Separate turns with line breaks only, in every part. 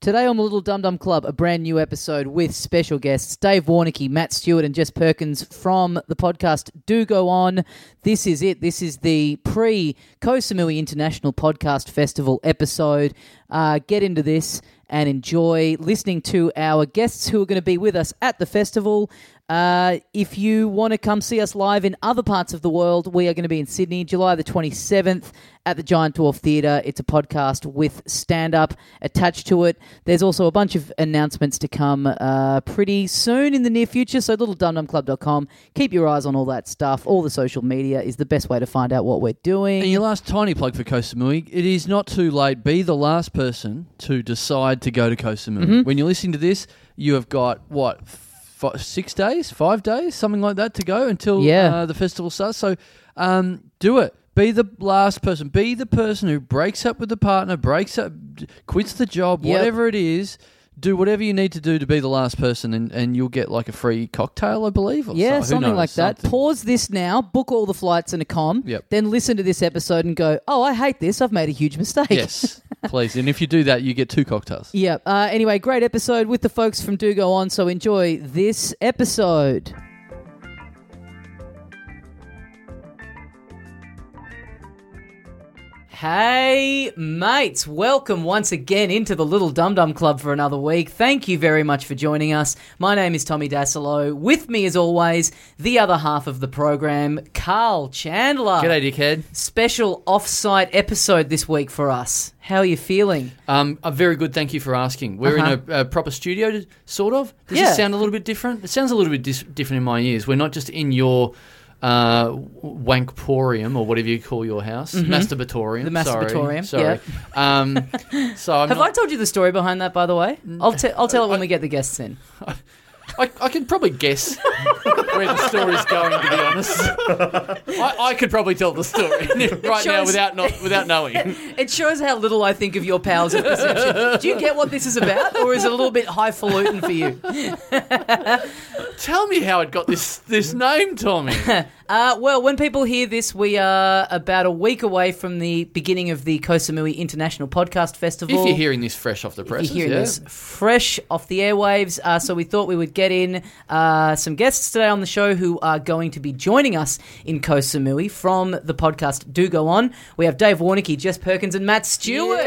Today on the Little Dum Dum Club, a brand new episode with special guests Dave Warnicky, Matt Stewart, and Jess Perkins from the podcast Do Go On. This is it. This is the pre Kosamui International Podcast Festival episode. Uh, get into this and enjoy listening to our guests who are going to be with us at the festival. Uh, if you want to come see us live in other parts of the world, we are going to be in Sydney, July the 27th at the Giant Dwarf Theatre. It's a podcast with stand up attached to it. There's also a bunch of announcements to come uh, pretty soon in the near future. So, littledumdumclub.com. Keep your eyes on all that stuff. All the social media is the best way to find out what we're doing.
And your last tiny plug for Koh Samui, it is not too late. Be the last person to decide to go to Koh Samui.
Mm-hmm.
When you're listening to this, you have got, what, fi six days, five days, something like that to go until
Yeah.
uh, the festival starts. So um, do it. Be the last person. Be the person who breaks up with the partner, breaks up, d- quits the job,
Yep.
whatever it is. Do whatever you need to do to be the last person, and, and you'll get like a free cocktail, I believe. Or
Yeah,
so- who
something
knows,
like that.
something.
Pause this now, book all the flights in a com,
Yep.
then listen to this episode and go, oh, I hate this. I've made a huge mistake.
Yes, please. And if you do that, you get two cocktails.
Yeah. Uh, anyway, great episode with the folks from Do Go On. So enjoy this episode. Hey, mates, welcome once again into the Little Dum Dum Club for another week. Thank you very much for joining us. My name is Tommy Dasilo. With me, as always, the other half of the program, Carl Chandler.
G'day, dickhead.
Special off site episode this week for us. How are you feeling?
Um, I'm very good. Thank you for asking. We're in a, a proper studio, to- sort of. Does
Uh-huh. Yeah.
it sound a little bit different? It sounds a little bit dis- different in my ears. We're not just in your uh, w- wankporium or whatever you call your house,
Mm-hmm.
masturbatorium.
The masturbatorium,
Sorry. sorry. Um, so I'm
Have I
not,
told you the story behind that, by the way? I'll, te- I'll tell it when we get the guests in.
I, I can probably guess where the story's going. To be honest, I, I could probably tell the story right now
shows-
without not without knowing.
It shows how little I think of your powers of perception. Do you get what this is about, or is it a little bit highfalutin for you?
Tell me how it got this this name, Tommy.
Uh, well, when people hear this, we are about a week away from the beginning of the Kosamui International Podcast Festival.
If you're hearing this fresh off the press,
You're hearing this fresh off the airwaves. Uh, so we thought we would get in uh, some guests today on the show who are going to be joining us in Koh Samui from the podcast Do Go On. We have Dave Warnicky, Jess Perkins, and Matt Stewart.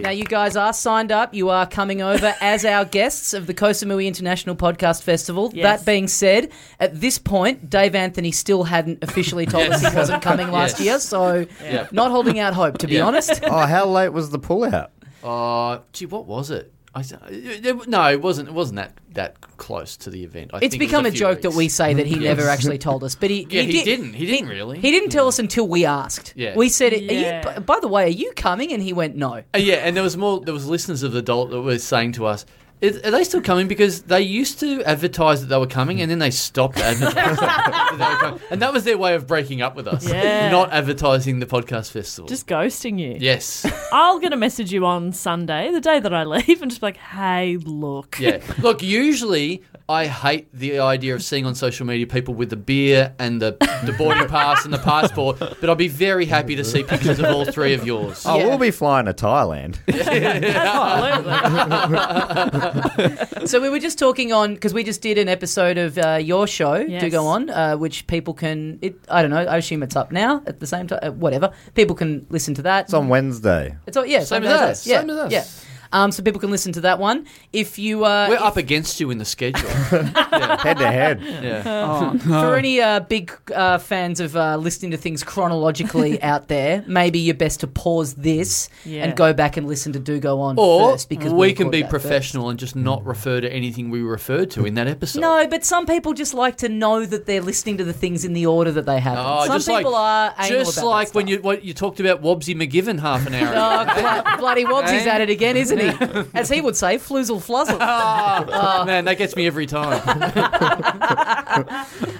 Now, you guys are signed up. You are coming over as our guests of the Kosamui International Podcast Festival.
Yes.
That being said, at this point, Dave Anthony still hadn't officially told us he wasn't coming last
Yes.
year, so
Yeah.
not holding out hope, to be
Yeah.
honest.
oh, how late was the pullout?
Uh, gee, what was it? I, s- it- it- no, it wasn't. It wasn't that that close to the event. I
It's
think it was
become
a
a,
few
joke that
weeks. Mm-hmm.
we say that he
Yes.
never actually told us, but he
Yeah, he,
did,
didn't. He didn't really.
He didn't tell us until we asked.
Yeah.
We said, "Are you,
Yeah.
b- by the way, are you coming?" And he went, "No."
Uh, yeah, and there was more. There was listeners of the adult that were saying to us. "Is- Are they still coming? Because they used to advertise that they were coming, and then they stopped advertising that they were coming, and that was their way of breaking up with us.
Yeah.
Not advertising the podcast festival.
Just ghosting you.
yes,
I'll get a message you on Sunday, the day that I leave, and just be like, hey, look.
yeah. Look, usually I hate the idea of seeing on social media people with the beer and the, the boarding pass and the passport, but I'll be very happy to see pictures of all three of yours.
Oh,
Yeah.
we'll be flying to Thailand.
Absolutely.
so we were just talking on because we just did an episode of uh, your show
Yes.
do go on uh, which people can it, i don't know i assume it's up now at the same time uh, whatever people can listen to that
It's on Wednesday.
It's on- yeah same
Same as
as
us,
yeah
same as us.
yeah um, so people can listen to that one if you uh,
We're
if-
up against you in the schedule.
Head to head.
Yeah.
Oh.
Oh.
for any uh, big uh, fans of uh, listening to things chronologically out there maybe you're best to pause this
Yeah.
and go back and listen to do go on
Or
first because
we
we
can be
recorded that first.
professional and just not refer to anything we referred to in that episode.
No, but some people just like to know that they're listening to the things in the order that they happen.
Oh,
some
just
people
like,
are anal
just
about
like
that
when
stuff.
you what, you talked about Wobsy McGivern half an hour ago.
Oh, blo- bloody Wobbsy's at it again, isn't he? As he would say, floozle fluzzle.
Ah, man, that gets me every time.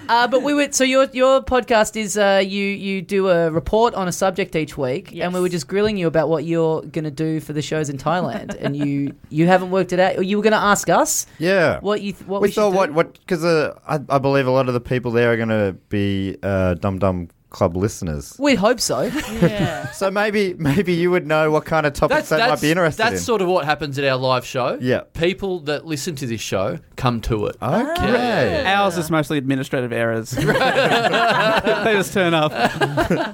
Uh, but we would. So your your podcast is uh, you you do a report on a subject each week,
Yes.
and we were just grilling you about what you're going to do for the shows in Thailand, and you you haven't worked it out. Or You were going to ask us
Yeah.
what you th- what we,
we thought
should
what
do.
what because uh, I, I believe a lot of the people there are going to be uh, dum dum club listeners.
We hope so.
Yeah.
So maybe maybe you would know what kind of topics they might be interested
that's
in.
sort of what happens at our live show.
Yeah.
People that listen to this show come to it.
okay.
Ours is mostly administrative errors. they just turn up.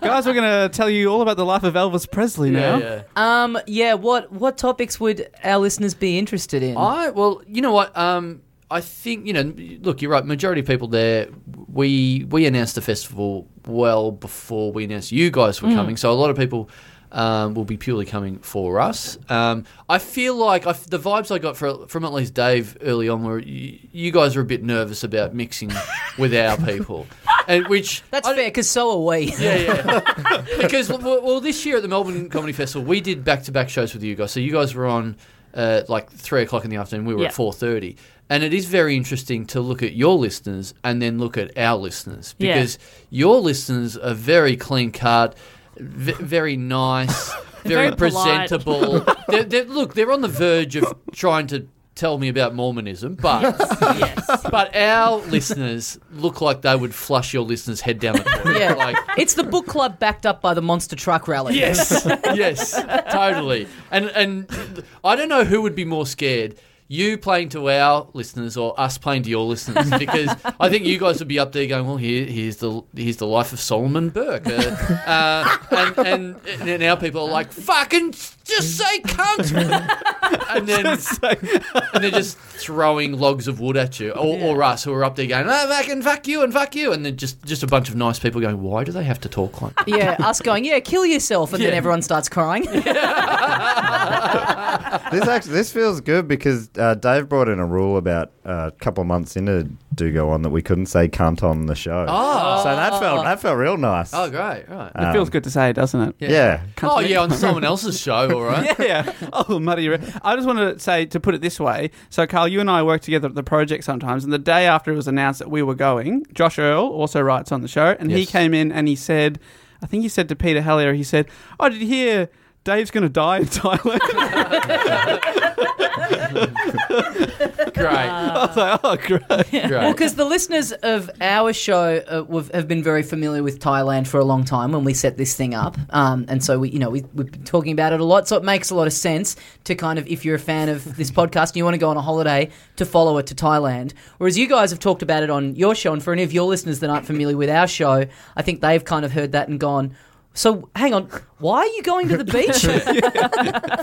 Guys, we're going to tell you all about the life of Elvis Presley now.
Yeah, yeah.
Um, yeah. What what topics would our listeners be interested in?
I well, you know what? Um, I think you know. Look, you're right. Majority of people there. We we announced the festival well before we announced you guys were coming. So a lot of people. Um, will be purely coming for us. Um, I feel like i f- the vibes I got for, from at least Dave early on were you, you guys were a bit nervous about mixing with our people, and which
That's
I-
fair, because so are we.
yeah, yeah. because well, well, this year at the Melbourne Comedy Festival, we did back-to-back shows with you guys. So you guys were on uh, like three o'clock in the afternoon. We were
Yeah.
at four thirty, and it is very interesting to look at your listeners and then look at our listeners
Yeah.
because your listeners are very clean cut, v- very nice, very,
Very polite.
presentable. they're, they're, look, they're on the verge of trying to. Tell me about Mormonism, but
yes.
but our listeners look like they would flush your listeners head down the toilet.
Yeah.
Like,
It's the book club backed up by the monster truck rally.
Yes, yes, totally. And and I don't know who would be more scared. You playing to our listeners or us playing to your listeners because I think you guys would be up there going, well, here, here's the here's the life of Solomon Burke, uh, uh, and, and and then our people are like, fucking just say cunt, and then and they're just throwing logs of wood at you, or, or us who are up there going, oh, fucking fuck you and fuck you, and then just just a bunch of nice people going, why do they have to talk like that?
Yeah, us going, yeah, kill yourself, and then
Yeah.
everyone starts crying. Ah.
this actually this feels good because uh, Dave brought in a rule about uh, a couple of months into Do Go On that we couldn't say cunt on the show.
Ah.
Oh.
so that felt that felt real nice.
Oh, great, right.
It feels good to say, doesn't it?
Yeah.
Oh yeah, on someone else's show, all right.
yeah. Oh, muddy. ra- I just want to say to put it this way. So, Carl, you and I work together at the project sometimes, and the day after it was announced that we were going, Josh Earl also writes on the show, and he
Yes.
came in and he said, I think he said to Peter Hellier, he said, "Oh, did you hear?" Dave's going to die in Thailand.
Great,
I was like, oh, great.
Well,
great.
because the listeners of our show uh, we've, have been very familiar with Thailand for a long time when we set this thing up, um, and so we, you know, we, we've been talking about it a lot. So it makes a lot of sense to kind of, if you're a fan of this podcast and you want to go on a holiday, to follow it to Thailand. Whereas you guys have talked about it on your show, and for any of your listeners that aren't familiar with our show, I think they've kind of heard that and gone. So hang on, why are you going to the beach?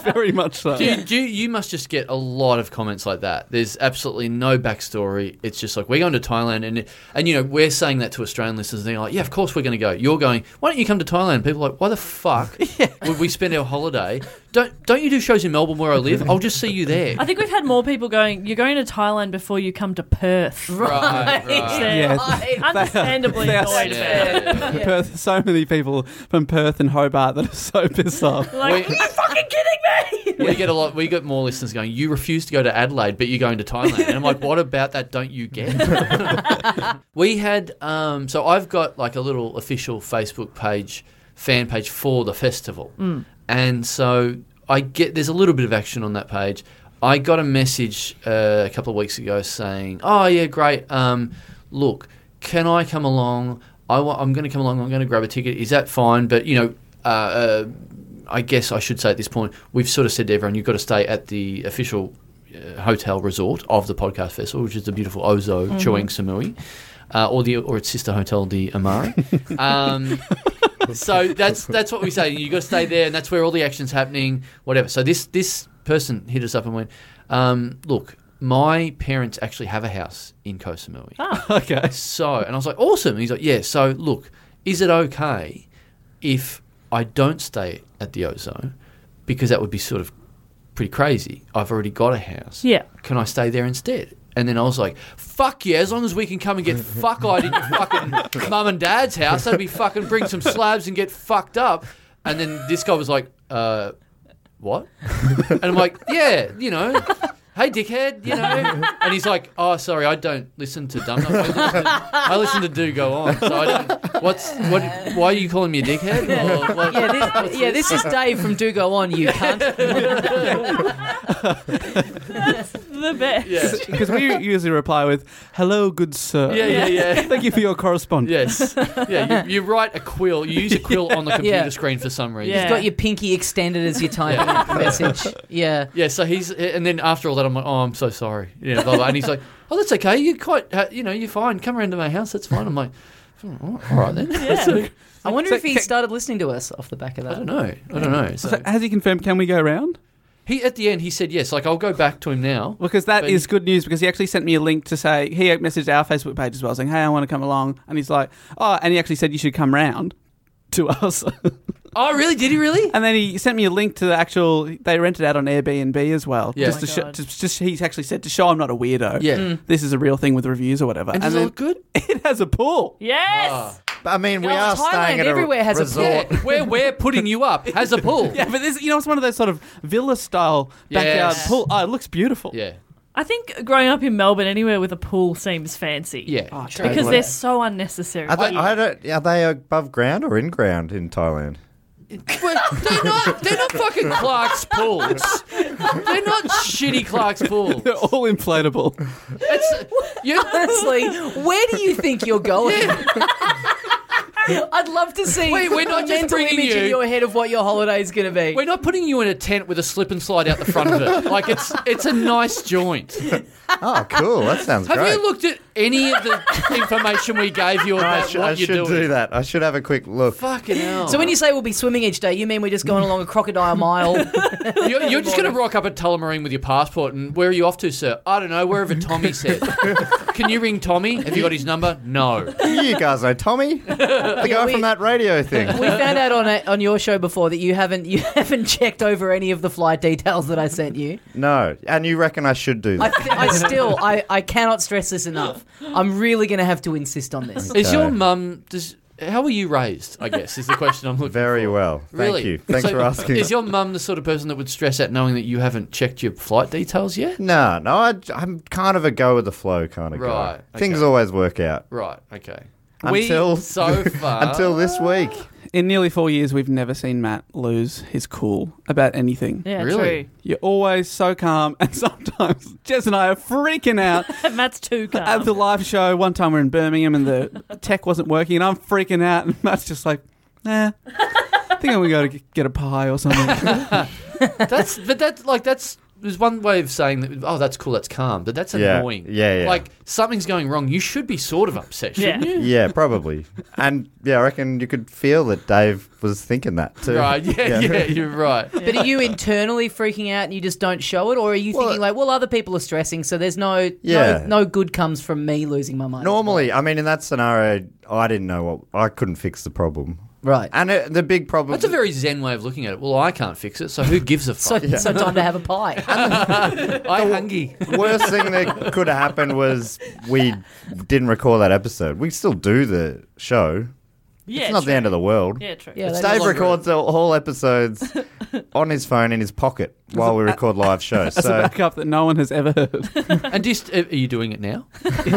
Very much so.
Do you, do you, you must just get a lot of comments like that. There's absolutely no backstory. It's just like we're going to Thailand, and and you know we're saying that to Australian listeners. And they're like, yeah, of course we're going to go. You're going. Why don't you come to Thailand? People are like, why the fuck would we spend our holiday? Don't don't you do shows in Melbourne where I live? I'll just see you there.
I think we've had more people going, you're going to Thailand before you come to Perth.
Right,
So,
right.
Yeah.
Understandably
They are-
annoyed about it.
Yeah, yeah, yeah.
Perth, so many people from Perth and Hobart that are so pissed off.
Like,
We-
are you fucking kidding me?
We get a lot. We get more listeners going. You refuse to go to Adelaide, but you're going to Thailand. And I'm like, what about that? Don't you get? we had. Um, so I've got like a little official Facebook page, fan page for the festival, and so I get there's a little bit of action on that page. I got a message uh, a couple of weeks ago saying, "Oh yeah, great. Um, look, can I come along? I wa- I'm going to come along. I'm going to grab a ticket. Is that fine? But you know." Uh, uh, I guess I should say at this point, we've sort of said to everyone, you've got to stay at the official uh, hotel resort of the podcast festival, which is the beautiful Ozo Chuang Samui, uh, or the or its sister hotel, the Amari. um, so that's that's what we say. You've got to stay there, and that's where all the action's happening. Whatever. So this this person hit us up and went, um, look. My parents actually have a house in Koh Samui.
Okay.
So, and I was like, awesome. And he's like, yeah. So, look, is it okay if I don't stay at the Ozone because that would be sort of pretty crazy? I've already got a house.
Yeah.
Can I stay there instead? And then I was like, fuck yeah, as long as we can come and get fuck eyed in your fucking mum and dad's house, that'd be fucking bring some slabs and get fucked up. And then this guy was like, uh, what? And I'm like, yeah, you know, hey, dickhead, you know. And he's like, oh, sorry, I don't listen to dumb. I listen to, I listen to do go on. So I don't. What's what? Why are you calling me a dickhead? Or what-
yeah, this, yeah, this is Dave from Do Go On, you cunt.
the best.
Yeah.
Because we usually reply with, hello, good sir.
Yeah, yeah, yeah.
Thank you for your correspondence.
Yes. Yeah, you, you write a quill. You use a quill on the computer
Yeah.
screen for some reason.
Yeah.
You've got your pinky extended as you're typing out the message. Yeah.
Yeah, so he's, and then after all that, I'm like, oh, I'm so sorry. Yeah, blah, blah. and he's like, oh, that's okay. You're quite, uh, you know, you're fine. Come around to my house. That's fine. I'm like, "Hmm, all right then.
Yeah.
I wonder
So
if he
ca-
started listening to us off the back of
I
that.
don't know. I don't know.
So,
So
has he confirmed, can we go round?
he at the end he said yes. Like I'll go back to him now.
Because that is
But-
good news because he actually sent me a link to say, he messaged our Facebook page as well, saying, hey, I want to come along. And he's like, oh, and he actually said, you should come round to us.
Oh really? Did he really?
and then he sent me a link to the actual, they rented out on Airbnb as well.
Yeah.
Oh
Just, to
my
show,
God. Mm.
just, just he's actually said, to show I'm not a weirdo.
Yeah.
This is a real thing with reviews or whatever.
And, does
And,
it
then
look good?
it has a pool.
Yes.
Ah.
I mean, we
Yeah,
are
Thailand,
staying at a
everywhere has a
resort.
Yeah, where we're putting you up has a pool.
Yeah, but this, you know, it's one of those sort of villa style backyard
Yes.
pool. Oh, it looks beautiful.
Yeah.
I think growing up in Melbourne, anywhere with a pool seems fancy.
Yeah.
Oh,
True.
Because
Totally.
they're so unnecessary.
Are they, I don't, are they above ground or in ground in Thailand?
But they're not. They're not fucking Clark's pools. They're not shitty Clark's pools.
They're all inflatable.
It's, you,
Honestly, where do you think you're going? I'd love to see
Wait, we're not
a
just
mental
bringing
image in
you-
your head of what your holiday is going to be.
we're not putting you in a tent with a slip and slide out the front of it. Like it's it's a nice joint.
Oh, cool. That sounds
Have
great.
you looked at any of the information we gave you
I,
about
sh-
what
I
you're
should
doing?
do that. I should have a quick look.
Fucking hell.
so when you say we'll be swimming each day, you mean we're just going along a crocodile mile?
You're, you're just going to rock up at Tullamarine with your passport, and where are you off to, sir? I don't know, wherever Tommy said. Can you ring Tommy? Have you got his number? No.
you guys know Tommy, the
Yeah,
guy
we-
from that radio thing.
we found out on a, on your show before that you haven't you haven't checked over any of the flight details that I sent you.
No, and you reckon I should do
I,
that?
th- I still I, I cannot stress this enough. I'm really going to have to insist on this.
Is your
Okay.
mum. Does, how were you raised? I guess is the question I'm looking
Very
for.
well. Thank
Really?
you. Thanks
So
for asking.
Is your mum the sort of person that would stress out knowing that you haven't checked your flight details yet?
no, no, I, am kind of a go with the flow kind of
Right,
guy. Things
okay.
always work out
Right, okay.
We-
until
So far.
until this week.
In nearly four years, we've never seen Matt lose his cool about anything.
yeah,
Really?
You're always so calm, and sometimes Jess and I are freaking out.
true. Matt's too
At
calm.
the live show, one time we're in Birmingham and the tech wasn't working, and I'm freaking out, and Matt's just like, nah. I think I'm gonna go to g- get a pie or something.
That's but that's like that's there's one way of saying that. Oh, that's cool. That's calm, but that's
Yeah,
annoying.
yeah, yeah.
Like something's going wrong. You should be sort of upset. Shouldn't
Yeah.
You?
Yeah, probably. And yeah, I reckon you could feel that Dave was thinking that too.
Right. Yeah, yeah. You're right.
But are you internally freaking out and you just don't show it, or are you
Well,
thinking like, well, other people are stressing, so there's no
Yeah.
no, no good comes from me losing my mind.
Normally, I mean, in that scenario, I didn't know what I couldn't fix the problem,
right?
and it, the big problem.
That's a very zen way of looking at it. Well, I can't fix it, so who gives a
So,
fuck?
so time to have a pie.
I hungry.
worst thing that could have happened was we didn't record that episode. We still do the show.
yeah,
it's not
true.
the end of the world.
Yeah, true.
Yeah, that
Dave
is-
records all, all episodes on his phone in his pocket while we record live shows.
That's a
So
backup that no one has ever heard.
And just are you doing it now?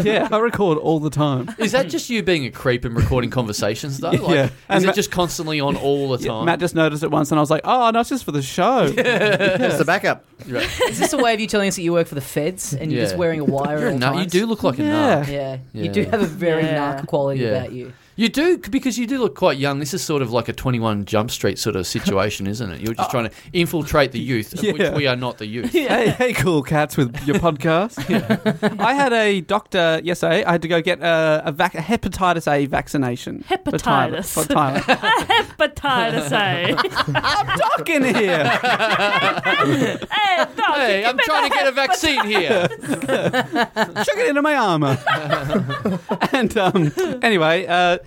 yeah, I record all the time.
Is that just you being a creep and recording conversations though? Like,
Yeah.
Is
And
it
Matt-
just constantly on all the
Yeah,
time?
Matt just noticed it once, and I was like, "Oh, no, it's just for the show."
it's a backup.
Is this a way of you telling us that you work for the feds and you're just
Yeah.
wearing a wire?
You're a
at all
nut. You
times?
do look like a
Yeah.
nut.
Yeah, you
Yeah.
do have a very
Yeah.
narc quality
Yeah.
about you.
You do c- because you do look quite young. This is sort of like a 21 Jump Street sort of situation, isn't it?
Uh,
You're just trying to infiltrate the youth, of which
Yeah.
we are not the youth.
Hey, hey, cool cats with your podcast. I had a doctor yesterday. I had to go get a, a, vac- a hepatitis A vaccination. For Tyler.
Hepatitis.
For Tyler.
Hepatitis A.
I'm talking here.
hey, no,
Hey, I'm trying to get a vaccine here.
Chuck it into my armor. and um, anyway, uh,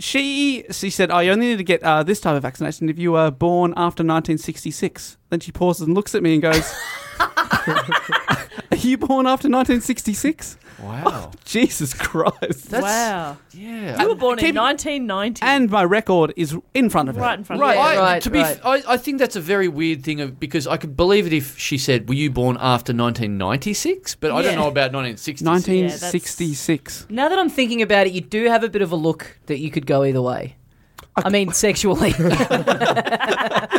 she she said, "I only need to get uh, this type of vaccination if you were born after 1966." Then she pauses and looks at me and goes. Are you born after 1966?
Wow.
Jesus Christ.
That's,
wow.
Yeah.
You were born
Keep-
in 1990.
And my record is in front of her.
Right in front of
Right.
you.
Yeah.
I, to be,
right.
f- I, I think that's a very weird thing of, because I could believe it if she said, "Were you born after 1996?" But I don't
Yeah.
know about 1966.
1966.
Now that I'm thinking about it, you do have a bit of a look that you could go either way. I mean, sexually.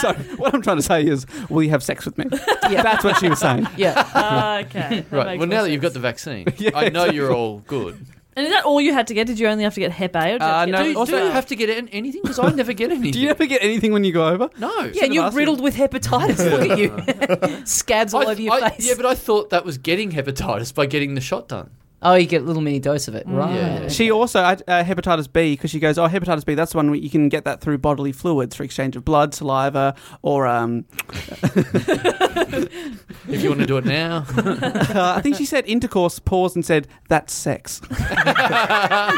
So what I'm trying to say is, will you have sex with me?
Yeah.
That's what she was saying.
yeah.
Ah, okay.
Right.
that makes
Well,
more
now that you've got
sense.
the vaccine, I know you're all good.
And is that all you had to get? Did you only have to get Hep A? Or did you have
Uh,
to
no,
get
Do,
Hep
do
also-
B?
you have to get an- anything? Because I never get anything.
Do you ever get anything when you go over?
no.
Yeah, and you're
asked
riddled with hepatitis. Look at you. Scabs all
I-
over your
I-
face.
Yeah, but I thought that was getting hepatitis by getting the shot done.
oh, you get a little mini dose of it. Right.
Mm. Yeah.
She also uh, uh, hepatitis B because she goes, oh, hepatitis B. That's the one where you can get that through bodily fluids for exchange of blood, saliva, or um,
If you want to do it now,
uh, I think she said intercourse. Paused and said, that's sex.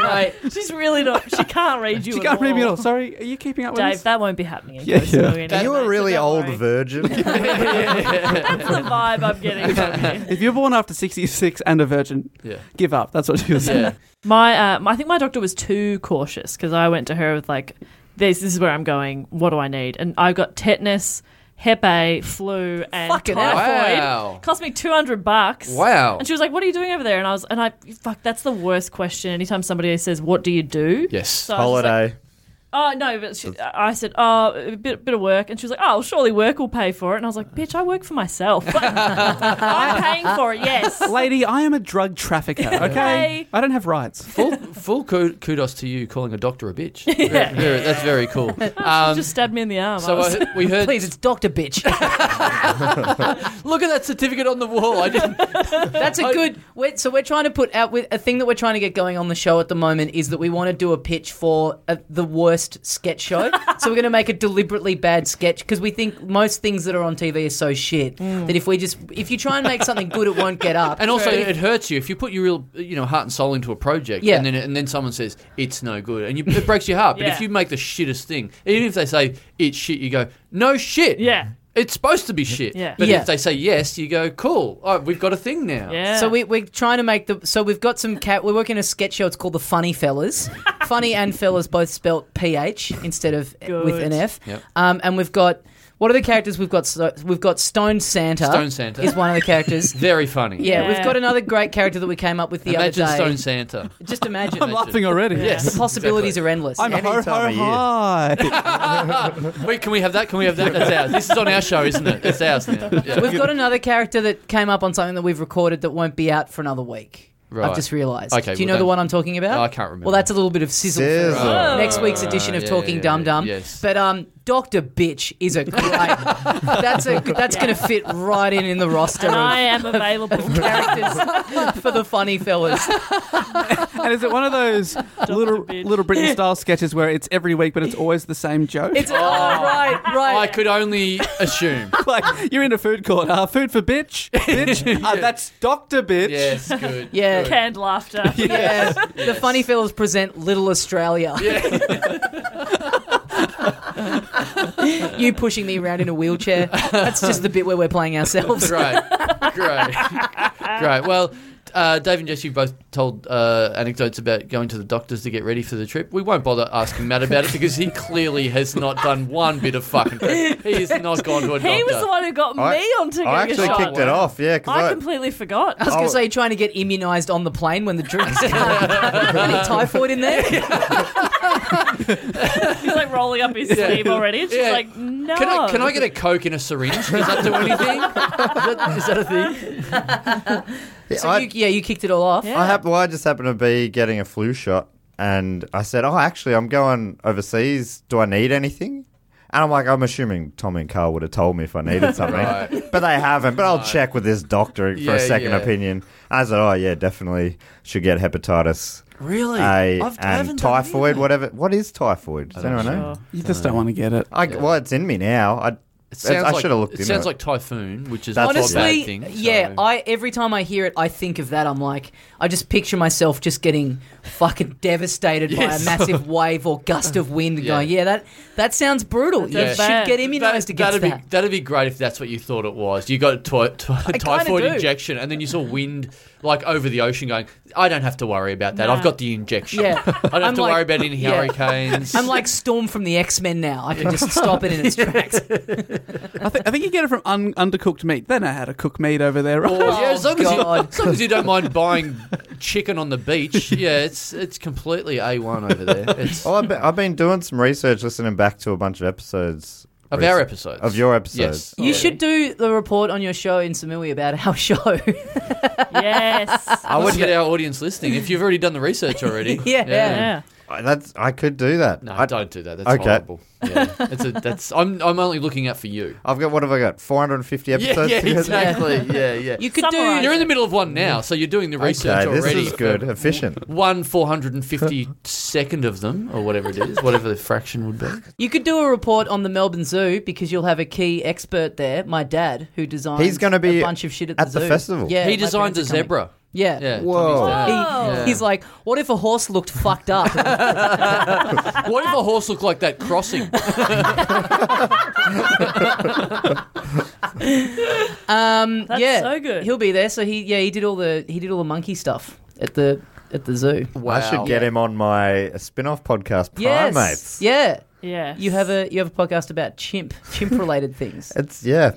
Right. Ah, She's really not. She can't read you.
she
at
can't read me at
all.
all. Sorry, are you keeping up with
Dave,
this?
that won't be happening. in
Yeah,
Costa
yeah.
Rica,
Are you
mate,
a
so
really
don't
old
worry.
virgin?
That's the vibe I'm getting from you.
If you're born after 66 and a virgin,
yeah,
give up. That's what she was saying.
yeah.
My, uh, my, I think my doctor was too cautious because I went to her with like, this, this is where I'm going. What do I need? And I got tetanus, Hep A, flu, and
Fucking hell.
typhoid.
Wow.
Cost me 200 bucks.
Wow.
And she was like, "What are you doing over there?" And I was, and I, fuck, that's the worst question. Anytime somebody says, "What do you do?"
Yes.
So I was just like,
Holiday.
Oh no, but she, I said, oh, a bit, bit of work, and she was like, oh, well, surely work will pay for it, and I was like, bitch, I work for myself. I'm paying for it. Yes.
Lady, I am a drug trafficker, okay?
Hey.
I don't have rights.
full full ku- kudos to you calling a doctor a bitch. Very- very- that's very cool.
She
Um,
just stabbed me in the arm. I
so
was-
I, we heard.
Please, it's Doctor Bitch.
Look at that certificate on the wall. I didn't.
That's a
I-
good. We're, so we're trying to put out with a thing that we're trying to get going on the show at the moment is that we want to do a pitch for uh the worst sketch show. so we're going to make a deliberately bad sketch because we think most things that are on TV are so shit that if we just if you try and make something good, it won't get up.
Mm. And also,
But
it hurts you if you put your real, you know, heart and soul into a project,
Yeah.
and then and then someone says it's no good, and you, it breaks your heart. But if
Yeah.
you make the shittest thing, even if they say it's shit, you go no shit.
Yeah.
it's supposed to be shit.
Yeah.
But
Yeah.
if they say yes, you go cool. Oh, we've got a thing now.
yeah.
So we, we're trying to make the. So we've got some cat. We're working a sketch show. It's called the Funny Fellas. Funny and fellas both spelt ph instead of with an f.
Yep.
Um, and we've got what are the characters we've got? So, we've got Stone Santa.
Stone Santa.
is one of the characters.
Very funny.
Yeah, we've
Yeah.
got another great character that we came up with the
Imagine
other day.
Stone Santa.
Just imagine.
I'm laughing already.
Yes.
the possibilities
exactly.
are endless.
I'm a
Any
ho
time
ho
of year.
hi.
Wait, can we have that? Can we have that? That's ours. This is on our show, isn't it? It's ours now. Yeah.
we've got another character that came up on something that we've recorded that won't be out for another week.
Right.
I've just realised.
Okay,
Do you
well,
know the
don't-
one I'm talking about?
No, I can't remember. Ah.
Well, that's a little bit of sizzle,
Sizzle.
for uh,
Oh.
next week's edition of
Yeah,
Talking
yeah,
Dum
yeah,
Dum.
yes.
But um, Doctor Bitch is a great. that's a that's going to fit right in in the roster
and I
of
am available.
characters for the funny fellas.
and is it one of those little
bitch.
little Britain style sketches where it's every week but it's always the same joke?
It's oh, right, right.
I could only assume.
like you're in a food court. Uh, food for bitch, bitch. Uh, that's Doctor Bitch.
yes, good.
Yeah.
good.
Canned laughter.
yeah, the funny fellas present Little Australia.
Yeah.
you pushing me around in a wheelchair. That's just the bit where we're playing ourselves.
Great. Great. Great. Well, uh, Dave and Jess, you've both told uh, anecdotes about going to the doctors to get ready for the trip. We won't bother asking Matt about it because he clearly has not done one bit of fucking prep. He has not gone to a doctor.
He was the one who got
I-
me onto
I
getting a
actually
shot.
kicked it off, yeah,
I,
because
completely forgot.
I was going
Oh.
to say, you're trying to get immunised on the plane when the drinks come. Any typhoid in there?
He's like rolling up his sleeve already. And she's
Yeah.
like, no.
Can I, can I get a Coke in a syringe? Does that do anything? Is that, is that a thing?
I,
So
I,
you, yeah, you kicked it all off.
I, hap- well, I just happened to be getting a flu shot, and I said, "Oh, actually, I'm going overseas. Do I need anything?" And I'm like, I'm assuming Tom and Carl would have told me if I needed something,
Right.
but they haven't. But I'll check with this doctor for
Yeah,
a second
yeah.
opinion. I said, "Oh yeah, definitely should get hepatitis
Really?
A
I've- I haven't done
and typhoid,
either.
whatever. What is typhoid? Does anyone know?"
You just don't want to get it.
I, Well, it's in me now. I,
It sounds
I
like-
should have looked
It
into
sounds
it.
like typhoon, which is
That's
not a
Honestly,
bad thing.
yeah.
so-
I every time I hear it, I think of that. I'm like, I just picture myself just getting fucking devastated
Yes.
by a massive wave or gust of wind, and
Yeah.
going, yeah, that that sounds brutal.
That
you
does
should
bad.
get immunised
that'd
against that.
Be, that'd be great if that's what you thought it was. You got a ty- ty-
kinda
typhoid
do.
injection, and then you saw wind like over the ocean going, I don't have to worry about that.
No.
I've got the injection.
Yeah.
I don't have
I'm
to
like-
worry about any
yeah.
hurricanes.
I'm like Storm from the X Men now. I can just stop it in its tracks.
I, think, I think you get it from un- undercooked meat. They know how to cook meat over there, right?
Or, yeah, as long as, you,
oh, God.
as long as you don't mind buying chicken on the beach, yeah, it's it's completely A1 over there. It's
Well, I've been, I've been doing some research, listening back to a bunch of episodes
of our
recent-
episodes.
of your episodes.
You should do the report on your show in Samui about our show.
yes.
I would get our audience listening if you've already done the research already.
Yeah.
Yeah.
I- That's I could do that.
No,
I,
don't do that. That's
Okay.
horrible. Yeah. It's a, that's I'm I'm only looking out for you.
I've got what have I got? 450
Yeah,
episodes.
yeah,
to go through?
exactly. Yeah, yeah.
you could
Summarise.
do.
You're in the middle of one now, so you're doing the research
Okay, this
already.
is good, efficient.
One 452nd of them, or whatever it is, whatever the fraction would be.
You could do a report on the Melbourne Zoo because you'll have a key expert there, my dad, who designed
He's gonna be
a bunch of shit at,
at the
zoo.
festival.
Yeah,
he
my
designed
parents
a
are coming.
zebra.
Yeah.
Yeah.
Whoa.
Tommy's
He,
dad.
Oh.
He's like, what if a horse looked fucked up?
What if a horse looked like that crossing?
um,
That's
yeah,
so good.
He'll be there. So he, yeah, he did all the he did all the monkey stuff at the at the zoo.
I should get him on my spin-off podcast,
Yes,
Primates.
yeah.
Yeah.
You have a you have a podcast about chimp chimp related things.
It's yeah.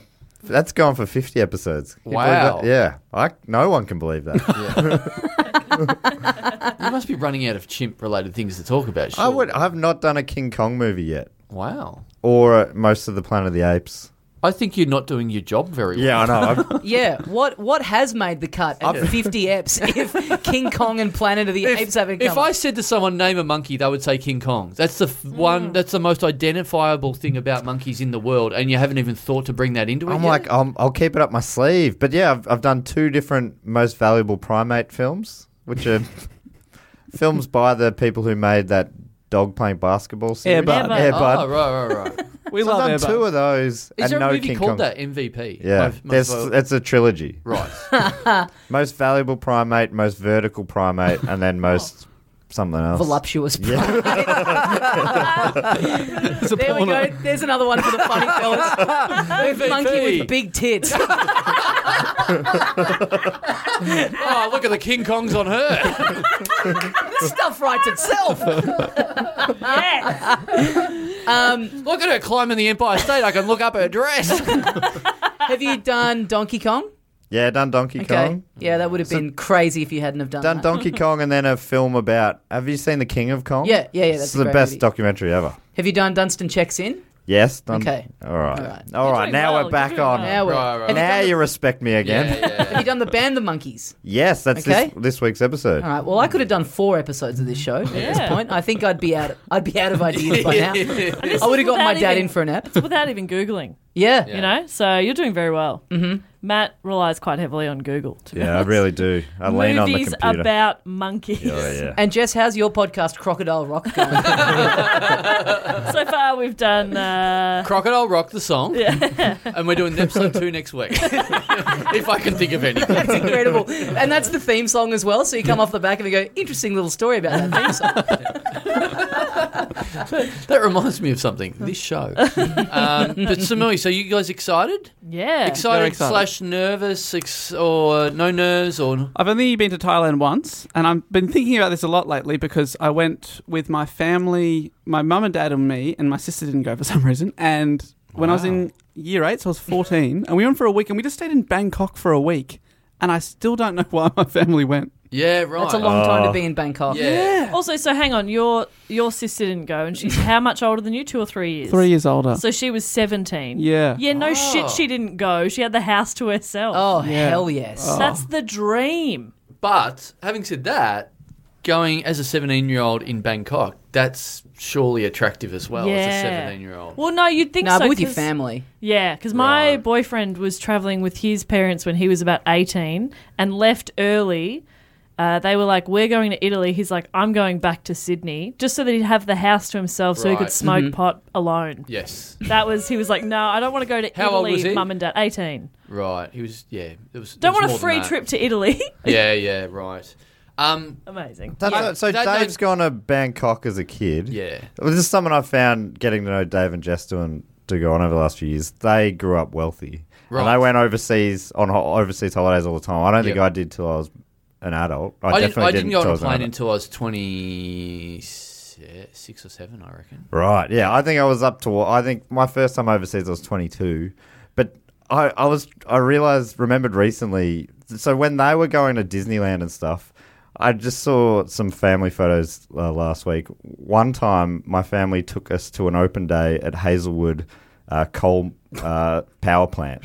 That's gone for 50 episodes. Can you believe
Wow.
that? Yeah. I no one can believe that.
You must be running out of chimp-related things to talk about.
I
surely.
would I've not done a King Kong movie yet
Wow.
or uh, most of the Planet of the Apes.
I think you're not doing your job very well.
Yeah, I know. I've,
Yeah, what what has made the cut at 50 eps if King Kong and Planet of the Apes haven't come?
If I said to someone name a monkey, they would say King Kong. That's the
Hmm.
f- one. That's the most identifiable thing about monkeys in the world, and you haven't even thought to bring that into it.
I'm
yet?
like um, I'll keep it up my sleeve. But yeah, I've, I've done two different most valuable primate films, which are films by the people who made that dog playing basketball series.
Bud.
Airbud.
Air Bud.
oh, right, right, right.
we
So I've
love
done
Air
two
Bud.
of those
Is
and
there
no
a movie
King
called
Kong.
that MVP?
Yeah,
Most- most
there's,
valuable-
it's a trilogy.
right.
Most valuable primate, most vertical primate, and then most something else.
Voluptuous.
Yeah.
It's a
There we
porno.
go. There's another one for the funny fellas.
E.
With monkey with big tits.
oh, look at the King Kongs on her.
this stuff writes itself.
Yes.
Um,
look at her climbing the Empire State. I can look up her dress.
have you done Donkey Kong?
yeah, done Donkey Kong.
Yeah, that would have been crazy if you hadn't have done,
Done
that.
Donkey Kong, and then a film about. Have you seen The King of Kong?
Yeah, yeah, yeah, that's
it's
a
the
great
best
movie.
documentary ever.
have you done Dunstan Checks In?
Yes. Done,
Okay.
All right.
All
All
right.
You're
right.
doing well,
now we're
you're
back
doing
on.
well.
Now we're.
Right, right.
Have, you
Now
done,
you respect me again.
have you done the Band of Monkeys?
Yes, that's
Okay.
this, this week's episode.
All right. Well, I could have done four episodes of this show at this
Yeah.
point. I think I'd be out. I'd be out of ideas by now. I would have got my
without
dad
even-
in for a nap.
It's without even Googling,
Yeah.
you know? So you're doing very well. Mm-hmm. Matt relies quite heavily on Google. To be
Yeah, I
honest.
really do. I lean on the
Movies
computer.
about monkeys.
oh, yeah.
And Jess, how's your podcast, Crocodile Rock, going?
So far, we've done. Uh,
Crocodile Rock the song,
yeah.
and we're doing episode two next week. if I can think of anything.
That's incredible. And that's the theme song as well. So you come off the back and we go, interesting little story about that theme song.
That reminds me of something. This show. um, but Samui, so you guys excited?
yeah.
Excited,
Very excited.
slash nervous ex- or uh, no nerves or
I've only been to Thailand once, and I've been thinking about this a lot lately because I went with my family, my mum and dad and me, and my sister didn't go for some reason. And when I was in year eight, so I was 14, and we went for a week, and we just stayed in Bangkok for a week. And I still don't know why my family went.
yeah right.
That's a long time to be in Bangkok.
yeah.
Also, so hang on, your your sister didn't go, and she's how much older than you? Two or three years?
Three years older.
So she was seventeen.
Yeah.
Yeah. No
Oh.
shit, she didn't go. She had the house to herself.
Oh,
Yeah.
hell yes.
That's the dream.
But having said that, going as a 17 year old in Bangkok, that's surely attractive as well as a
Yeah.
17 year old.
Well, no, you'd think
Nah,
so.
but with your
'cause-
family.
Yeah, because my
Right.
boyfriend was traveling with his parents when he was about 18 and left early. Uh, they were like, We're going to Italy. He's like, I'm going back to Sydney, just so that he'd have the house to himself so he
Right.
could smoke
Mm-hmm.
pot alone.
Yes.
That was, he was like, No, I don't want to go to
How old was
Italy,
he?
mum and dad. 18.
Right. He was, yeah. It was, it
Don't
was
want a
more than
free
that.
trip to Italy.
Yeah, yeah, right. Um,
Amazing.
That's
Yeah.
it. so
That- that-
Dave's gone to Bangkok as a kid.
yeah.
Well, This is something I've found getting to know Dave and Jess and to go on over the last few years. They grew up wealthy.
Right.
And they went overseas on ho- overseas holidays all the time. I don't think
Yep.
I did till I was an adult. I,
I, didn't,
definitely
I didn't go
till
on
I
a
was an
plane
adult.
until I was 26. se- six or seven, I reckon.
Right. Yeah, I think I was up to. I think my first time overseas I was 22, but I I was I realized remembered recently. So when they were going to Disneyland and stuff, I just saw some family photos uh, last week. One time, my family took us to an open day at Hazelwood uh, coal uh, power plant.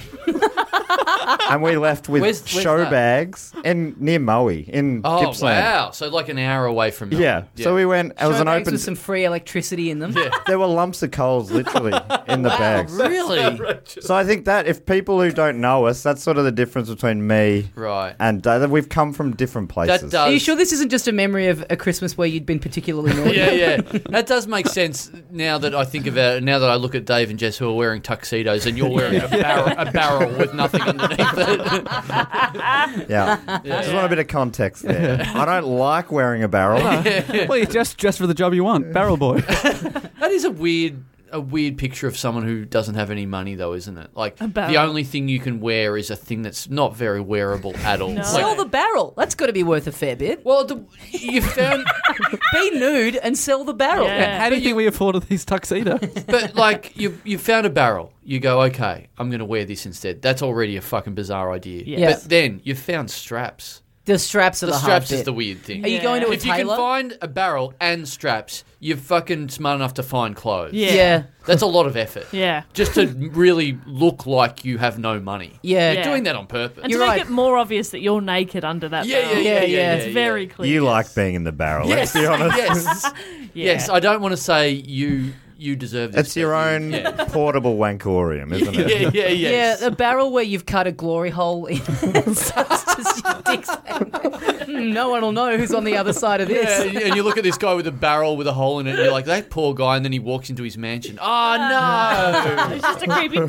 and we left with
Where's- where's
show
that?
bags and near Maui in
Oh
Gippsland.
wow! So like an hour away from Melbourne.
Yeah. So we went. It was
Show
an
bags
open.
with some free electricity in them.
There were lumps of coals literally in the bags.
really
So I think that if people who don't know us, that's sort of the difference between me
right.
and Dave. We've come from different places.
That
Are
does.
you sure this isn't just a memory of a Christmas where you'd been particularly naughty?
yeah, yeah. That does make sense now that I think about it. Now that I look at Dave and Jess who are wearing tuxedos and you're wearing a, barrel, a barrel with nothing underneath it.
Yeah. Just want a bit of context there. I don't like wearing a barrel.
Oh,
well, you just dress for the job you want, barrel boy.
That is a weird a weird picture of someone who doesn't have any money though, isn't it? Like
barrel.
the only thing you can wear is a thing that's not very wearable at all. Like-
Sell the barrel. That's got to be worth a fair bit.
well, the, you found,
Be nude and sell the barrel.
Yeah.
How do you think we afforded these tuxedos?
but like you, you found a barrel. You go, okay, I'm going to wear this instead. That's already a fucking bizarre idea.
Yes.
But then you found straps.
The straps are the,
the
hard
straps is
bit.
the weird thing.
Are you
Yeah.
going to a
if you
tailor?
can find a barrel and straps, you're fucking smart enough to find clothes.
Yeah.
yeah. yeah,
That's a lot of effort.
Yeah.
Just to really look like you have no money. You're
Yeah.
doing that on purpose.
And
You're
to make
right.
it more obvious that you're naked under that
yeah, yeah, yeah,
barrel.
yeah,
Yeah, yeah.
yeah,
It's very
yeah.
clear.
You like being in the barrel.
Yes.
Let's be honest.
yes.
Yeah.
Yes. I don't want to say you you deserve this.
It's your
but you-
own
Yeah.
portable wankorium, isn't
yeah,
it?
yeah, yeah. yes.
the barrel where you've cut a glory hole in. and sucks just your dicks out. Hmm, no one will know who's on the other side of
Yeah,
this.
and you look at this guy with a barrel with a hole in it, and you're like, that poor guy, and then he walks into his mansion. Oh,
It's just a creepy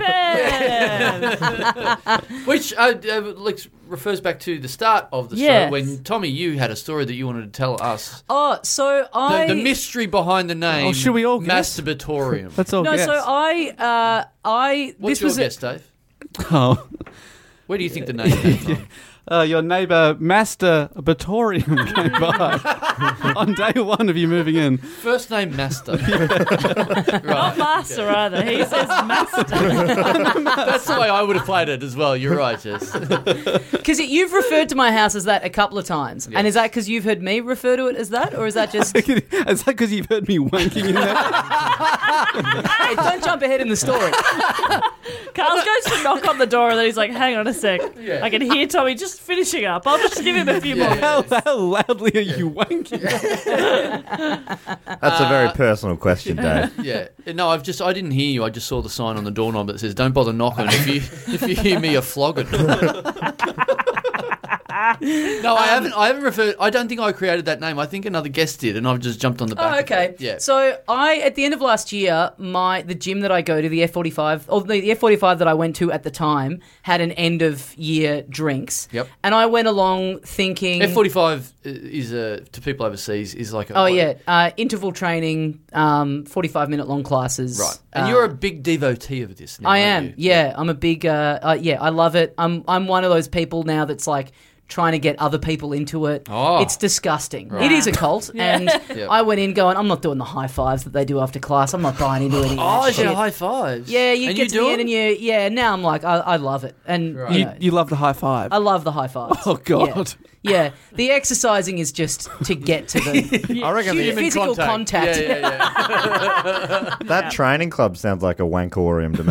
pen.
no! Which uh, uh, like, refers back to the start of the show
Yes.
when, Tommy, you had a story that you wanted to tell us.
Oh, so I.
The, the mystery behind the name
Oh, should we all guess?
Masturbatorium.
That's all.
no,
guess.
so I, uh, I. this
What's your
was a-
guess, Dave?
Oh.
Where do you think the name came from?
Uh, your neighbour Master Batorium came by on day one of you moving in.
First name Master. right.
Not master either. He says master.
That's the way I would have played it as well. You're right, Jess.
Because you've referred to my house as that a couple of times, and is that because you've heard me refer to it as that, or is that just? hey,
Is that because you've heard me wanking in there?
don't jump ahead in the story.
Carl goes to knock on the door and then he's like, hang on a sec.
Yeah.
I can hear Tommy just finishing up. I'll just give him a few more.
How, how loudly are you wanking?
That's a
Uh,
very personal question, Dave.
Yeah. No, I've just I didn't hear you. I just saw the sign on the doorknob that says "Don't bother knocking if you if you hear me a flogging." no, I
Um,
haven't. I haven't referred. I don't think I created that name. I think another guest did, and I've just jumped on the back.
Oh,
of
okay.
it. Yeah.
So I, at the end of last year, my the gym that I go to, the F45, or the, the F45 that I went to at the time, had an end of year drinks.
Yep.
And I went along thinking,
F forty five is a to people overseas is like a,
oh yeah, uh, interval training, um, 45 minute long classes.
right. And
Uh,
you're a big devotee of this. Now,
I
aren't
am.
you?
Yeah, I'm a big. Uh, uh, yeah, I love it. I'm. I'm one of those people now that's like trying to get other people into it.
Oh.
It's disgusting. It is a cult, and I went in going, I'm not doing the high fives that they do after class. I'm not buying into any of
Oh,
that
is
shit.
it high fives?
yeah, you
And
get to
do
the
it?
end and you. Yeah, now I'm like, I, I love it, and
Right.
you
You,
know,
you love the high five.
I love the high fives.
Oh, God.
Yeah. Yeah. the exercising is just to get to the
I reckon
Human
the,
physical contact.
Yeah, yeah, yeah.
that training club sounds like a wankorium to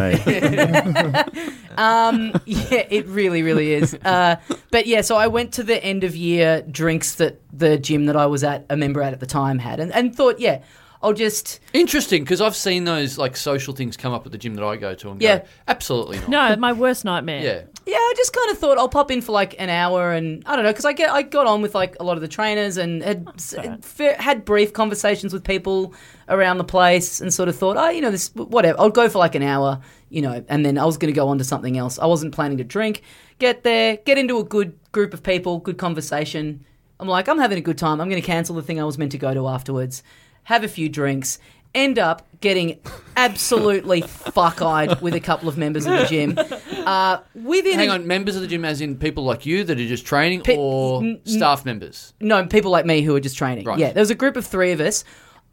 me.
Um, yeah, it really, really is. Uh, but yeah, so I went to the end of year drinks that the gym that I was at, a member at at the time, had, and, and thought, yeah, I'll just.
Interesting, because I've seen those like social things come up at the gym that I go to and
Yeah.
go, absolutely not.
No, my worst nightmare.
Yeah.
Yeah, I just kind of thought I'll pop in for like an hour, and I don't know because I get I got on with like a lot of the trainers and had had fa- had brief conversations with people around the place, and sort of thought, oh, you know, this whatever. I'll go for like an hour, you know, and then I was going to go on to something else. I wasn't planning to drink. Get there, get into a good group of people, good conversation. I'm like, I'm having a good time. I'm going to cancel the thing I was meant to go to afterwards. Have a few drinks. End up getting absolutely fuck eyed with a couple of members of the gym. Uh, within
Hang on, members of the gym, as in people like you that are just training
Pe-
or
n- n-
staff members?
No, people like me who are just training.
Right.
Yeah, there was a group of three of us.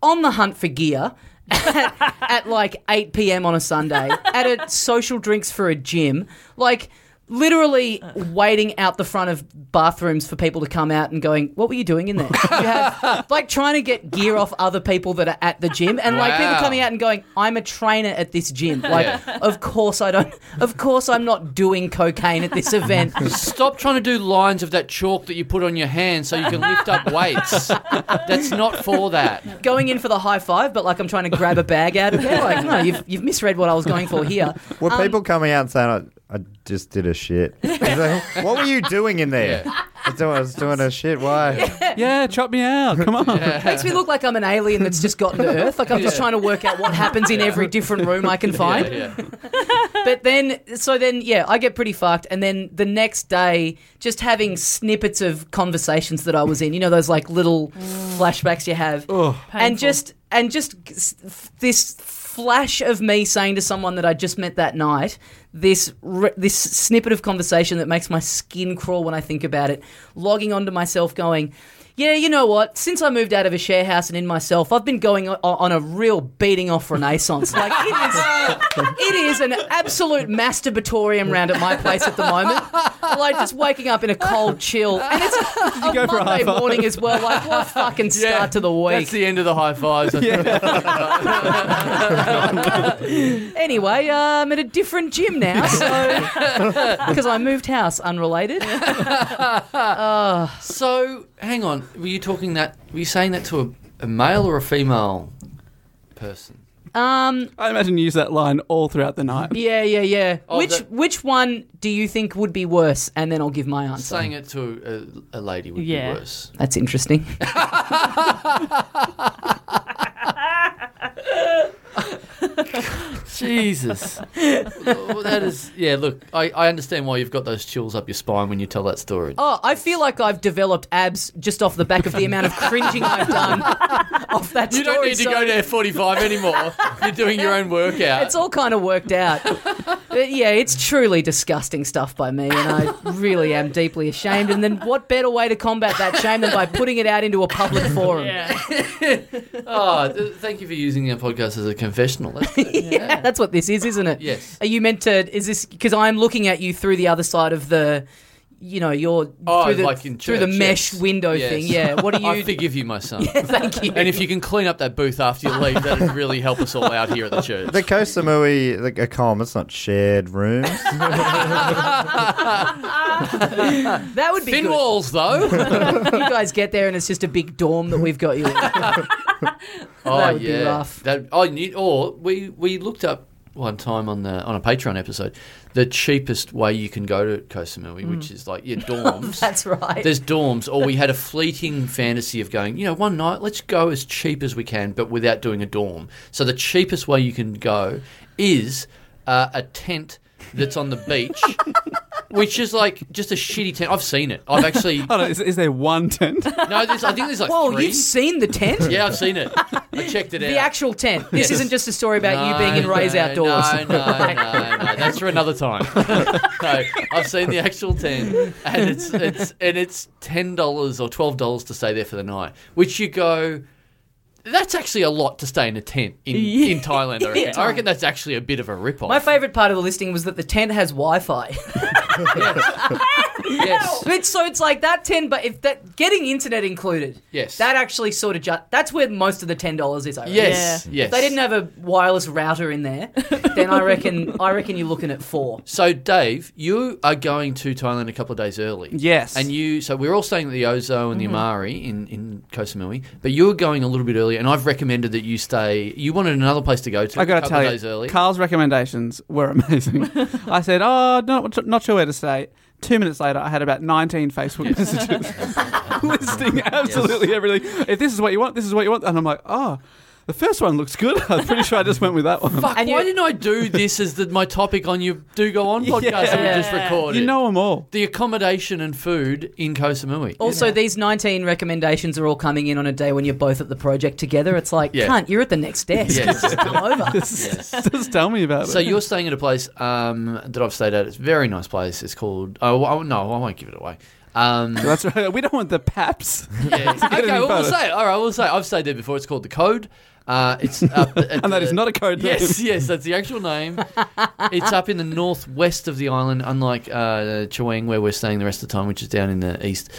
on the hunt for gear at, at like 8 p.m. on a Sunday at a social drinks for a gym. Like, literally waiting out the front of bathrooms for people to come out and going, What were you doing in there? You have, like, trying to get gear off other people that are at the gym and like people
Wow.
coming out and going, I'm a trainer at this gym. Like, of course I don't, of course I'm not doing cocaine at this event.
Stop trying to do lines of that chalk that you put on your hand so you can lift up weights. That's not for that.
going in for the high five, but like I'm trying to grab a bag out of there. Like, no, you've, you've misread what I was going for here.
Were
Um,
people coming out and saying, I, I just did a shit? It's like, what were you doing in there? I, was doing, I was doing a shit. Why?
yeah, chop me out. Come on.
Makes me look like I'm an alien that's just gotten to Earth. Like I'm just
Yeah.
trying to work out what happens in every different room I can find.
Yeah, yeah.
But then, so then, yeah, I get pretty fucked. And then the next day, just having snippets of conversations that I was in, you know, those like little flashbacks you have. and
Painful.
just and just s- this flash of me saying to someone that I just met that night this re- this snippet of conversation that makes my skin crawl when I think about it logging onto myself going yeah you know what since I moved out of a share house and in myself I've been going o- on a real beating off renaissance like it is it is an absolute masturbatorium round at my place at the moment like just waking up in a cold chill and it's a
go for a high
Monday
five?
morning as well like what a fucking start
Yeah.
to the week
That's the end of the high fives. I think.
Anyway, uh, I'm at a different gym now, so because I moved house, unrelated.
So, hang on. Were you talking that? Were you saying that to a, a male or a female person?
Um,
I imagine you use that line all throughout the night.
yeah, yeah, yeah.
Oh,
which
that-
which one do you think would be worse? And then I'll give my answer.
Saying it to a, a lady would
Yeah.
be worse.
That's interesting.
Jesus. Well, that is. Yeah. Look, I, I understand why you've got those chills up your spine when you tell that story.
Oh, I feel like I've developed abs just off the back of the amount of cringing I've done off that
you
story.
don't need to
so
go to F45 anymore. You're doing your own workout.
It's all kind of worked out. But yeah, it's truly disgusting stuff by me, and I really am deeply ashamed. And then, what better way to combat that shame than by putting it out into a public forum?
yeah.
oh, th- thank you for using our podcast as a confessional. That's good.
yeah, that's what this is, isn't it?
Yes.
Are you meant to? Is this because I'm looking at you through the other side of the, you know, your
Oh,
through the
like in
through the
church,
mesh
yes.
window
Yes.
thing? Yeah. What are
I
you?
forgive you, my son.
Thank you.
And if you can clean up that booth after you leave, that'd really help us all out here at the church.
The Kosamui, the a column, it's not shared rooms.
that would be
Thin
good.
walls, though.
you guys get there and it's just a big dorm that we've got you in.
Oh
That would be
yeah,
rough.
That- oh, you- or we we looked up one time on the on a Patreon episode the cheapest way you can go to Kosamui, which is like yeah dorms.
Mm. That's right.
There's dorms, or we had a fleeting fantasy of going, you know, one night let's go as cheap as we can, but without doing a dorm. So the cheapest way you can go is uh, a tent that's on the beach. Which is like just a shitty tent. I've seen it. I've actually
Hold on, is, is there one tent?
no. There's, I think there's like
Whoa, you
three.
you've seen the tent?
yeah, I've seen it. I checked it out.
The actual tent. This
Yes.
isn't just a story about you
No,
being in Ray's
no,
outdoors.
No, no, no, no. That's for another time. no, I've seen the actual tent, and it's it's and it's ten dollars or twelve dollars to stay there for the night. Which you go. That's actually a lot to stay in a tent in, in Thailand. I reckon. I reckon that's actually a bit of a rip-off.
My favourite part of the listing was that the tent has Wi-Fi.
yes.
But so it's like that ten, but if that getting internet included,
Yes.
that actually sort of ju- that's where most of the ten dollars is. I reckon.
Yes.
Yeah.
Yes.
If they didn't have a wireless router in there, then I reckon I reckon you're looking at four.
So, Dave, you are going to Thailand a couple of days early.
Yes. Mm-hmm.
And you, so we're all staying at the Ozo and the Amari in, in Koh Samui, but you're going a little bit earlier, and I've recommended that you stay. You wanted another place to go to
I
a
gotta
couple
tell
of
you,
days early.
Carl's recommendations were amazing. I said, "Oh, not not sure where to stay." Two minutes later, I had about nineteen Facebook messages listing absolutely everything. If this is what you want, this is what you want, and I'm like, "Oh, the first one looks good." I'm pretty sure I just went with that one.
Fuck,
And
why
you-
didn't I do this as the, my topic on your Do Go On podcast that we just
Yeah.
recorded?
You know them all.
the accommodation and food in Koh Samui.
Also, these 19 recommendations are all coming in on a day when you're both at the project together. It's like,
Yeah.
cunt, you're at the next desk.
Yes.
Just come over.
Just tell me about
So
it.
you're staying at a place um, that I've stayed at. It's a very nice place. It's called. Oh, oh no, I won't give it away. Um,
That's right. We don't want the paps.
yeah. okay,
any
well, we'll
further.
say it. All right, we'll say it. I've stayed there before. It's called the Code. Uh, it's up at
And that
the-
is not a code name.
Yes, yes, that's the actual name. it's up in the northwest of the island, unlike uh, Chuang, where we're staying the rest of the time, which is down in the east.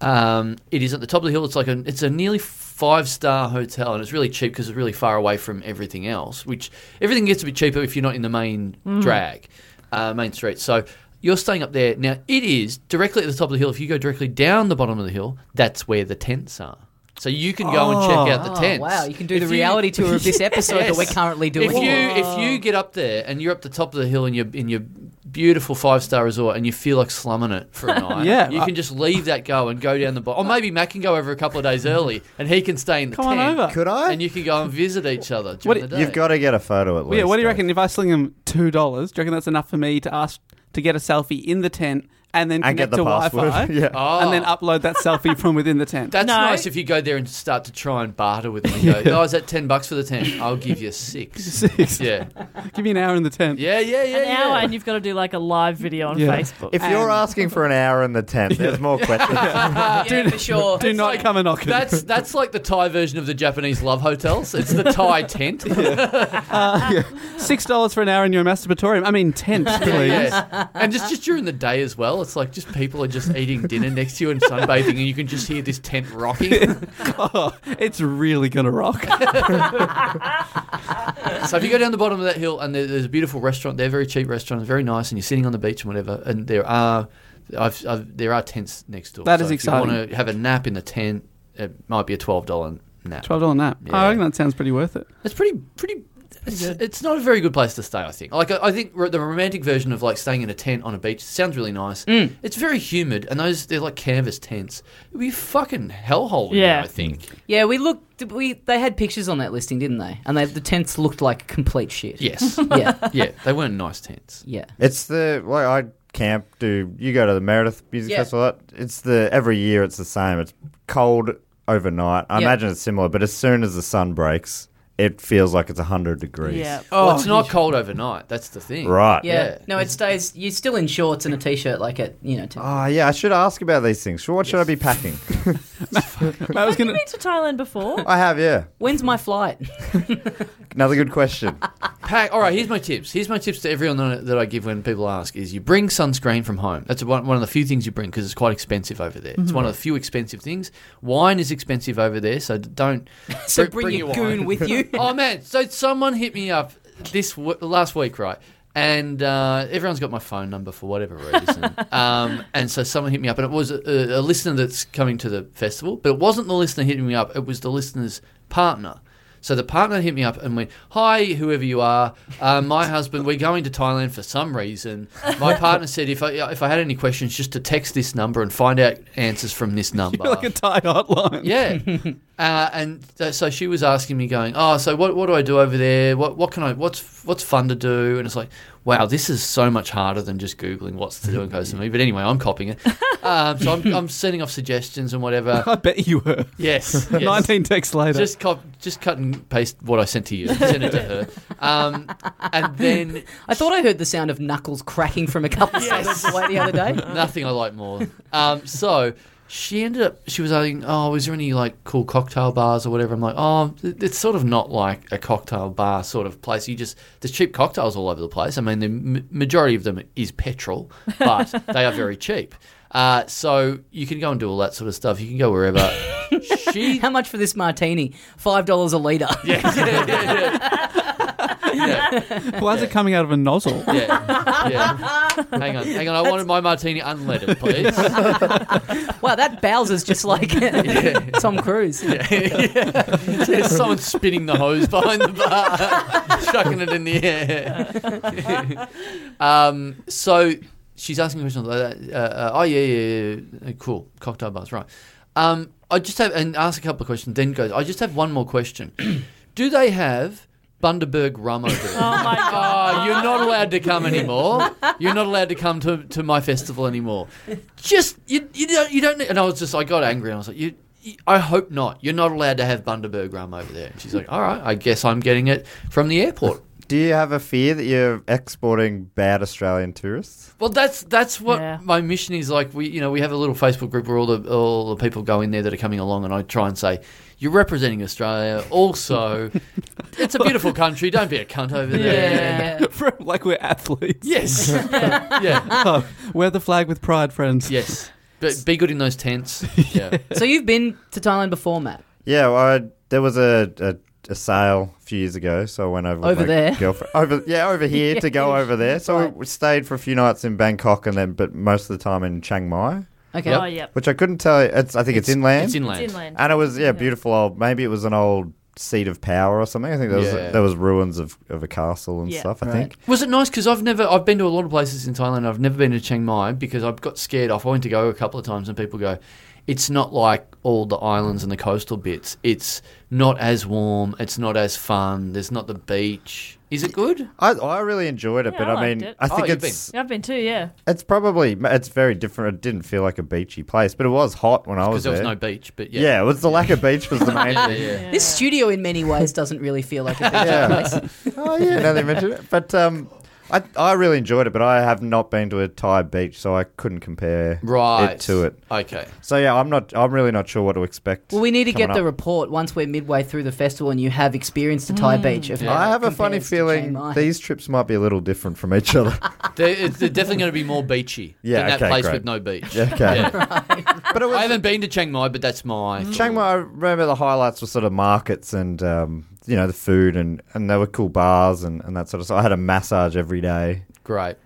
Um, it is at the top of the hill. It's like a, it's a nearly five star hotel, and it's really cheap because it's really far away from everything else. Which everything gets a bit cheaper if you're not in the main
Mm.
drag, uh, main street. So you're staying up there now. It is directly at the top of the hill. If you go directly down the bottom of the hill, that's where the tents are. So you can go and check out the
Oh,
tents.
wow, you can do the
If
reality tour of this episode that
Yes.
we're currently doing.
If you if you get up there and you're up the top of the hill in your in your beautiful five star resort and you feel like slumming it for a night,
Yeah.
you can just leave that go and go down the bottom. Or maybe Matt can go over a couple of days early and he can stay in the
Come on
tent
over.
Could I?
and you can go and visit each other
What
during the day.
You've got to get a photo at least.
yeah, what do you
Dave.
reckon? If I sling him two dollars, do you reckon that's enough for me to ask to get a selfie in the tent and then
And get
connect
the
to
password.
Wi-Fi,
yeah.
Oh.
and then upload that selfie from within the tent?
That's
No.
nice if you go there and start to try and barter with them. And go, "Oh, is that ten bucks for the tent? I'll give you six.
Six.
Yeah,
Give me an hour in the tent.
yeah, yeah, yeah.
an
yeah.
hour, and you've got to do like a live video on
Yeah.
Facebook.
If you're asking for an hour in the tent, there's more questions.
uh,
do, for sure.
Do not come and knock it.
That's that's like the Thai version of the Japanese love hotels. It's the Thai tent.
Six dollars for an hour in your masturbatorium. I mean tent, please.
Yeah. And just, just during the day as well, it's like just people are just eating dinner next to you and sunbathing, and you can just hear this tent rocking.
Oh, it's really gonna rock.
so if you go down the bottom of that hill, and there, there's a beautiful restaurant there, very cheap restaurant, very nice, and you're sitting on the beach and whatever, and there are I've, I've, there are tents next door.
That
so
is
if You want to have a nap in the tent? It might be a twelve dollar nap.
Twelve dollar nap.
Yeah.
I reckon that sounds pretty worth it.
It's pretty pretty. It's, it's not a very good place to stay. I think. Like I, I think r- the romantic version of like staying in a tent on a beach sounds really nice. It's very humid, and those they're like canvas tents. It'd be a fucking hellhole. Yeah,
Yeah.
I think.
Yeah, we looked. We they had pictures on that listing, didn't they? And they, the tents looked like complete shit.
Yes.
yeah,
yeah, they weren't nice tents.
yeah.
It's the like I camp. Do you go to the Meredith Music
Yeah.
Festival? a lot? It's the every year. It's the same. It's cold overnight. I
Yeah.
imagine it's similar, but as soon as the sun breaks, it feels like it's hundred degrees.
yeah.
well, it's not cold overnight. That's the thing.
Right.
Yeah.
Yeah.
No, it stays. You're still in shorts and a t-shirt, like at you know. T-
Oh yeah, I should ask about these things. Sure, what should I be packing?
I was
Have you
gonna.
been to Thailand before?
I have yeah.
When's my flight?
Another good question.
Pack. All right. Here's my tips. Here's my tips to everyone that that I give when people ask: is you bring sunscreen from home. That's one, one of the few things you bring because it's quite expensive over there. It's one of the few expensive things. Wine is expensive over there, so don't.
so bring, your
wine.
goon with you.
oh man, so someone hit me up this w- last week, right? And uh, everyone's got my phone number for whatever reason. um, and so someone hit me up, and it was a, a listener that's coming to the festival, but it wasn't the listener hitting me up. It was the listener's partner. So the partner hit me up and went, "Hi, whoever you are, uh, my husband. We're going to Thailand for some reason. My partner said if I if I had any questions, just to text this number and find out answers from this number.
You're like a Thai hotline.
Yeah. uh, and th- so she was asking me, going, "Oh, so what? What do I do over there? What? What can I? What's what's fun to do?" And it's like, wow, this is so much harder than just googling what's to do in Costa Rica. But anyway, I'm copying it. Um, so I'm, I'm sending off suggestions and whatever.
I bet you were.
Yes. yes.
Nineteen texts later.
Just cop, just cut and paste what I sent to you. Send it to her, um, and then
I thought I heard the sound of knuckles cracking from a couple yes. away the other day.
Nothing I like more. Um, so she ended up. She was asking, "Oh, is there any like cool cocktail bars or whatever?" I'm like, "Oh, it- it's sort of not like a cocktail bar sort of place. You just there's cheap cocktails all over the place. I mean, the m- majority of them is petrol, but they are very cheap. Uh, so you can go and do all that sort of stuff. You can go wherever." she
How much for this martini? Five dollars a liter.
yeah, yeah, yeah, yeah. yeah.
Why is it coming out of a nozzle?
Yeah, yeah. Hang on, hang on. I wanted my martini unleaded, please.
Wow, that Bowser's just like Tom Cruise.
yeah. There's someone spinning the hose behind the bar, chucking it in the air. um, so she's asking questions like that. Uh, uh, oh, yeah, yeah, yeah. Uh, Cool. Cocktail bars, right. Um, I just have, and ask a couple of questions, then goes, I just have one more question. Do they have Bundaberg rum over there?
Oh my god.
Oh, you're not allowed to come anymore. You're not allowed to come to, to my festival anymore. Just you you don't you don't. need- And I was just I got angry and I was like you. you- I hope not. You're not allowed to have Bundaberg rum over there. And she's like, all right, I guess I'm getting it from the airport.
Do you have a fear that you're exporting bad Australian tourists?
Well, that's that's what
Yeah.
my mission is. Like we, you know, we have a little Facebook group where all the all the people go in there that are coming along, and I try and say, "You're representing Australia. Also, it's a beautiful country. Don't be a cunt over there."
Yeah.
From like we're athletes.
Yes. yeah.
Oh, wear the flag with pride, friends.
Yes. But be good in those tents. Yeah.
so you've been to Thailand before, Matt?
Yeah, well, I, there was a, a, a sale a few years ago, so I went over with
Over
my
there?
Girlfriend. Over, yeah, over here to go over there. So
Right.
we stayed for a few nights in Bangkok, and then but most of the time in Chiang Mai,
Okay.
Oh, yep.
which I couldn't tell. you- It's I think it's, inland.
It's inland.
It's inland.
and it was yeah,
Yeah.
beautiful old. Maybe it was an old seat of power or something. I think there was
Yeah.
there was ruins of, of a castle and
Yeah.
stuff. I
Right.
think.
Was it nice? Because I've never, I've been to a lot of places in Thailand. I've never been to Chiang Mai because I've got scared off. I went to go a couple of times, and people go, "It's not like all the islands and the coastal bits. It's not as warm. It's not as fun. There's not the beach. Is it good?
I, I really enjoyed it,
Yeah,
but
I
I,
liked
mean,
it.
I
Oh,
think
you've
it's
Yeah, I've been too, yeah.
it's probably it's very different. It didn't feel like a beachy place, but it was hot when I
Because
was
there
there.
was no beach, but
yeah.
yeah,
it was the lack of beach was the main
yeah,
thing.
yeah.
This studio, in many ways, doesn't really feel like a beach.
Yeah. oh yeah, now they mention it. But um, I I really enjoyed it, but I have not been to a Thai beach, so I couldn't compare
Right
it to it.
Okay.
So yeah, I'm not. I'm really not sure what to expect.
Well, we need to get the
coming up.
report once we're midway through the festival and you have experienced a Thai
Mm.
beach. Of
Yeah.
how
I
it
have a funny
compares to Chiang
feeling
Mai.
these trips might be a little different from each other.
There, it's, they're definitely going to be more beachy
Yeah,
than that
okay,
place
great.
with no beach.
Yeah, okay.
but I haven't been to Chiang Mai, but that's my
Chiang Mai, I remember the highlights were sort of markets and um, you know the food and and there were cool bars and, and that sort of stuff. I had a massage every day
Great.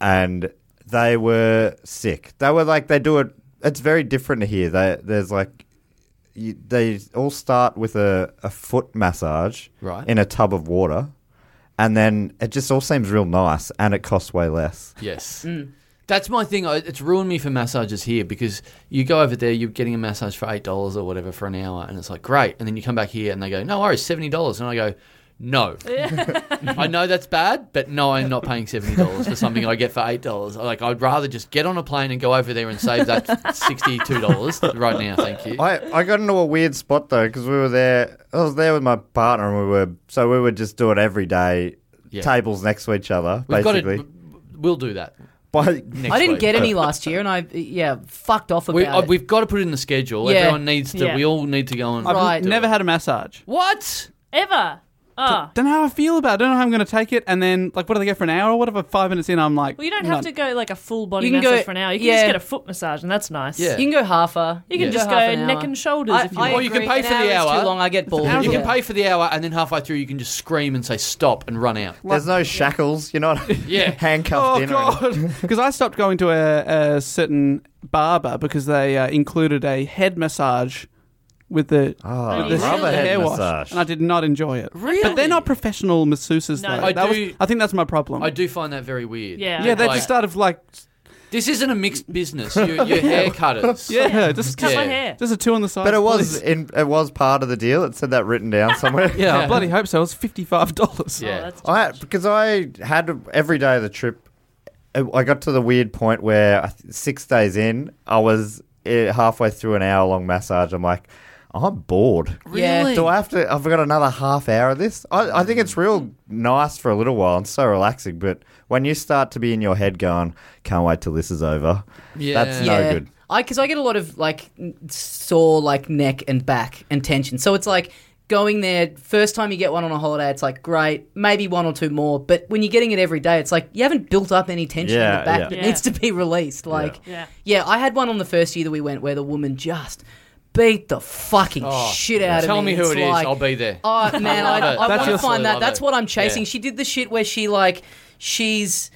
and they were sick. They were like they do it. It's very different to here. They there's like you, they all start with a, a foot massage
Right.
in a tub of water, and then it just all seems real nice and it costs way less.
Yes.
Mm.
That's my thing. I- It's ruined me for massages here because you go over there, you're getting a massage for eight dollars or whatever for an hour, and it's like great. And then you come back here, and they go, "No worries, seventy dollars." And I go, "No, I know that's bad, but no, I'm not paying seventy dollars for something I get for eight dollars. Like I'd rather just get on a plane and go over there and save that sixty-two dollars right now. Thank you.
I, I got into a weird spot though because we were there. I was there with my partner, and we were so we would just do it every day,
Yeah.
tables next to each other,
We've got
basically.
it. We'll do that.
By,
Next
I didn't
week.
get any last year, and I yeah fucked off about
We, uh,
it.
we've got to put it in the schedule.
Yeah.
Everyone needs to.
Yeah.
We all need to go and.
I've
Right.
never had a massage.
What?
Ever. Oh.
Don't know how I feel about. it. Don't know how I'm going to take it. And then like, what do they get for an hour? What if I'm five minutes in? I'm like,
Well, you don't have to go like a full body
You can
massage
go-
for an hour. You can
yeah.
just get a foot massage, and that's nice.
Yeah.
you can go half a.
You can
Yeah.
just go
half an
neck
hour.
and shoulders
I,
if you
I
want.
Or you can
agree.
pay
An
for the
hour. is
hour.
Too long, I get bored.
You
yeah.
can pay for the hour, and then halfway through, you can just scream and say stop and run out.
there's no shackles, you're not
Yeah.
handcuffed
Oh
in. or anything.
god! Because I stopped going to a, a certain barber because they uh, included a head massage with the
Oh,
But
the,
you
rubber
still-
head
hair
massage.
wash, and I did not enjoy it.
Really?
But they're not professional masseuses.
No.
though.
I
That
do-
was, I think that's my problem.
I do find that very weird.
Yeah.
Yeah, they
Like-
just started like,
This isn't a mixed business. You're, you're hair cutters.
yeah, just
Cut my
Yeah.
hair.
just a two on the side.
but it was
please.
in, it was part of the deal. It said that written down somewhere.
Yeah, I bloody hope so. It was fifty five dollars.
Yeah.
Oh, that's
I because I had every day of the trip. I I got to the weird point where I th- six days in, I was eh, halfway through an hour long massage. I'm like, I'm bored.
Really?
Do I have to? I've got another half hour of this. I, I think
Mm.
it's real nice for a little while and so relaxing. But when you start to be in your head going, "Can't wait till this is over," that's
Yeah. Oh.
no good.
I because I get a lot of like n- sore like neck and back and tension. So it's like going there first time you get one on a holiday, it's like great, maybe one or two more. But when you're getting it every day, it's like you haven't built up any tension in
Yeah,
the back
yeah.
that
Yeah.
needs to be released. Like
Yeah.
yeah, I had one on the first year that we went where the woman just beat the fucking
Oh,
shit out
Tell
of me.
me who
It's
it is.
like-
I'll be there.
Oh man, I,
love
I,
it.
want
That's
to
your-
find that.
love
That's
it.
what I'm chasing.
Yeah.
She did the shit where she like she's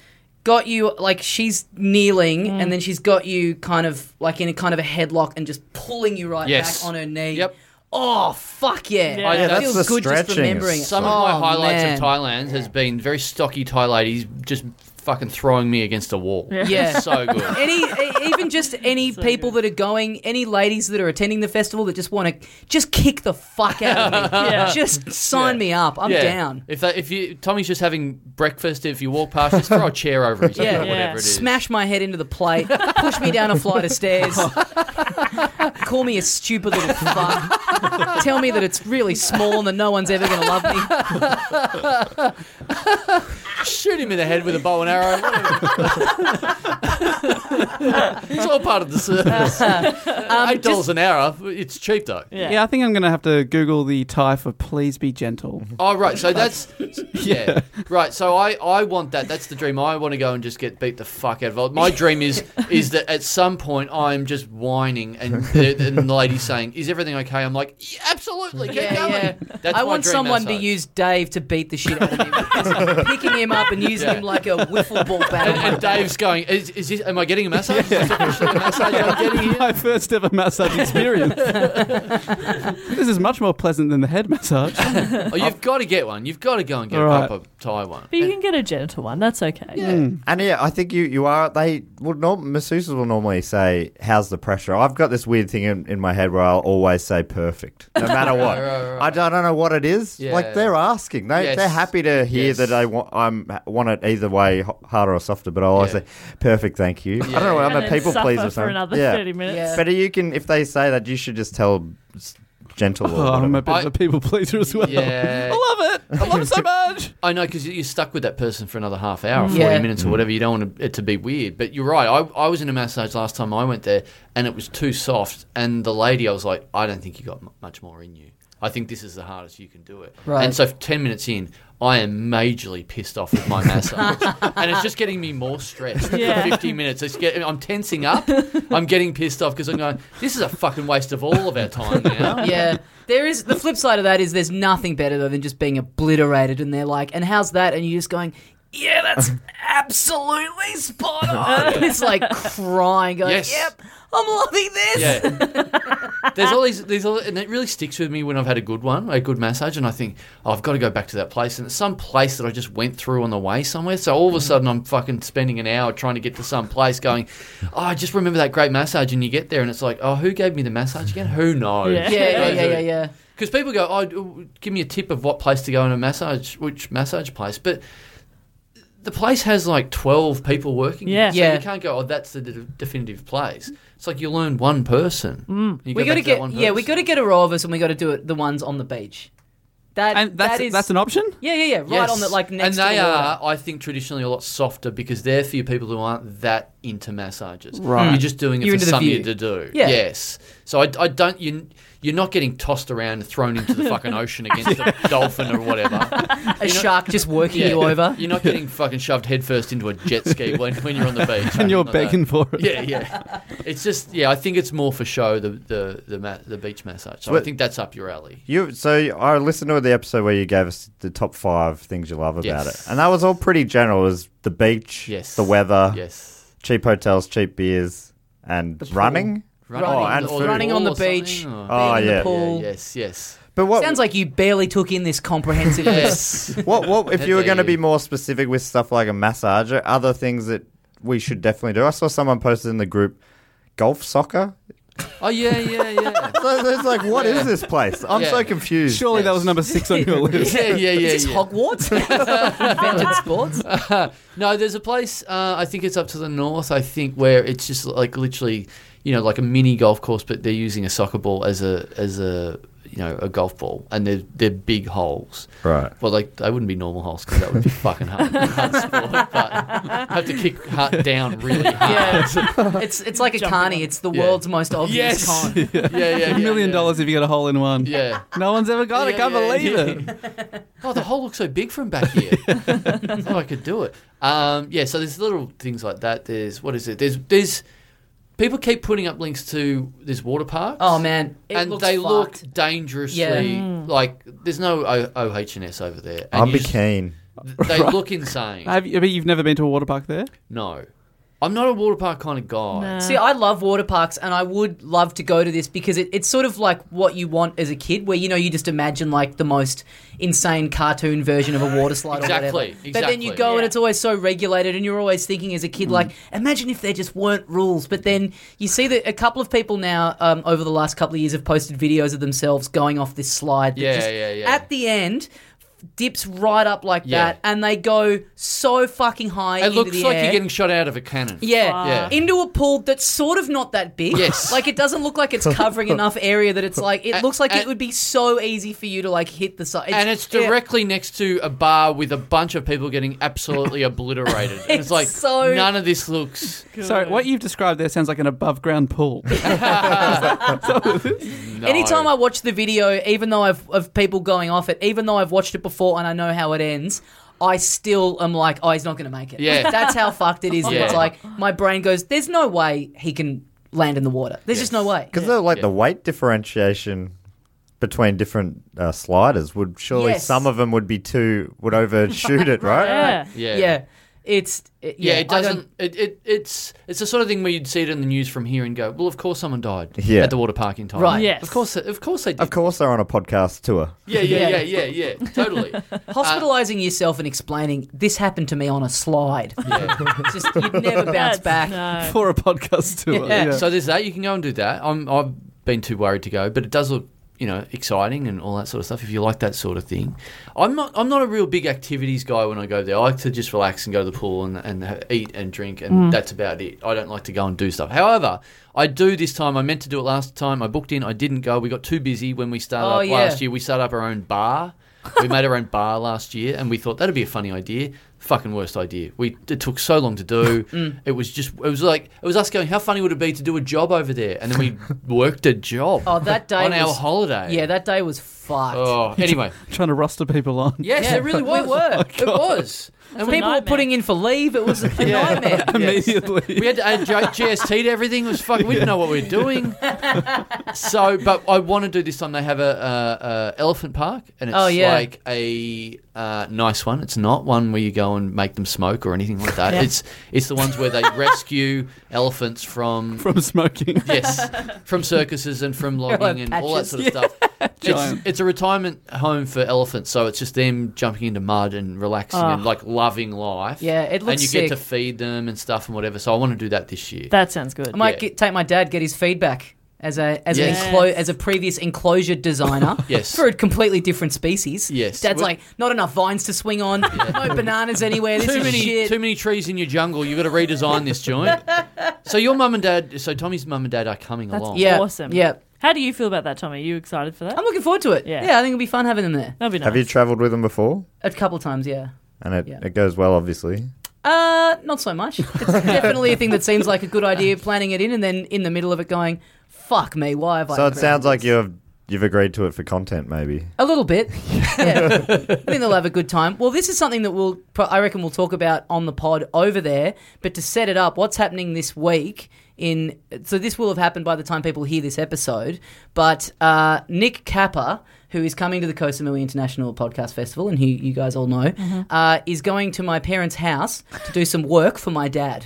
got you like she's kneeling and then she's got you kind of like in a kind of a headlock and just pulling you right
Yes.
back on her knee.
Yep.
Oh fuck yeah!
Yeah. Yeah,
It
that's
feels
the
good just
stretching.
remembering it.
Some of
Oh,
my highlights
man.
of Thailand has been very stocky Thai ladies just fucking throwing me against a wall.
Yeah.
It's so good.
any e- even just any people that are going, any ladies that are attending the festival that just want to just kick the fuck out of me.
Yeah.
Just sign me up. I'm
Yeah.
down.
If that, if you Tommy's just having breakfast, if you walk past, just throw a chair over his
Yeah.
head,
Yeah.
whatever it is.
smash my head into the plate, push me down a flight of stairs, call me a stupid little fuck, tell me that it's really small and that no one's ever going to love me.
Shoot him in the head with a bow and arrow. it's all part of the service.
Um,
Eight dollars an hour. It's cheap though.
Yeah.
Yeah.
I think I'm going to have to Google the Thai for please be gentle.
Oh right, so that's yeah. Right, so I I want that. That's the dream. I want to go and just get beat the fuck out of. all- My dream is is that at some point I'm just whining and the, and the lady saying, "Is everything okay?" I'm like, yeah, "Absolutely, get
Yeah,
going."
yeah.
That's
I
my
want
dream
someone to
outside.
use Dave to beat the shit out of him, Just picking him up and using
Yeah.
him like a wiffle ball
And,
bat.
and Dave's going, is, is this, am I getting a massage? Is this officially a massage I'm getting here?
My first ever massage experience. this is much more pleasant than the head massage.
Oh, you've got to get one. You've got to go and get
All
a
right.
proper Thai one.
But you can get a genital one. That's okay.
Mm.
And yeah, I think you, you are. They well, norm, masseuses will normally say, "How's the pressure?" I've got this weird thing in, in my head where I'll always say "perfect," no matter what.
Right, right, right.
I, don't, I don't know what it is.
Yeah.
Like they're asking. They
Yes.
they're happy to hear
Yes.
that I want I'm want it either way, h- harder or softer. But I always
Yeah.
say, "Perfect, thank you." I don't know.
Yeah.
I'm
And
a
then
people
suffer
pleaser. or
for
something.
another
yeah.
30 minutes.
Yeah.
But you can if they say that, you should just tell s- gentle. Or
Oh, I'm a
whatever.
bit of a people pleaser as well.
Yeah. Oh,
I love it. I love it so much.
I know because you're stuck with that person for another half hour,
Mm.
forty
Yeah.
minutes or whatever. You don't want it to be weird, but you're right. I, I was in a massage last time I went there, and it was too soft. And the lady, I was like, I don't think you got m- much more in you. I think this is the hardest you can do it.
Right.
And so ten minutes in, I am majorly pissed off with my massage, and it's just getting me more stressed.
Yeah.
For Fifty minutes, it's get, I'm tensing up. I'm getting pissed off because I'm going, this is a fucking waste of all of our time now.
yeah. There is the flip side of that is there's nothing better though than just being obliterated and they're like, and how's that? And you're just going, yeah, that's absolutely spot on. it's like crying, going,
Yes.
yep, I'm loving this.
Yeah. There's all these, these all, and it really sticks with me when I've had a good one, a good massage, and I think oh, I've got to go back to that place. And it's some place that I just went through on the way somewhere. So all of
Mm.
a sudden, I'm fucking spending an hour trying to get to some place, going, oh, I just remember that great massage. And you get there, and it's like, oh, who gave me the massage again? Who knows?
Yeah.
Yeah, yeah, yeah, yeah, yeah.
Because people go, oh, d- give me a tip of what place to go in a massage, which massage place, but. The place has like twelve people working. in it,
Yeah.
so
Yeah.
you can't go. Oh, that's the de- definitive place. It's like you learn one person. Mm.
we got to get, yeah, we got to get a row of us, and we got to do it the ones on the beach. That
And that's
that is
that's an option.
yeah, yeah, yeah, right on the like next.
And they
to the water.
are, I think, traditionally a lot softer because they're for you people who aren't that into massages.
Right.
You're just doing it
You're
for
into the
something
view.
to do.
Yeah.
Yes. So I, I don't. You, you're not getting tossed around, and thrown into the fucking ocean against a dolphin or whatever.
a shark just working
Yeah.
you over.
You're not getting fucking shoved headfirst into a jet ski when, when you're on the beach.
And you're
Like that.
begging for it.
Yeah, yeah. It's just yeah. I think it's more for show the the the, ma- the beach massage. So I
But-
think that's up your alley.
You so I listened to the episode where you gave us the top five things you love about
Yes.
it, and that was all pretty general. It was the beach,
Yes.
the weather,
Yes.
cheap hotels, cheap beers, and running. Oh, and
or
food.
Running on the
or something,
beach.
or-
Oh
Being in the
yeah.
pool.
Yeah, yes, yes.
But what?
Sounds like you barely took in this comprehensive list.
Yes.
what? What if you were
Yeah,
going to
yeah.
be more specific with stuff like a massage or other things that we should definitely do? I saw someone posted in the group. Golf soccer?
oh yeah, yeah, yeah.
So it's like, what is this place? I'm
Yeah.
so confused.
Surely that was number six on your list.
Yeah, yeah, yeah.
Is this
yeah.
Hogwarts? Invented sports?
no, there's a place. Uh, I think it's up to the north. I think where it's just like literally, you know, like a mini golf course, but they're using a soccer ball as a as a you know a golf ball, and they're they're big holes.
Right.
Well, like they wouldn't be normal holes because that would be fucking hard. hard sport, but I have to kick hard down really hard.
Yeah, it's it's like a
Jumping
carny.
on.
It's the
Yeah.
world's most obvious
Yes.
con.
yeah, yeah, yeah,
A million
yeah.
dollars if you get a hole in one.
Yeah.
No one's ever got it.
Yeah,
Can't
yeah,
believe
yeah.
it.
Oh, the hole looks so big from back here. I thought I could do it. Um, yeah, so there's little things like that. There's what is it? There's there's people keep putting up links to there's water parks.
Oh man, it
and
looks
they
fucked.
look dangerously
Yeah.
like there's no o- OHS over there. And
I'm
you
be
just-
keen.
They look insane.
Have you, but you've never been to a water park there?
No, I'm not a water park kind of guy.
No.
See, I love water parks, and I would love to go to this because it, it's sort of like what you want as a kid, where you know you just imagine like the most insane cartoon version of a water slide or
Exactly,
whatever. But then you
exactly. Mm.
go and
Yeah.
it's always so regulated, and you're always thinking as a kid, like, imagine if there just weren't rules. But then you see that a couple of people now um, over the last couple of years have posted videos of themselves going off this slide. that
Yeah,
just,
yeah, yeah.
At the end. dips right up like
Yeah.
that, and they go so fucking high.
It
into
looks
the
like
air.
you're getting shot out of a cannon.
Yeah.
Yeah.
Into a pool that's sort of not that big.
Yes.
Like it doesn't look like it's covering enough area that it's like it
And-
looks like it
and-
would be so easy for you to like hit the side.
and it's
yeah.
directly next to a bar with a bunch of people getting absolutely obliterated. And
It's
it's like
so-
none of this looks.
So what you've described there sounds like an above ground pool.
No.
Anytime I watch the video, even though I've of people going off it, even though I've watched it before and I know how it ends, I still am like, oh, he's not going to make it.
Yeah.
that's how fucked it is. And
Yeah.
It's like my brain goes, there's no way he can land in the water. There's just no way.
Because like the weight differentiation between different uh, sliders would surely
Yes.
some of them would be too would overshoot it, right?
Yeah.
Yeah.
Yeah, it's it,
Yeah,
yeah,
it
I don't-
doesn't. It, it it's it's the sort of thing where you'd see it in the news from here and go, well, of course someone died
Yeah.
at the water park in Thailand.
Right.
Yes.
Of course, of course they did.
Of course, they're on a podcast tour.
Yeah, yeah, yeah, yeah, yeah. Totally.
Uh, Hospitalizing yourself and explaining this happened to me on a slide. It's just you'd never bounce
That's-
back.
No.
for a podcast tour.
Yeah.
yeah.
So there's that. You can go and do that. I'm, I've been too worried to go, but it does look, you know, exciting and all that sort of stuff. If you like that sort of thing, I'm not. I'm not a real big activities guy when I go there. I like to just relax and go to the pool and, and ha- eat and drink, and
Mm.
that's about it. I don't like to go and do stuff. However, I do this time. I meant to do it last time. I booked in. I didn't go. We got too busy when we started
Oh,
up
yeah.
last year. We started up our own bar. we made our own bar last year, and we thought that'd be a funny idea. Fucking worst idea. We it took so long to do.
Mm.
It was just it was like it was us going. How funny would it be to do a job over there? And then we worked a job.
Oh, that day
on our
was-
holiday.
Yeah, that day was fucked.
Oh, anyway.
Trying to roster people on.
Yes,
Yeah,
it really
we
was. Oh
were.
It was. And we,
People were putting in for leave. It was a nightmare.
Immediately.
we had to add J- GST to everything. It was fucking. We didn't know what we were doing. so, but I want to do this time. They have a, a, a elephant park, and it's
Oh, yeah.
like a uh, nice one. It's not one where you go and make them smoke or anything like that. It's it's the ones where they rescue elephants from
From smoking.
yes, from circuses and from logging
like
and all that
patches.
sort of stuff. It's,
Giant.
it's a retirement home for elephants, so it's just them jumping into mud and relaxing and
Ah.
like loving life.
Oh. Yeah, it
and
looks
you
sick.
get to feed them and stuff and whatever. So I want to do that this year.
That sounds good.
I might
Yeah.
get, take my dad get his feedback as a as
Yes.
an enclo-
Yes.
as a previous enclosure designer.
Yes.
for a completely different species.
Yes.
Dad's
We-
like not enough vines to swing on. No bananas anywhere. This
too
is
many
shit.
too many trees in your jungle. You've got to redesign this joint. so your mum and dad, so Tommy's mum and dad are coming
That's
along.
yeah,
Awesome.
Yeah,
How do you feel about that, Tommy? Are you excited for that?
I'm looking forward to it.
Yeah.
yeah, I think it'll be fun having them there
That'd be nice.
Have you travelled with them before?
a couple of times. Yeah.
And it,
Yeah.
it goes well, obviously.
Uh, not so much. It's definitely a thing that seems like a good idea, planning it in, and then in the middle of it going, "Fuck me, why have I?"
So it
created
sounds like
this?"
you've you've agreed to it for content, maybe.
a little bit. Yeah, I think they'll have a good time. Well, this is something that we'll, pro- I reckon, we'll talk about on the pod over there. But to set it up, what's happening this week? In so this will have happened by the time people hear this episode. But uh, Nick Kappa. Who is coming to the Kosamui International Podcast Festival, and who you guys all know, uh, is going to my parents' house to do some work for my dad.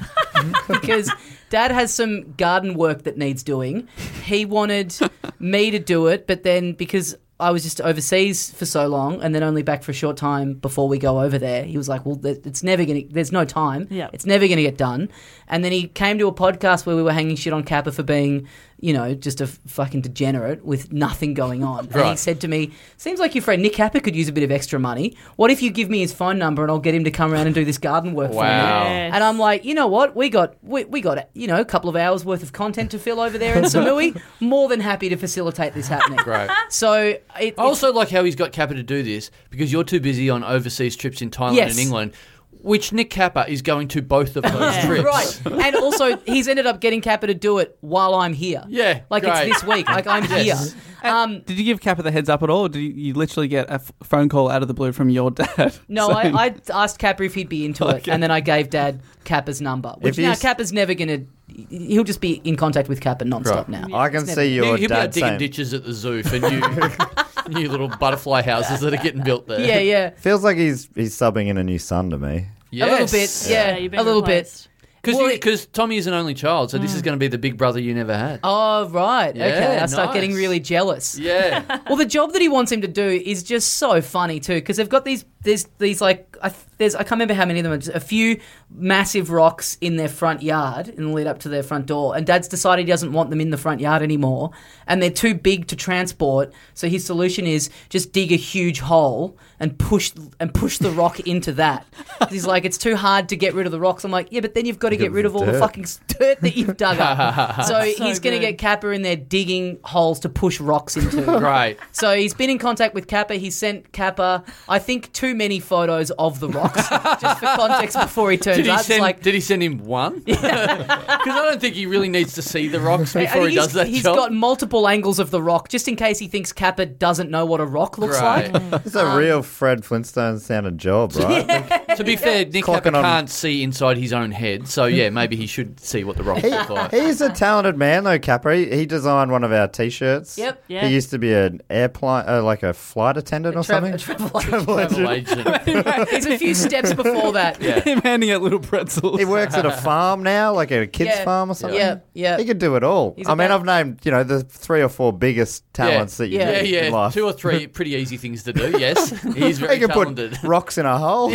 because dad has some garden work that needs doing. He wanted me to do it, but then because I was just overseas for so long and then only back for a short time before we go over there, he was like, "Well, th- it's never going to there's no time.
Yeah.
It's never going to get done." And then he came to a podcast where we were hanging shit on Kappa for being, you know, just a f- fucking degenerate with nothing going on. And he
Right.
said to me, "Seems like your friend Nick Kappa could use a bit of extra money. What if you give me his phone number and I'll get him to come around and do this garden work for me?"
Wow.
Yes.
And I'm like, you know what? We got we, we got you know a couple of hours worth of content to fill over there in Samui. More than happy to facilitate this happening.
Great.
So it, it's-
I also like how he's got Kappa to do this because you're too busy on overseas trips in Thailand
Yes.
and England, which Nick Kappa is going to both of those
Yeah.
trips.
right, and also he's ended up getting Kappa to do it while I'm here.
Yeah,
like
great.
it's this week. Like I'm
Yes. Uh,
here.
Um, did you give Kappa the heads up at all? Or did you, you literally get a f- phone call out of the blue from your dad?
No,
saying-
I, I asked Kappa if he'd be into it,
Okay.
and then I gave Dad Kappa's number. Which
If
now
he's-
Kappa's never gonna. He'll just be in contact with Kappa nonstop
Right.
now.
I can
It's
see
He, he'll
your
be out
dad
digging
saying,
ditches at the zoo for new, new little butterfly houses that are getting built there.
Yeah, yeah,
feels like he's he's subbing in a new son to me.
a little bit.
Yes.
Yeah,
you've been
a little
replaced.
Because
Well, Mm.
Tommy is an only child, so this is going to be the big brother you never had.
Oh right,
Yeah,
okay. I start
nice.
getting really jealous.
Yeah.
Well, the job that he wants him to do is just so funny too, because they've got these there's these like I, there's I can't remember how many of them. Are, just a few massive rocks in their front yard in the lead up to their front door, and Dad's decided he doesn't want them in the front yard anymore, and they're too big to transport. So his solution is just dig a huge hole and push and push the rock into that. He's like, it's too hard to get rid of the rocks. I'm like, yeah, but then you've got to get rid of all the
dirt.
fucking s- dirt that you've dug up. so, he's going to
good.
get Kappa in there digging holes to push rocks into.
Great.
So he's been in contact with Kappa. He sent Kappa, I think, too many photos of the rocks, just for context before he turns
Did he,
up. It's
send,
like,
did he send him one? Because I don't think he really needs to see the rocks
I
before
think
he does
he's,
that
he's
job.
got multiple angles of the rock, just in case he thinks Kappa doesn't know what a rock looks
Right.
like.
It's a real Fred Flintstone sounded job, right?
to be fair, Nick
Clocking
Capper
on.
can't see inside his own head, so yeah, maybe he should see what the rocks look like.
He's a talented man, though, Capra. He, he designed one of our T-shirts.
Yep.
Yeah.
He used to be an airplane, uh, like a flight attendant or
Tra-
something.
travel agent.
Travel agent.
There's a few steps before that.
Yeah.
Him handing out little pretzels.
he works at a farm now, like a kids'
Yeah.
farm or something.
Yeah, yeah.
He could do it all.
He's
I mean,
about-
I've named you know the three or four biggest talents that you
Yeah.
Yeah,
need in
yeah.
life.
Two or three pretty easy things to do, yes. He's
he
very
could
talented.
put rocks in a hole.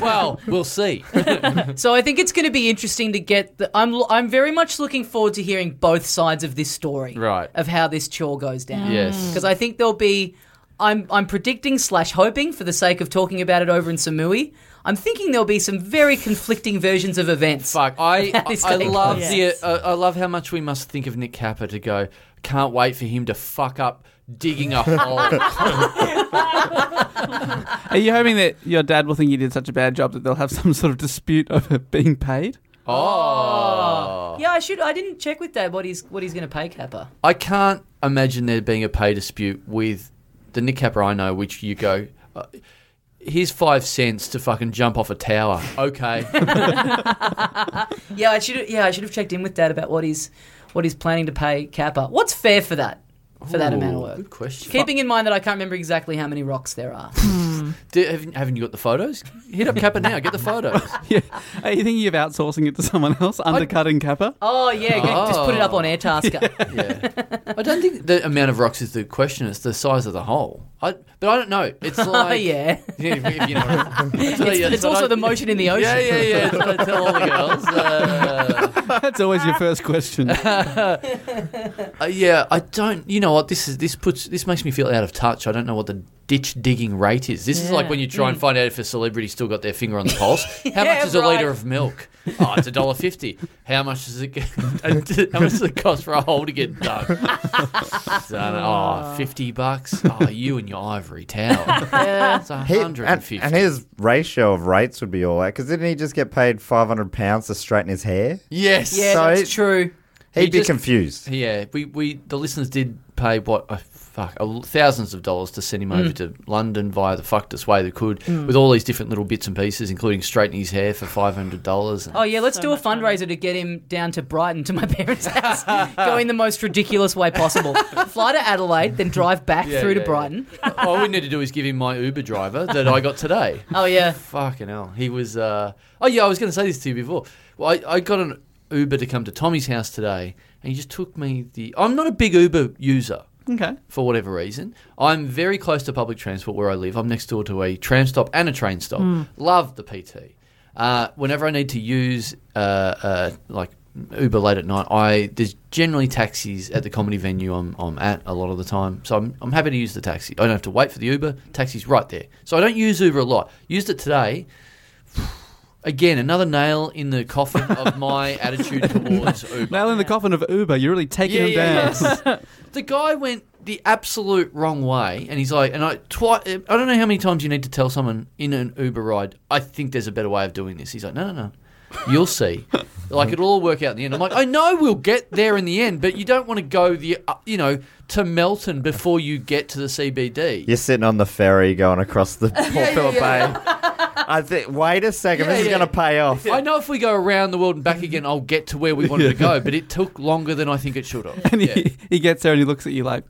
well, we'll see.
So I think it's going to be interesting to get. The, I'm I'm very much looking forward to hearing both sides of this story,
Right.
Of how this chore goes down.
Yes.
because I think there'll be. I'm I'm predicting slash hoping for the sake of talking about it over in Samui. I'm thinking there'll be some very conflicting versions of events.
Fuck, I I,
This
I
guy
love
goes.
the uh, I love how much we must think of Nick Capper to go. Can't wait for him to fuck up digging a hole.
Are you hoping that your dad will think you did such a bad job that they'll have some sort of dispute over being paid?
oh,
Yeah, I should. I didn't check with Dad what he's what he's going to pay Kappa.
I can't imagine there being a pay dispute with the Nick Capper I know, which you go. Uh, Here's five cents to fucking jump off a tower. Okay.
Yeah, I should. Yeah, I should have checked in with Dad about what he's what he's planning to pay Kappa. What's fair for that for that amount of
Ooh,
work?
Good question.
Keeping in mind that I can't remember exactly how many rocks there are.
Do, haven't, haven't you got the photos? Hit up Kappa now. Get the photos.
Yeah. Are you thinking of outsourcing it to someone else, undercutting Kappa?
Oh yeah, go- just put it up on AirTasker.
Yeah. I don't think the amount of rocks is the question. It's the size of the hole. I, but I don't know. It's
Oh
like
yeah,
Yeah, if- if you know what I mean. That's what I-
it's,
that's
it's
what
also
I-
the motion in the ocean.
Yeah, yeah, yeah. That's what I tell all the girls. Uh,
That's always your first question.
uh, yeah, I don't. You know what? This is this puts this makes me feel out of touch. I don't know what the ditch digging rate is. This is like
Yeah.
when you try and find out if a celebrity still got their finger on the pulse. How
Mm. Yeah,
much is a
right.
liter of milk? Oh, it's a dollar fifty. How much does it? Get, how much does it cost for a hole to get dug? So, oh, 50 bucks. Oh, you and your ivory tower. It's
He- and,
150.
and his ratio of rates would be all that because didn't he just get paid five hundred pounds to straighten his hair?
yes.
Yeah,
So
that's
it-
true.
He'd
He
be
just-
confused.
Yeah, we, we the listeners did pay what uh, fuck uh, thousands of dollars to send him
Mm.
over to London via the fuckedest way they could, with all these different little bits and pieces, including straightening his hair for five hundred dollars.
Oh yeah, let's
So
do a
much money.
fundraiser to get him down to Brighton to my parents' house. Go in the most ridiculous way possible. Fly to Adelaide, then drive back
Yeah,
through
yeah,
to Brighton.
all we need to do is give him my Uber driver that I got today.
Oh yeah.
Fucking hell, he was. Uh... Oh yeah, I was going to say this to you before. Well, I, I got an Uber to come to Tommy's house today, and he just took me the. I'm not a big Uber user.
okay.
for whatever reason. I'm very close to public transport where I live. I'm next door to a tram stop and a train stop. Love the PT. Uh, whenever I need to use uh, uh, like Uber late at night, I there's generally taxis at the comedy venue I'm, I'm at a lot of the time. So I'm, I'm happy to use the taxi. I don't have to wait for the Uber. Taxi's right there. So I don't use Uber a lot. Used it today. Again, another nail in the coffin of my attitude towards Uber.
Nail in the coffin of Uber. You're really taking them down.
yeah. the guy went the absolute wrong way, and he's like, and I twi- I don't know how many times you need to tell someone in an Uber ride, I think there's a better way of doing this. He's like, no, no, no. You'll see. Like it'll all work out in the end. I'm like, I know we'll get there in the end, but you don't want to go the uh, you know to Melton before you get to the CBD.
You're sitting on the ferry going across the Port
yeah,
Phillip
yeah.
Bay. I think. Wait a second.
Yeah,
this is
yeah.
going to pay off.
I know if we go around the world and back again, I'll get to where we wanted to go, but it took longer than I think it should have.
And
Yeah.
he, he gets there and he looks at you like,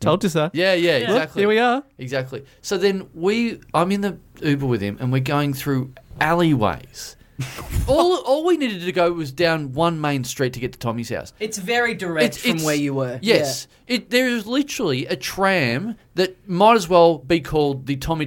told you so.
Yeah, yeah, exactly.
Here we are.
Exactly. So then we, I'm in the Uber with him, and we're going through alleyways all all we needed to go was down one main street to get to Tommy's house.
It's very direct
It's-
from
it's-
where you were.
Yes, it, there is literally a tram that might as well be called the Tommy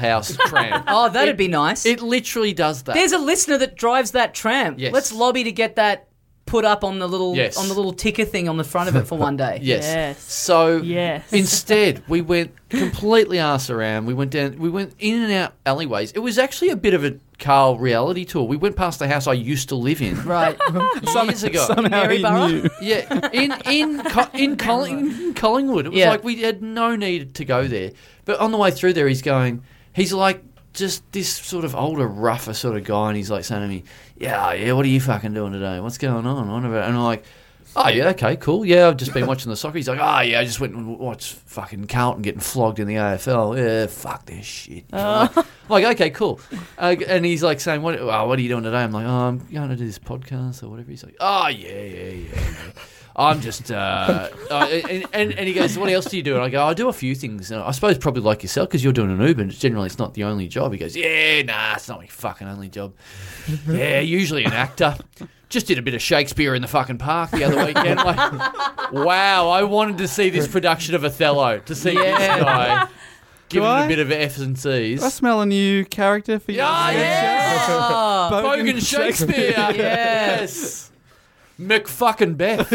House tram.
Yeah. Oh, that'd be nice.
It literally does that.
There's a listener that drives that tram.
Yes.
Let's lobby to get that put up on the little
Yes.
on the little ticker thing on the front of it for one day.
yes.
Yes.
So
Yes.
instead, we went completely arse around. We went down. We went in and out alleyways. It was actually a bit of a Carl reality tour. We went past the house I used to live in
Right.
years ago.
Somehow
Mary
he
Barra?
knew.
Yeah, in in Co- in, Colling, in Collingwood, it was
Yeah.
like we had no need to go there. But on the way through there, he's going, he's like just this sort of older, rougher sort of guy, and he's like saying to me, "Yeah, yeah, what are you fucking doing today? What's going on? What about?" And I'm like. Oh yeah, okay, cool. Yeah, I've just been watching the soccer. He's like, oh yeah, I just went and watched fucking Carlton getting flogged in the AFL. Yeah, fuck this shit. I'm like, okay, cool. Uh, and he's like saying, what, oh, what are you doing today? I'm like, oh, I'm going to do this podcast or whatever. He's like, oh yeah, yeah, yeah. yeah. I'm just, uh, uh, and, and, and he goes, what else do you do? And I go, I do a few things. And I suppose probably like yourself because you're doing an Uber. And generally, it's not the only job. He goes, yeah, nah, it's not my fucking only job. yeah, usually an actor. Just did a bit of Shakespeare in the fucking park the other weekend. Like, wow, I wanted to see this production of Othello to see
Yeah.
this guy give
Do
him
I?
a bit of F's and C's.
I smell a new character for you.
Ah, yes.
Oh,
Bogan
Bogan Shakespeare. yes. McFucking Beth.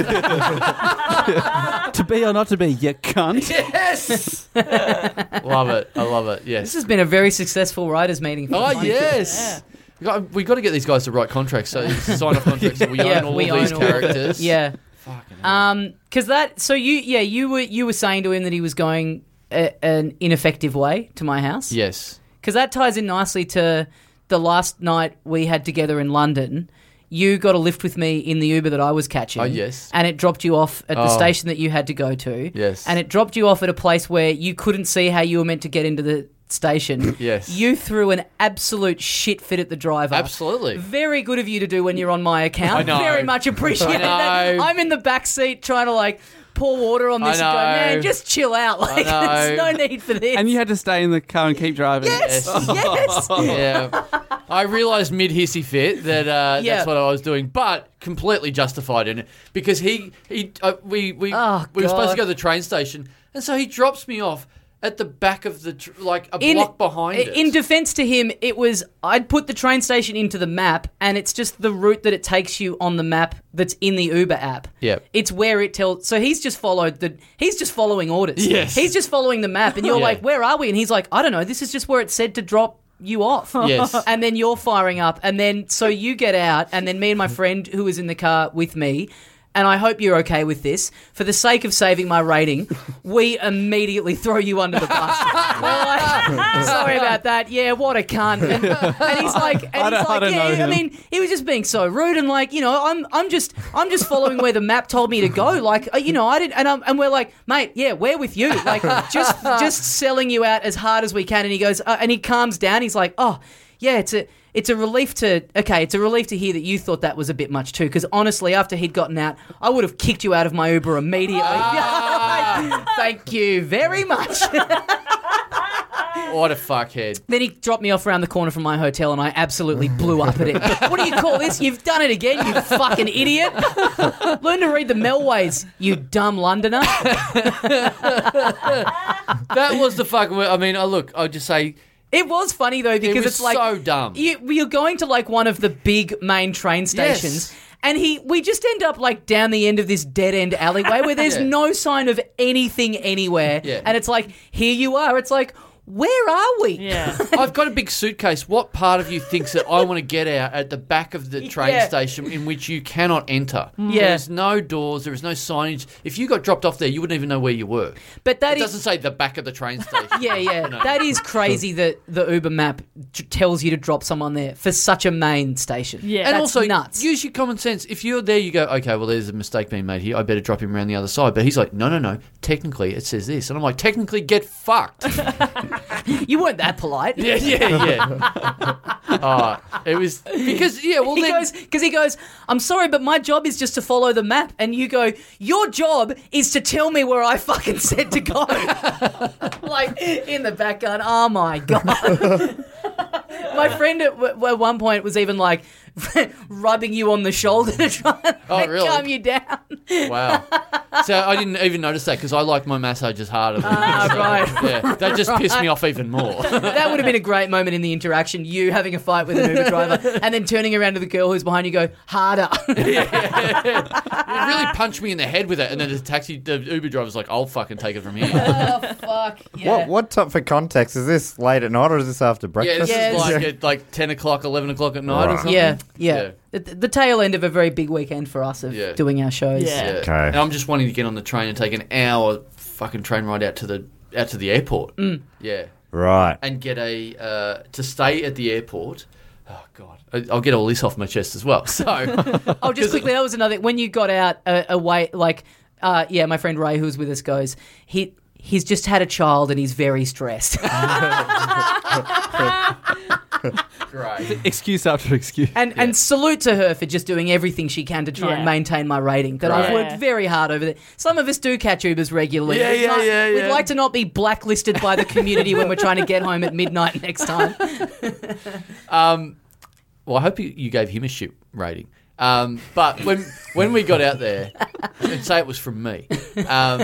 To be or not to be, you cunt.
yes. love it. I love it. Yes.
this has been a very successful writers meeting. For
Oh
Mike.
yes. We got, we got to get these guys to write contracts, so sign off contracts that we
Yeah,
own all
we
of these
own all of it.
characters.
Yeah.
Fucking hell.
Um, because that. So you, yeah, you were you were saying to him that he was going a, an ineffective way to my house.
yes.
Because that ties in nicely to the last night we had together in London. You got a lift with me in the Uber that I was catching.
Oh, yes.
And it dropped you off at the
Oh.
station that you had to go to.
Yes.
And it dropped you off at a place where you couldn't see how you were meant to get into the station.
Yes.
You threw an absolute shit fit at the driver.
Absolutely.
Very good of you to do when you're on my account.
I know.
Very much appreciate
I
that.
know.
I'm in the back seat trying to like pour water on
I
this and go, man,
know.
just chill out. Like
know.
there's no need for this.
And you had to stay in the car and keep driving.
yes,
Yes.
yes.
yeah. I realised mid hissy fit that uh,
Yeah.
that's what I was doing, but completely justified in it because he he uh, we we
Oh,
we were supposed
God.
to go to the train station, and so he drops me off at the back of the tr- like a block behind
in
it.
defense to him, it was I'd put the train station into the map, and it's just the route that it takes you on the map that's in the Uber app.
Yep.
it's where it tells. So he's just followed the. He's just following orders.
Yes.
he's just following the map, and you're
Yeah.
like, "Where are we?" And he's like, "I don't know. This is just where it said to drop." You off,
Yes.
and then you're firing up, and then so you get out, and then me and my friend who was in the car with me, and I hope you're okay with this. For the sake of saving my rating, we immediately throw you under the bus. We're like, "Ah, sorry about that. Yeah, what a cunt. And, and he's like, and
I don't-
he's
I
like,
don't
yeah.
know
I
him.
mean, he was just being so rude and like, you know, I'm, I'm just, I'm just following where the map told me to go. Like, uh, you know, I didn't, and I'm, and we're like, mate, yeah, we're with you. Like, just, just selling you out as hard as we can. And he goes, uh, and he calms down. He's like, oh, yeah, it's a. It's a relief to okay. It's a relief to hear that you thought that was a bit much too. Because honestly, after he'd gotten out, I would have kicked you out of my Uber immediately.
Ah.
Thank you very much.
what a fuckhead!
Then he dropped me off around the corner from my hotel, and I absolutely blew up at him. what do you call this? You've done it again, you fucking idiot! Learn to read the Melways, you dumb Londoner.
That was the fucking. I mean, I look. I just say
It was funny though because
was
it's like
so dumb.
You, you're going to like one of the big main train stations.
Yes.
And he, we just end up like down the end of this dead end alleyway where there's
Yeah.
no sign of anything anywhere.
Yeah.
And it's like, here you are. It's like, where are we?
yeah.
I've got a big suitcase. What part of you thinks that I want to get out at the back of the train
Yeah. Mm.
station in which you cannot enter?
Yeah.
There's no doors, there is no signage. If you got dropped off there, you wouldn't even know where you were.
But that
It
is-
doesn't say the back of the train station.
Yeah, yeah.
No.
That is crazy that the Uber map t- tells you to drop someone there for such a main station.
Yeah.
That's
and also,
nuts.
use your common sense. If you're there, you go, okay, well, there's a mistake being made here. I better drop him around the other side. But he's like, no, no, no. Technically, it says this. And I'm like, technically, get fucked.
you weren't that polite.
yeah, yeah, yeah. Ah, it was because, yeah, well,
He
then.
goes because he goes. I'm sorry, but my job is just to follow the map. And you go, your job is to tell me where I fucking said to go. like in the background. Oh my god. my friend at, w- at one point was even like rubbing you on the shoulder to try and
Oh,
like,
really?
calm you down.
Wow. So I didn't even notice that because I like my massages harder. Than
Ah,
so,
right.
Yeah, that just pissed me off even more.
that would have been a great moment in the interaction. You having a fight with an Uber driver and then turning around to the girl who's behind you, go harder.
It really punched me in the head with it, and then the taxi, the Uber driver's like, "I'll fucking take it from here."
oh fuck! Yeah.
What what time for context is this late at night or is this after
Yeah,
breakfast?
this
Yes.
is like at like ten o'clock, eleven o'clock at night, or
Right.
something.
Yeah, yeah.
Yeah.
The, the tail end of a very big weekend for us of
Yeah.
doing our shows.
Yeah.
Okay.
And I'm just wanting to get on the train and take an hour fucking train ride out to the out to the airport.
Mm.
Yeah,
Right.
and get a uh, to stay at the airport. Oh god, I- I'll get all this off my chest as well. So
Oh, just quickly, that was another. When you got out uh, away, like, uh, yeah, my friend Ray, who's with us, goes, he he's just had a child and he's very stressed.
great.
Excuse after excuse.
and and salute to her for just doing everything she can to try and
Yeah.
maintain my rating. That I've
Right.
worked
Yeah.
very hard over. There. Some of us do catch Ubers regularly.
Yeah,
We'd
yeah,
not-
yeah,
We'd
yeah.
like to not be blacklisted by the community when we're trying to get home at midnight next time.
Um, well, I hope you, you gave him a ship rating. Um, but when when we got out there, and say it was from me, um,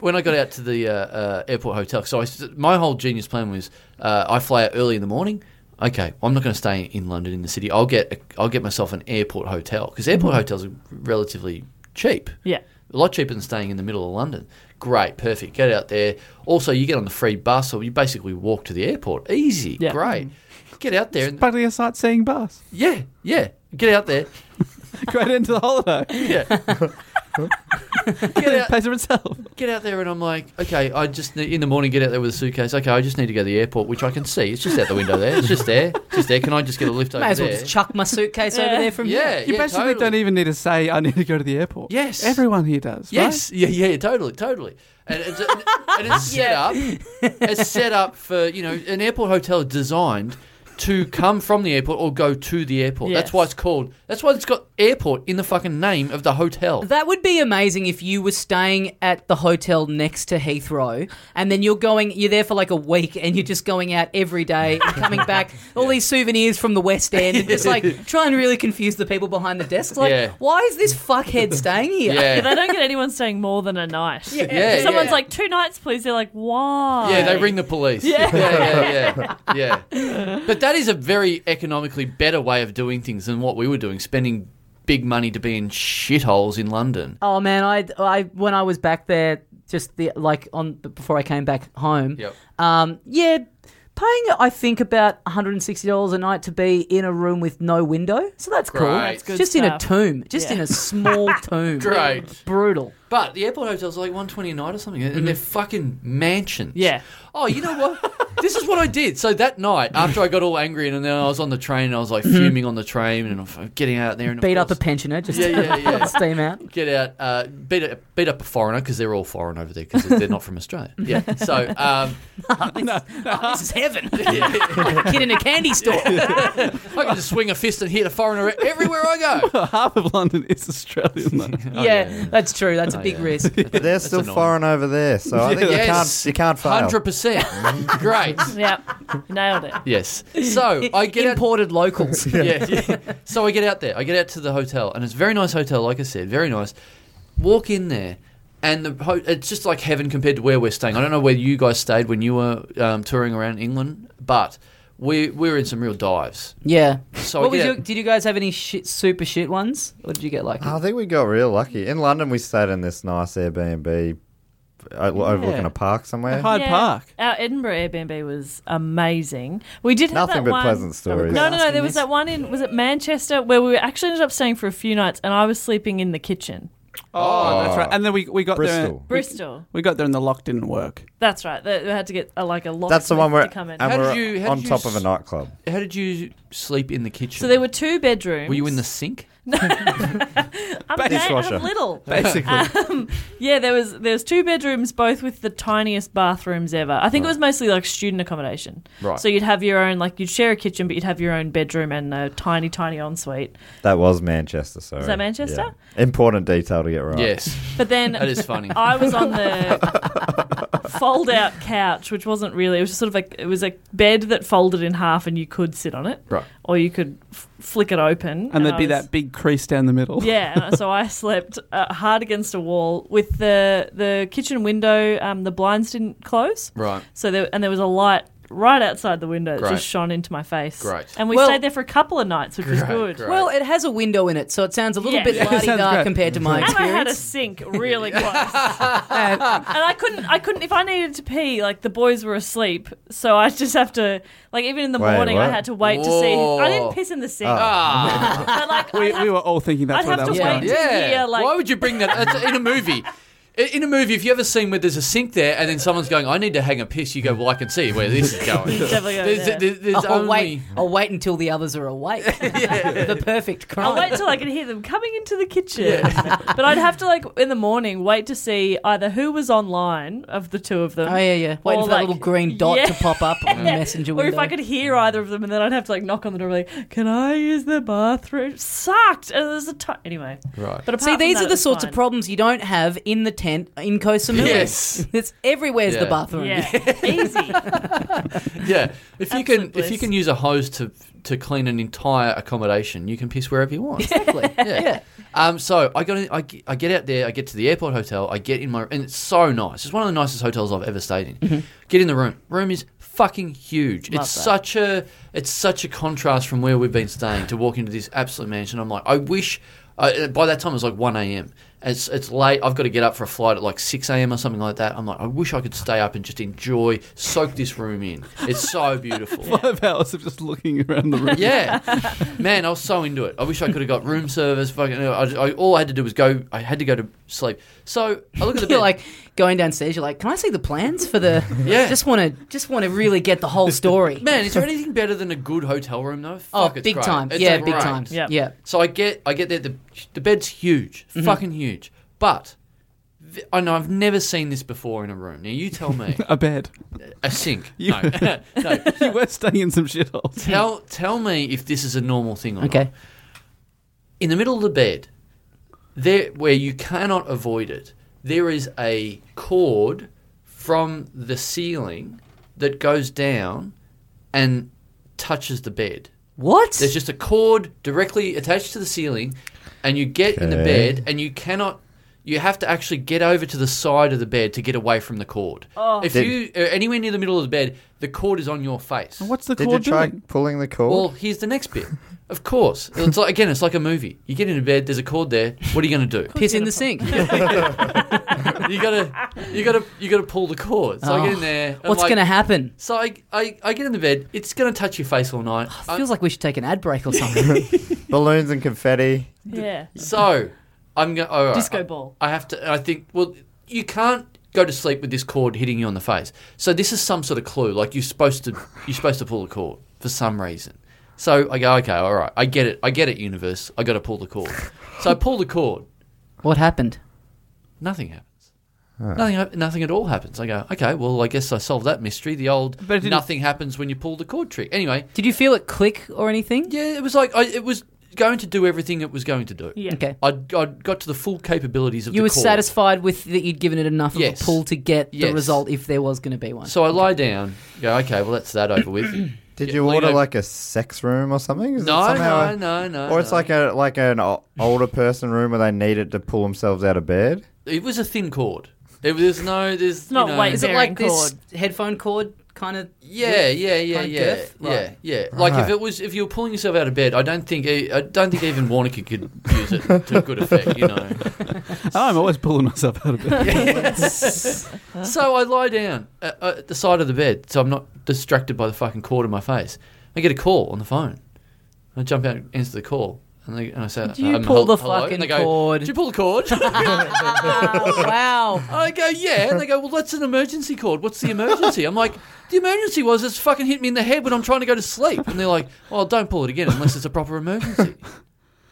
when I got out to the uh, uh, airport hotel, so I s my whole genius plan was uh, I fly out early in the morning. Okay, well, I'm not going to stay in London in the city. I'll get a, I'll get myself an airport hotel because airport hotels are relatively cheap.
Yeah.
A lot cheaper than staying in the middle of London. Great, perfect. Get out there. Also, you get on the free bus, or you basically walk to the airport. Easy,
Yeah.
great. Get out there. And,
Partly a sightseeing bus.
yeah, yeah. Get out there.
Great end to the holiday.
Yeah.
It
get out,
pays for itself.
get out there, and I'm like, okay, I just need, in the morning get out there with a suitcase. Okay, I just need to go to the airport, which I can see. It's just out the window there. It's just there. It's just there. Can I just get a lift over
May as well
there?
just chuck my suitcase over
Yeah.
there from
yeah,
here.
yeah,
You basically
totally.
don't even need to say, I need to go to the airport.
Yes.
Everyone here does.
Yes, yeah, yeah, totally, totally. And it's, and it's set
Yeah.
up. It's set up for you know an airport hotel is designed to come from the airport or go to the airport. That's
Yes.
why it's called. That's why it's got airport in the fucking name of the hotel.
That would be amazing if you were staying at the hotel next to Heathrow and then you're going you're there for like a week and you're just going out every day and coming back all these souvenirs from the West End and just like try and really confuse the people behind the desks like
Yeah.
why is this fuckhead staying here?
Yeah,
Yeah,
they don't get anyone staying more than a night. Yeah.
yeah.
Someone's
yeah.
like, two nights, please. They're like, why?
Yeah, they ring the police.
Yeah.
yeah, yeah, yeah, yeah. But that is a very economically better way of doing things than what we were doing, spending big money to be in shitholes in London.
Oh man, I, I when I was back there just the like on before I came back home.
Yep.
Um yeah, paying I think about $160 a night to be in a room with no window. So that's cool.
Great. That's
good
just in a
stuff.
tomb, just
Yeah.
in a small tomb.
Great.
Brutal.
But the airport hotels are like one twenty a night or something, and they're fucking mansions.
Mm-hmm. Yeah.
Oh, you know what? this is what I did. So that night, after I got all angry, and then I was on the train, and I was like fuming on the train, and I'm getting out there and of
Mm-hmm. Beat up a
course-
pensioner just
Yeah, yeah, yeah.
steam out.
get out, uh, beat, up, beat up a foreigner because they're all foreign over there because they're not from Australia. Yeah. So um,
This is heaven. like a kid in a candy store.
I can just swing a fist and hit a foreigner everywhere I go.
Right? Half of London is Australian. though.
Oh, yeah, that's true. That's a
Oh,
big
yeah.
risk.
But they're still
annoying.
foreign over there, so I think
Yes.
you can't you can't fail.
Hundred percent. Great.
Yep. Nailed it.
Yes. So I get out-
imported locals.
yeah. yeah. So I get out there. I get out to the hotel, and it's a very nice hotel, like I said, very nice. Walk in there, and the ho- it's just like heaven compared to where we're staying. I don't know where you guys stayed when you were um, touring around England, but we we were in some real dives.
yeah.
So
what
I
was
get
your,
out-
did you guys have any shit, super shit ones? Or did you get
Oh,
like?
I think we got real lucky. In London, we stayed in this nice Airbnb uh, o- overlooking a park somewhere.
Hyde
Yeah.
Park.
Our Edinburgh Airbnb was amazing. We did have
Nothing
that
but
one.
pleasant stories.
No, no, no.
asking
There was
this.
that one in was it Manchester where we actually ended up staying for a few nights, and I was sleeping in the kitchen.
Oh, that's right. And then we, we got there.
Bristol.
Bristol.
We got there and the lock didn't work.
That's right. They, they had to get a, like a locksmith
That's the one where
to come in.
and
How did
we're
you- how
on
did you
top of a
s-
nightclub.
How did you sleep in the kitchen?
so there were two bedrooms.
Were you in the sink?
I'm, da-
dishwasher?
I'm little.
Basically.
Ah. Yeah, there was there was two bedrooms, both with the tiniest bathrooms ever. I think it was mostly like student accommodation.
Right.
So you'd have your own like you'd share a kitchen, but you'd have your own bedroom and a tiny, tiny ensuite.
That was Manchester. Sorry,
that Manchester?
Yeah. Important detail to get right.
Yes.
Ah.
But then
That is funny.
I was on the fold out couch, which wasn't really. It was just sort of like it was a bed that folded in half, and you could sit on it,
Right.
Or you could f- flick it open,
and there'd
I
be
was-
that big crease down the middle.
Yeah, and so I slept uh, hard against a wall with the the kitchen window. Um, the blinds didn't close,
Right.
so there and there was a light right outside the window that
Great.
just shone into my face.
Great.
and we
Well-
stayed there for a couple of nights, which was good.
great.
Well, it has a window in it, so it sounds a little
Yeah.
bit
Yeah,
it
lardy
sounds
da
great.
compared to my
And I had
experience.
a
Uh,
sink really close, and I couldn't. I couldn't. If I needed to pee, like the boys were asleep, so I just have to, like, even in the
Wait,
morning, I
what?
had to wait to see. I
Whoa.
didn't piss in the sink,
Ah,
but like,
We,
I'd have
we were all thinking that's
I'd
where
have
that
to
was
wait.
going.
yeah.
uh,
hear, like-
Why would you bring that? That's in a movie. I- In a movie, if you ever seen where there's a sink there and then someone's going, "I need to hang a piss," you go, "Well, I can see where this is going."
definitely go
there's
there.
there's, there's
I'll
only
Oh, wait. I'll wait until the others are awake. The perfect crime.
I'll wait till I can hear them coming into the kitchen. but I'd have to like in the morning wait to see either who was online of the two of them.
Oh yeah, yeah. Waiting
Or,
for that
like,
little green dot
yeah.
to pop up on the messenger
Or
window.
if I could hear either of them, and then I'd have to like knock on the door, like, "Can I use the bathroom?" Sucked. And there's a time anyway.
Right.
But apart
See,
from
these
that,
are
it
the
was
sorts
fine.
of problems you don't have in the tent in Koh Samui.
Yes.
it's everywhere's the
Yeah.
bathroom.
Yeah, easy.
Yeah, if you can,
Absolute
if you
bliss.
can use a hose to to clean an entire accommodation, you can piss wherever you want.
Exactly. yeah.
Um, so I got, in, I, ge- I get out there, I get to the airport hotel, I get in my, and it's so nice. It's one of the nicest hotels I've ever stayed in. Get in the room. Room is fucking huge.
Mm-hmm. Love
it's
that.
such a, it's such a contrast from where we've been staying to walk into this absolute mansion. I'm like, I wish. Uh, by that time it was like one a.m. It's it's late. I've got to get up for a flight at like six a.m. or something like that. I'm like, I wish I could stay up and just enjoy, soak this room in. It's so beautiful.
Five hours of just looking around the room.
Yeah, man, I was so into it. I wish I could have got room service. Fucking, I, I, all I had to do was go. I had to go to sleep. So I look at the
You're
bed.
like going downstairs. You're like, can I see the plans for the?
Yeah.
Just want to, just want to really get the whole story.
man, is there anything better than a good hotel room though?
oh,
Fuck, it's
big
great.
time.
It's
yeah,
great.
big time.
Yep.
Yeah.
So I get, I get there. The, the bed's huge,
Mm-hmm.
fucking huge. But th- I know I've never seen this before in a room. Now you tell me,
A bed.
a sink?
You-
No, no.
You were staying in some shitholes.
Tell, tell me if this is a normal thing or not.
Okay.
in the middle of the bed, there where you cannot avoid it, there is a cord from the ceiling that goes down and touches the bed.
What?
There's just a cord directly attached to the ceiling, and you get in the
Okay.
bed, and you cannot. You have to actually get over to the side of the bed to get away from the cord. If
Did-
you uh, anywhere near the middle of the bed, the cord is on your face.
What's the
Did you
cord
try
doing?
pulling the cord?
Well, here's the next bit. Of course, it's like again, it's like a movie. You get into bed, there's a cord there. What are you going to do?
piss in the sink.
You gotta, you gotta, you gotta pull the cord. So I get
Oh,
in there. and
What's
like-
going to happen?
So I, I, I get in the bed. It's gonna touch your face all night. I-
Oh, Feels like we should take an ad break or something.
Balloons and confetti.
Yeah,
Uh, so I'm going. All right,
disco ball.
I have to. and I think. Well, you can't go to sleep with this cord hitting you on the face. So this is some sort of clue. Like you're supposed to. You're supposed to pull the cord for some reason. So I go. Okay. All right. I get it. I get it. Universe. I got to pull the cord. So I pull the cord.
what happened?
Nothing happens. Nothing. hap- Nothing at all happens. I go. Okay. Well, I guess I solved that mystery. The old
But it didn't-
nothing happens when you pull the cord trick. Anyway.
Did you feel it click or anything?
Yeah. It was like I, it was going to do everything it was going to do.
Yeah.
Okay.
I I got to the full capabilities of
You
the
were
cord.
satisfied with that you'd given it enough
Yes.
of a pull to get the
Yes.
result if there was going to be one.
So I lie down. Go. Okay. Well, that's that over with.
Did
Yeah,
you
well, you
order
know-
like a sex room or something? Is it
No,
somehow
no, no, no.
Or it's
no.
like a like an o- older person room where they need it to pull themselves out of bed.
it was a thin cord. It was there's no there's you
not
know-
weight
is it like
Bearing
this headphone cord kind of?
Yeah, yeah, yeah,
Kind of
yeah,
girth?
yeah,
Right.
yeah. Like if
Right.
it was if you were pulling yourself out of bed, I don't think e, I don't think even Warnicky could use it to good effect. You know.
Oh, I'm always pulling myself out of bed.
So I lie down at, at the side of the bed, so I'm not distracted by the fucking cord in my face. I get a call on the phone. I jump out, answer the call, and, they, and I say,
Do you
um,
pull the
hel- hello?
fucking
and they go,
cord?
Did you pull the cord?
wow.
I go, yeah. And they go, well, that's an emergency cord. What's the emergency? I'm like, the emergency was it's fucking hit me in the head when I'm trying to go to sleep. And they're like, well, don't pull it again unless it's a proper emergency.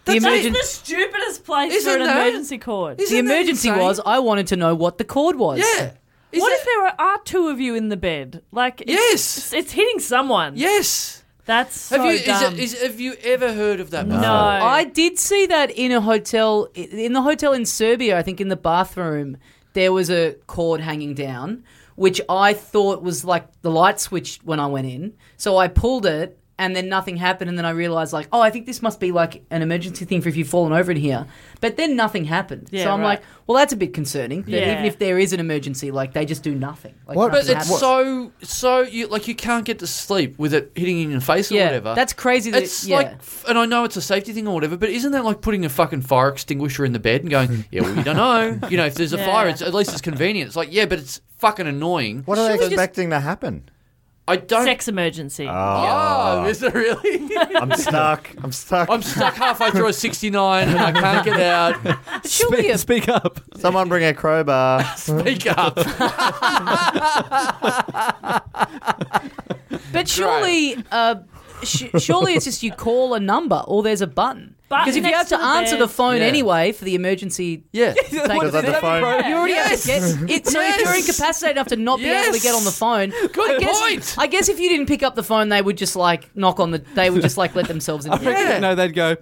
The,
That's
emergen-
the stupidest place
Isn't
for an
that-
emergency cord.
the
Isn't that
emergency
insane?
was I wanted to know what the cord was.
Yeah. Is
what
that-
if there are two of you in the bed? Like, it's,
Yes.
it's, it's hitting someone.
Yes.
that's so
Have you is
dumb.
it, is, have you ever heard of that?
no,
before?
I did see that in a hotel in the hotel in Serbia. I think in the bathroom there was a cord hanging down which I thought was like the light switch when I went in. So I pulled it and then nothing happened and then I realized like, oh, I think this must be like an emergency thing for if you've fallen over in here. But then nothing happened.
Yeah,
so I'm
right.
like, well that's a bit concerning. That
Yeah.
even if there is an emergency, like they just do nothing. Like,
What-
nothing
But it's
happens.
so so you like you can't get to sleep with it hitting in your face or
yeah,
whatever.
That's crazy that
it's
yeah.
like, f- and I know it's a safety thing or whatever, but isn't that like putting a fucking fire extinguisher in the bed and
Hmm.
going, yeah, well, you don't know, you know, if there's a
Yeah.
fire, it's, at least it's convenient. It's like, yeah, but it's fucking annoying.
What are they
Should we just-
expecting to happen?
I don't.
Sex emergency.
Oh, is it really?
I'm stuck. I'm stuck.
I'm stuck halfway through a 69 and I can't get out.
Surely
Speak,
a-
speak up.
Someone bring a crowbar.
Speak up.
But surely, uh, sh- surely it's just you call a number or there's a button.
Button
Because if you have
next
to
to the
answer
bed.
the phone
Yeah.
anyway for the emergency,
Yeah.
Take-
Does that define?
Yeah.
you already
Yes.
have to get it. So if
Yes.
you're incapacitated enough to not be able
Yes.
to get on the phone, I
Good
guess,
point.
I guess if you didn't pick up the phone, they would just like knock on the. They would just like let themselves in.
Yeah.
No, they'd go,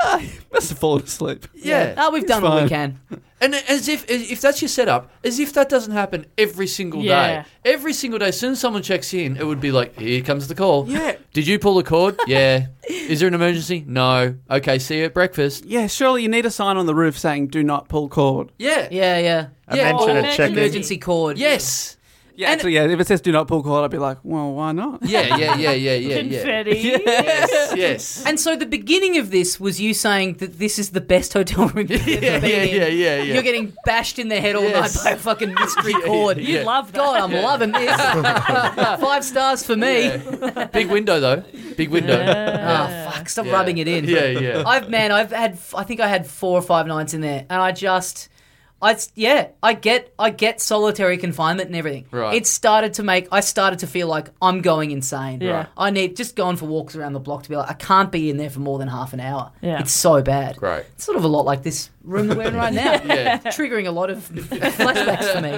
ah, you must have fallen asleep.
Yeah.
Oh, we've done
It's
what we
fine.
can.
And as if if that's your setup, as if that doesn't happen every single
Yeah.
day. Every single day, as soon as someone checks in, it would be like, here comes the call.
Yeah.
Did you pull the cord? yeah. Is there an emergency? No. Okay, see you at breakfast.
Yeah, surely you need a sign on the roof saying do not pull cord.
Yeah.
Yeah, yeah.
I
Yeah.
mentioned
Oh,
it. Check in.
Emergency cord.
Yes.
Yeah, actually, yeah, if it says do not pull cord, I'd be like, well, why not?
Yeah, yeah, yeah, yeah, yeah, yeah.
Confetti.
Yes, yes.
And so the beginning of this was you saying that this is the best hotel room you've
Yeah,
ever been
yeah,
in.
yeah, yeah, yeah.
You're getting bashed in the head all
Yes.
night by a fucking mystery cord.
yeah.
You love that.
God, I'm loving this. Five stars for me.
Yeah. Big window though. Big window.
Oh fuck! Stop
Yeah.
rubbing it in.
Yeah, yeah.
I've man, I've had. I think I had four or five nights in there, and I just, I yeah, I get, I get solitary confinement and everything.
Right.
It started to make. I started to feel like I'm going insane.
Yeah. Right.
I need just going for walks around the block to be like, I can't be in there for more than half an hour.
Yeah.
It's so bad.
Great.
It's sort of a lot like this room that we're in right now.
Yeah.
Triggering a lot of flashbacks for me.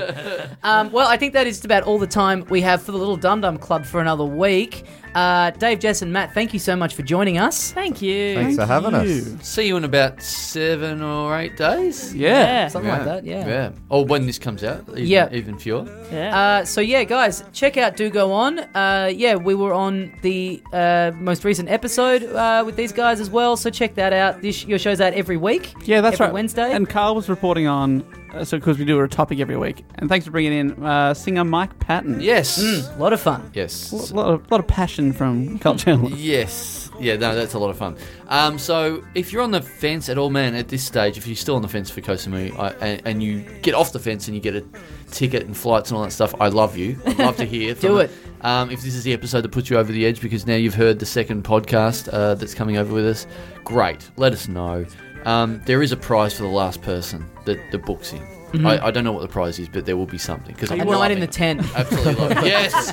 Um, well, I think that is just about all the time we have for the Little Dum Dum Club for another week. Uh, Dave, Jess, and Matt, thank you so much for joining us.
Thank you.
Thanks
uh,
for having us.
you.
See you in about seven or eight days.
Yeah.
Something like that, yeah.
Yeah. Or when this comes out, even,
Yeah.
even fewer.
Yeah.
Uh, so yeah, guys, check out Do Go On. Uh, yeah, we were on the uh, most recent episode uh, with these guys as well, so check that out. This your show's out every week.
Yeah, that's
every
right.
Wednesday.
And Carl was reporting on, uh, so because we do a topic every week. And thanks for bringing in uh, singer Mike Patton.
Yes.
Mm, lot of fun.
A
Yes.
lot of, lot of passion from Carl Chandler.
Yes. Yeah, no, that's a lot of fun. Um, so, if you're on the fence at all, man, at this stage, if you're still on the fence for Kosamui I, and, and you get off the fence and you get a ticket and flights and all that stuff, I love you. I'd love to hear.
Do
from-
it.
Um, if this is the episode that puts you over the edge because now you've heard the second podcast uh, that's coming over with us, great. Let us know. Um, there is a prize for the last person that, that books in. I, I don't know what the prize is, but there will be something. Because
Mm-hmm. A night in the tent.
Absolutely. love it. Yes.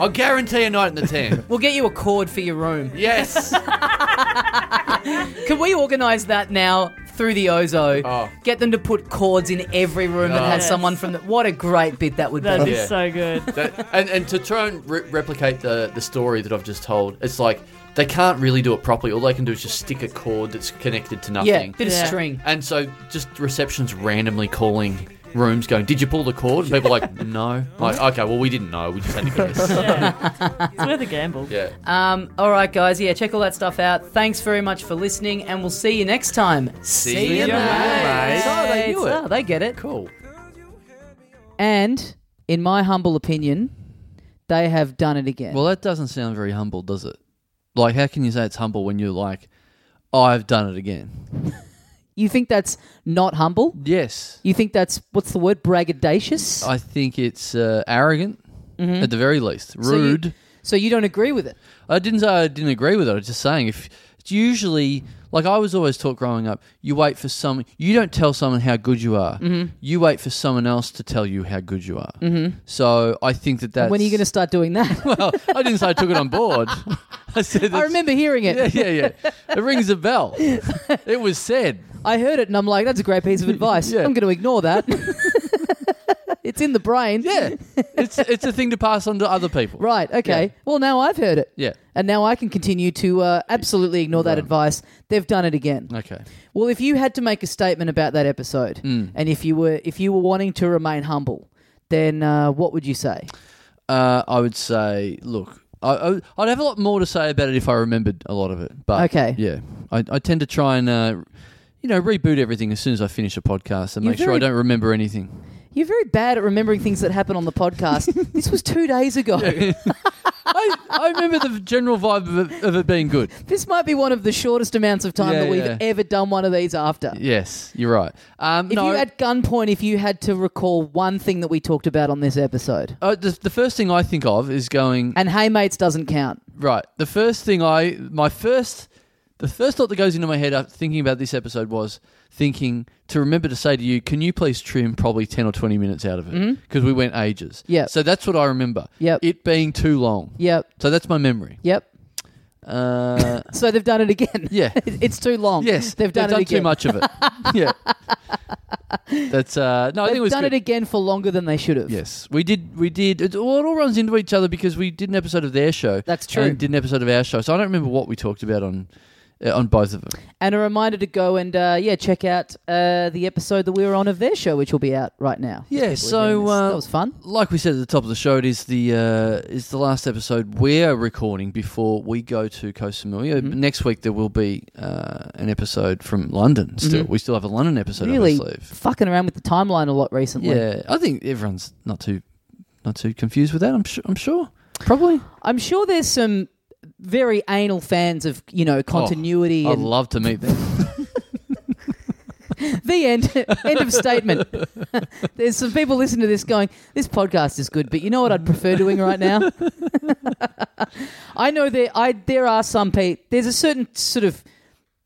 I'll guarantee a night in the tent.
We'll get you a cord for your room.
Yes.
Can we organise that now through the Ozo?
Oh.
Get them to put cords in every room that has
Yes.
someone from the. What a great bit that would be.
That'd be
Yeah.
so good.
That, and, and to try and re- replicate the, the story that I've just told, it's like they can't really do it properly. All they can do is just stick a cord that's connected to
yeah,
nothing.
bit
Yeah.
of string.
And so just receptions randomly calling rooms going, Did you pull the cord? And people are like, No. Like, okay, well, we didn't know. We just had to guess.
Yeah. it's worth a gamble.
Yeah.
Um, all right, guys. Yeah, check all that stuff out. Thanks very much for listening, and we'll see you next time.
See
you, mate.
Oh, they knew it.
Oh, they get it.
Cool.
And in my humble opinion, they have done it again.
Well, that doesn't sound very humble, does it? Like, how can you say it's humble when you're like, I've done it again?
you think that's not humble?
Yes.
You think that's what's the word? Braggadocious.
I think it's uh, arrogant, at the very least.
Mm-hmm. So you-
Rude.
so you don't agree with it?
I didn't say I didn't agree with it. I was just saying if it's usually like I was always taught growing up, you wait for someone. You don't tell someone how good you are.
Mm-hmm.
You wait for someone else to tell you how good you are. Mm-hmm. So I think that that's
when are you going to start doing that?
well, I didn't say I took it on board. I said
I
that's-
remember hearing it.
Yeah, yeah, yeah. It rings a bell. It was said.
I heard it and I'm like, that's a great piece of advice.
Yeah.
I'm going to ignore that. it's in the brain.
Yeah, it's it's a thing to pass on to other people.
Right. Okay.
Yeah.
Well, now I've heard it.
Yeah.
And now I can continue to uh, absolutely ignore that advice. They've done it again.
Okay.
Well,
Mm.
if you had to make a statement about that episode, and if you were if you were wanting to remain humble, then uh, what would you say?
Uh, I would say, look, I, I, I'd have a lot more to say about it if I remembered a lot of it. But
Okay.
yeah, I, I tend to try and uh, you know reboot everything as soon as I finish a podcast and
You're
make sure I
very-
don't remember anything.
You're very bad at remembering things that happen on the podcast. this was two days ago.
I, I remember the general vibe of it, of it being good.
This might be one of the shortest amounts of time
Yeah,
that we've
yeah.
ever done one of these after.
Yes, you're right. Um,
If
no,
you at gunpoint, if you had to recall one thing that we talked about on this episode,
uh, the, the first thing I think of is going
and hey mates doesn't count.
Right. The first thing I, my first, the first thought that goes into my head after thinking about this episode was thinking to remember to say to you, can you please trim probably 10 or 20 minutes out of it? Because we went ages.
Yep.
So that's what I remember.
Yep.
It being too long.
Yep,
So that's my memory.
yep.
Uh,
So they've done it again.
yeah.
It- it's too long.
Yes.
oh, they've done it again.
too much of it. yeah. That's, uh, no, I think it
They've
was
done
good.
it again for longer than they should have.
Yes, we did. We did. It, all- it all runs into each other because we did an episode of their show.
That's true.
And did an episode of our show. So I don't remember what we talked about on uh, on both of them.
And a reminder to go and uh, yeah, check out uh, the episode that we were on of their show, which will be out right now.
Yeah.
People are hearing
So
this.
uh,
that was fun.
like we said at the top of the show, it is the uh, is the last episode we're recording before we go to Koh Samui. Uh,
Mhm.
Next week there will be uh, an episode from London. Still,
Mhm.
we still have a London episode
really
on our sleeve.
fucking around with the timeline a lot recently.
Yeah, I think everyone's not too not too confused with that. I'm sure. I'm sure. Probably.
I'm sure there's some very anal fans of you
Oh,
know continuity
I'd
and
love to meet them.
the end end of statement. there's some people listening to this going, this podcast is good, but you know what I'd prefer doing right now. I know there I there are some people. There's a certain sort of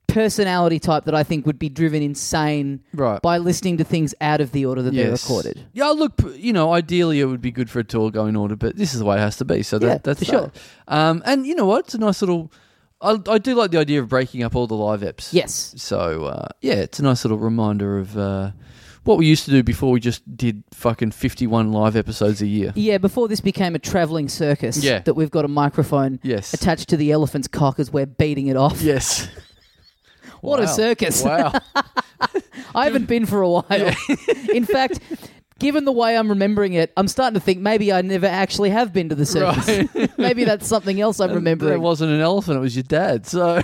personality type that I think would be driven insane
right.
by listening to things out of the order that they're
Yes.
recorded.
Yeah, look, p- you know, ideally it would be good for it to all go in order, but this is the way it has to be. So that,
Yeah,
that's
for
that.
sure.
Um, and you know what? It's a nice little. I, I do like the idea of breaking up all the live apps.
Yes.
So uh, yeah, it's a nice little reminder of uh, what we used to do before we just did fucking fifty-one live episodes a year.
Yeah, before this became a travelling circus
Yeah.
that we've got a microphone
Yes.
attached to the elephant's cock as we're beating it off.
yes.
What a
Wow.
circus.
Wow.
I haven't been for a while. In fact, given the way I'm remembering it, I'm starting to think maybe I never actually have been to the circus. maybe that's something else I'm
It
remembering.
wasn't an elephant; it was your dad. So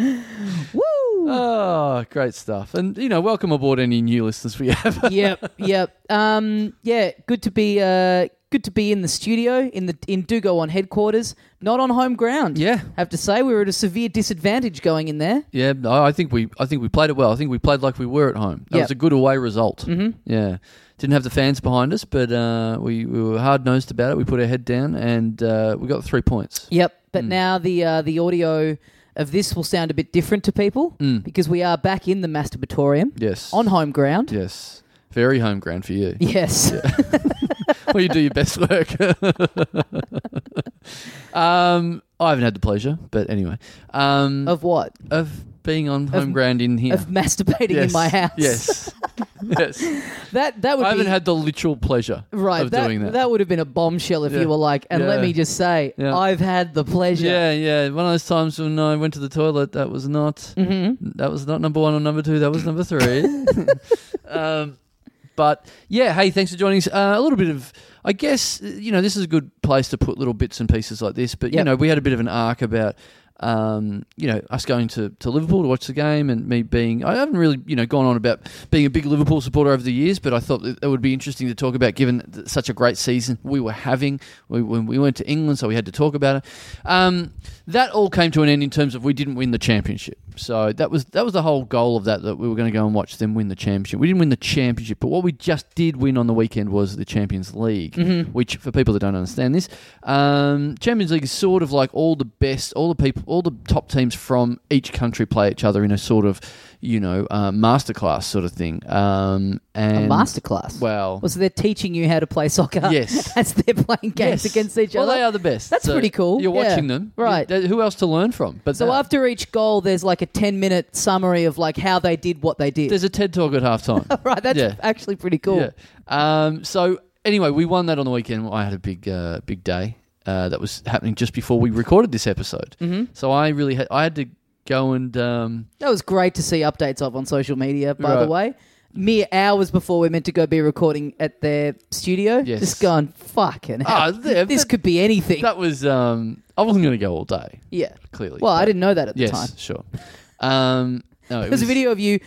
Woo!
oh, great stuff. And you know, welcome aboard any new listeners we have.
yep, yep. Um, yeah, good to be uh, good to be in the studio in the in Do Go on headquarters, not on home ground.
yeah.
Have to say we were at a severe disadvantage going in there.
Yeah, no, I think we I think we played it well. I think we played like we were at home. That
Yeah.
was a good away result. Mm-hmm. Yeah, didn't have the fans behind us, but uh, we, we were hard nosed about it. We put our head down and uh, we got three points.
Yep. But now the uh, the audio of this will sound a bit different to people because we are back in the masturbatorium
Yes,
on home ground.
yes, very home ground for you.
Yes.
well, you do your best work. um, I haven't had the pleasure, but anyway, um, of,
of what?
being on home ground in here.
Of masturbating in my house.
Yes, yes.
That that would
I haven't
be
had the literal pleasure
right.
of
that,
doing that.
would have been a bombshell if
Yeah.
you were like, and let
Yeah.
me just say,
Yeah.
I've had the pleasure.
Yeah, yeah. One of those times when I went to the toilet, that was not
Mm-hmm.
Mm-hmm. that was not number one or number two. That was number three. um, but yeah, hey, thanks for joining us. Uh, a little bit of, I guess uh, you know, this is a good place to put little bits and pieces like this. But you
Yep.
know, we had a bit of an arc about. Um, you know, us going to, to Liverpool to watch the game and me being, I haven't really, you know, gone on about being a big Liverpool supporter over the years, but I thought that it would be interesting to talk about given th- such a great season we were having. We, when we went to England, so we had to talk about it. Um, that all came to an end in terms of we didn't win the championship. So that was that was the whole goal of that that we were going to go and watch them win the championship. We didn't win the championship, but what we just did win on the weekend was the Champions League,
Mm-hmm.
which for people that don't understand this, um, Champions League is sort of like all the best, all the people, all the top teams from each country play each other in a sort of you know uh, masterclass sort of thing. Um,
A
and
masterclass.
Well,
Well, so they're teaching you how to play soccer.
Yes.
As they're playing games
yes.
against each
Well,
other.
they are the best.
That's pretty cool.
You're
Yeah.
watching them,
Right.
Th- Who else to learn from? But
so
that.
after each goal, there's like a 10 minute summary of like how they did what they did.
There's a TED talk at halftime.
right. That's
Yeah.
actually pretty cool.
Yeah. Um, so anyway, we won that on the weekend. I had a big, uh, big day uh, that was happening just before we recorded this episode. Mm-hmm. So I really had I had to go and um,
That was great to see updates of on social media, by the
Right.
way. mere hours before we're meant to go be recording at their studio.
Yes.
Just going, fucking
Ah,
hell.
there-
this
that-
could be anything.
That was. Um, I wasn't going to go all day.
yeah.
Clearly.
Well, I
but-
didn't know that at the
Yes,
time.
sure. Um, no, it
There's a
was-
video of you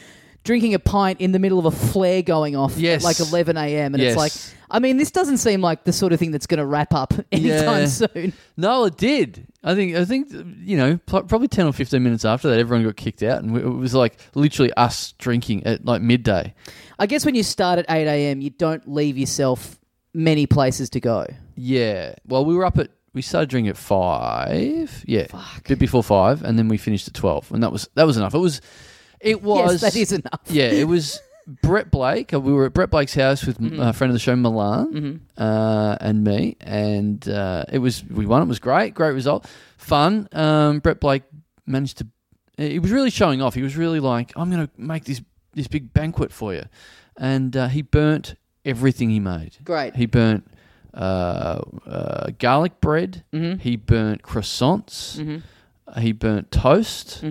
drinking a pint in the middle of a flare going off
Yes.
at like 11 a.m. And
Yes.
it's like, I mean, this doesn't seem like the sort of thing that's going to wrap up anytime
Yeah.
soon.
No, it did. I think. I think. You know, pl- probably ten or fifteen minutes after that, everyone got kicked out, and we, it was like literally us drinking at like midday.
I guess when you start at 8 a.m., you don't leave yourself many places to go.
Yeah. Well, we were up at. We started drinking at five. Yeah. Fuck. Bit before five, and then we finished at twelve, and that was that was enough. It was. It was.
yes, that is enough.
Yeah, it was Brett Blake. Uh, We were at Brett Blake's house with mm a friend of the show, Milan, uh, and me, and uh, it was we won. It was great, great result, fun. Um, Brett Blake managed to. He was really showing off. He was really like, "I'm going to make this this big banquet for you," and uh, he burnt everything he made.
Great.
He burnt uh, uh, garlic bread.
Mhm.
He burnt croissants. Uh, He burnt toast.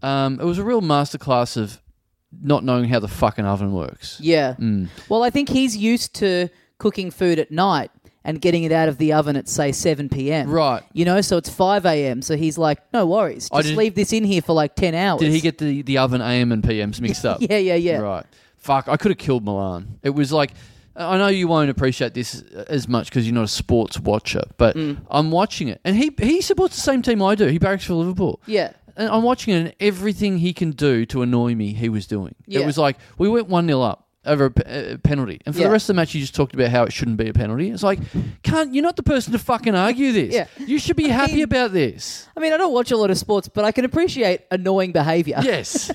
Um, it was a real masterclass of not knowing how the fucking oven works.
Yeah.
Mm.
Well, I think he's used to cooking food at night and getting it out of the oven at, say, 7 p.m.
Right.
You know, so it's 5 a.m. So he's like, no worries.
I
Just
didn't-
leave this in here for like 10 hours.
Did he get the, the oven AM and PMs mixed up?
Yeah, yeah, yeah.
Right. Fuck, I could have killed Milan. It was like, I know you won't appreciate this as much because you're not a sports watcher, but
Mm.
I'm watching it. And he, he supports the same team I do. He barracks for Liverpool.
Yeah.
And I'm watching it, and everything he can do to annoy me, he was doing. It
Yeah.
was like we went one 0 up over a, pe- a penalty, and for
Yeah.
the rest of the match, you just talked about how it shouldn't be a penalty. It's like, can't you're not the person to fucking argue this.
Yeah.
you should be happy
mean-
about this.
I mean, I don't watch a lot of sports, but I can appreciate annoying behavior.
Yes,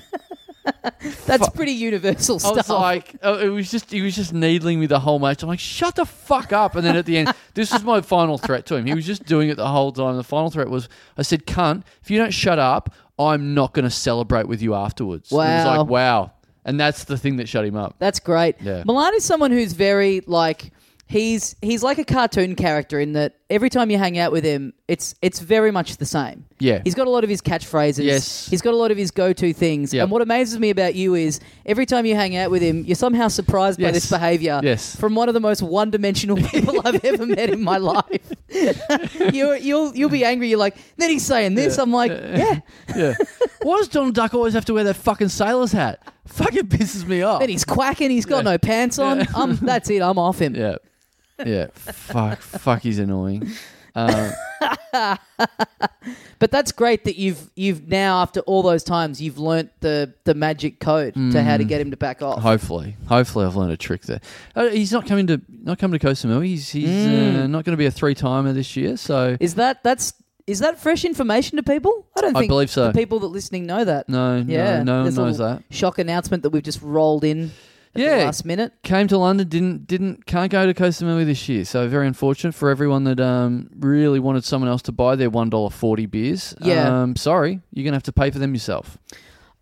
That's pretty universal
I
stuff.
was like, oh, it was just he was just needling me the whole match. I'm like, shut the fuck up. And then at the end, this was my final threat to him. He was just doing it the whole time. The final threat was, I said, cunt, if you don't shut up, I'm not going to celebrate with you afterwards. And It was
Wow.
like, wow. And that's the thing that shut him up.
That's great.
Yeah.
Milan is someone who's very like he's he's like a cartoon character in that every time you hang out with him, it's it's very much the same.
Yeah.
He's got a lot of his catchphrases.
Yes.
He's got a lot of his go-to things.
Yep.
And what amazes me about you is every time you hang out with him, you're somehow surprised by
Yes.
this behavior
Yes.
from one of the most one-dimensional people I've ever met in my life. you you'll you'll be angry. You're like, then he's saying this. I'm like, yeah.
Yeah. Why does Donald Duck always have to wear that fucking sailor's hat? Fucking pisses me off.
Then he's quacking. He's got
Yeah.
no pants on. I'm, that's it. I'm off him.
yeah. Yeah. fuck. Fuck. He's annoying. Um,
But that's great that you've you've now after all those times you've learnt the the magic code to how
Mm.
to get him to back off.
hopefully, hopefully, I've learned a trick there. Uh, he's not coming to not coming to Kosamui. He's he's
Mm.
uh, not going to be a three timer this year. So
Is that that's is that fresh information to people? I don't
I
think
believe so.
the people that listening know that.
no,
yeah,
no, no one
there's a
knows
little
that.
shock announcement that we've just rolled in at the
Yeah.
last minute.
Came to London, didn't didn't can't go to Kosamui this year. So very unfortunate for everyone that um really wanted someone else to buy their one dollar forty beers.
Yeah.
Um, sorry, you're gonna have to pay for them yourself.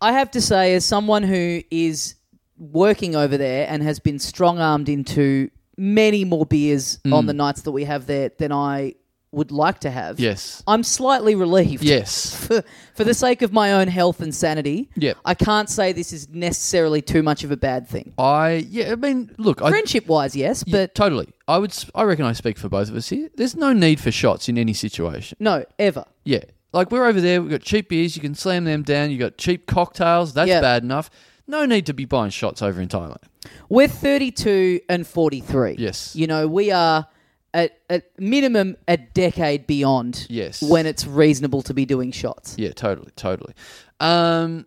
I have to say, as someone who is working over there and has been strong armed into many more beers
Mm.
on the nights that we have there than I would like to have.
Yes.
I'm slightly relieved.
Yes.
for, for the sake of my own health and sanity,
Yep.
I can't say this is necessarily too much of a bad thing.
I yeah, I mean, look, I
Friendship wise, yes,
yeah,
but
totally. I would s- I reckon I speak for both of us here. There's no need for shots in any situation.
no, ever.
Yeah. Like we're over there, we've got cheap beers, you can slam them down, you got cheap cocktails, that's
Yeah.
bad enough. No need to be buying shots over in Thailand.
We're 32 and 43.
Yes.
You know, we are at, at minimum a decade beyond
Yes.
when it's reasonable to be doing shots.
Yeah, totally, totally. Um,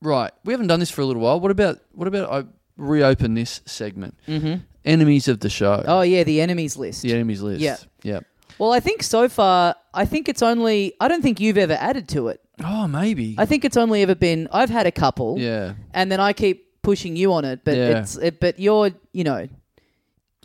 right, we haven't done this for a little while. What about what about I reopen this segment? Mm-hmm. Enemies of the show.
Oh, yeah, the enemies list.
The enemies list.
Yeah.
Yeah.
Well, I think so far, I think it's only, I don't think you've ever added to it.
Oh, maybe.
I think it's only ever been, I've had a couple.
yeah.
And then I keep pushing you on it, but
Yeah.
it's, it, but you're, you know,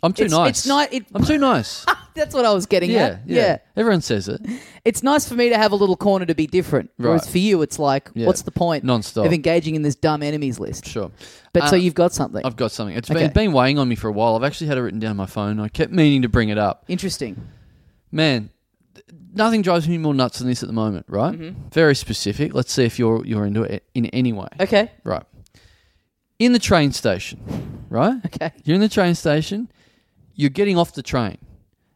I'm too
It's-
nice.
it's not- it-
I'm too nice.
That's what I was getting
yeah,
at.
yeah. Everyone says it.
It's nice for me to have a little corner to be different. Whereas
Right.
for you, it's like,
Yeah.
what's the point
Non-stop.
of engaging in this dumb enemies list?
Sure.
But so
Uh,
you've got something.
I've got something. It's
Okay.
been, been weighing on me for a while. I've actually had it written down on my phone. I kept meaning to bring it up.
Interesting.
Man, th- nothing drives me more nuts than this at the moment,
Mm-hmm.
right? Very specific. Let's see if you're you're into it in any way.
Okay.
Right. in the train station, right?
Okay.
You're in the train station. You're getting off the train,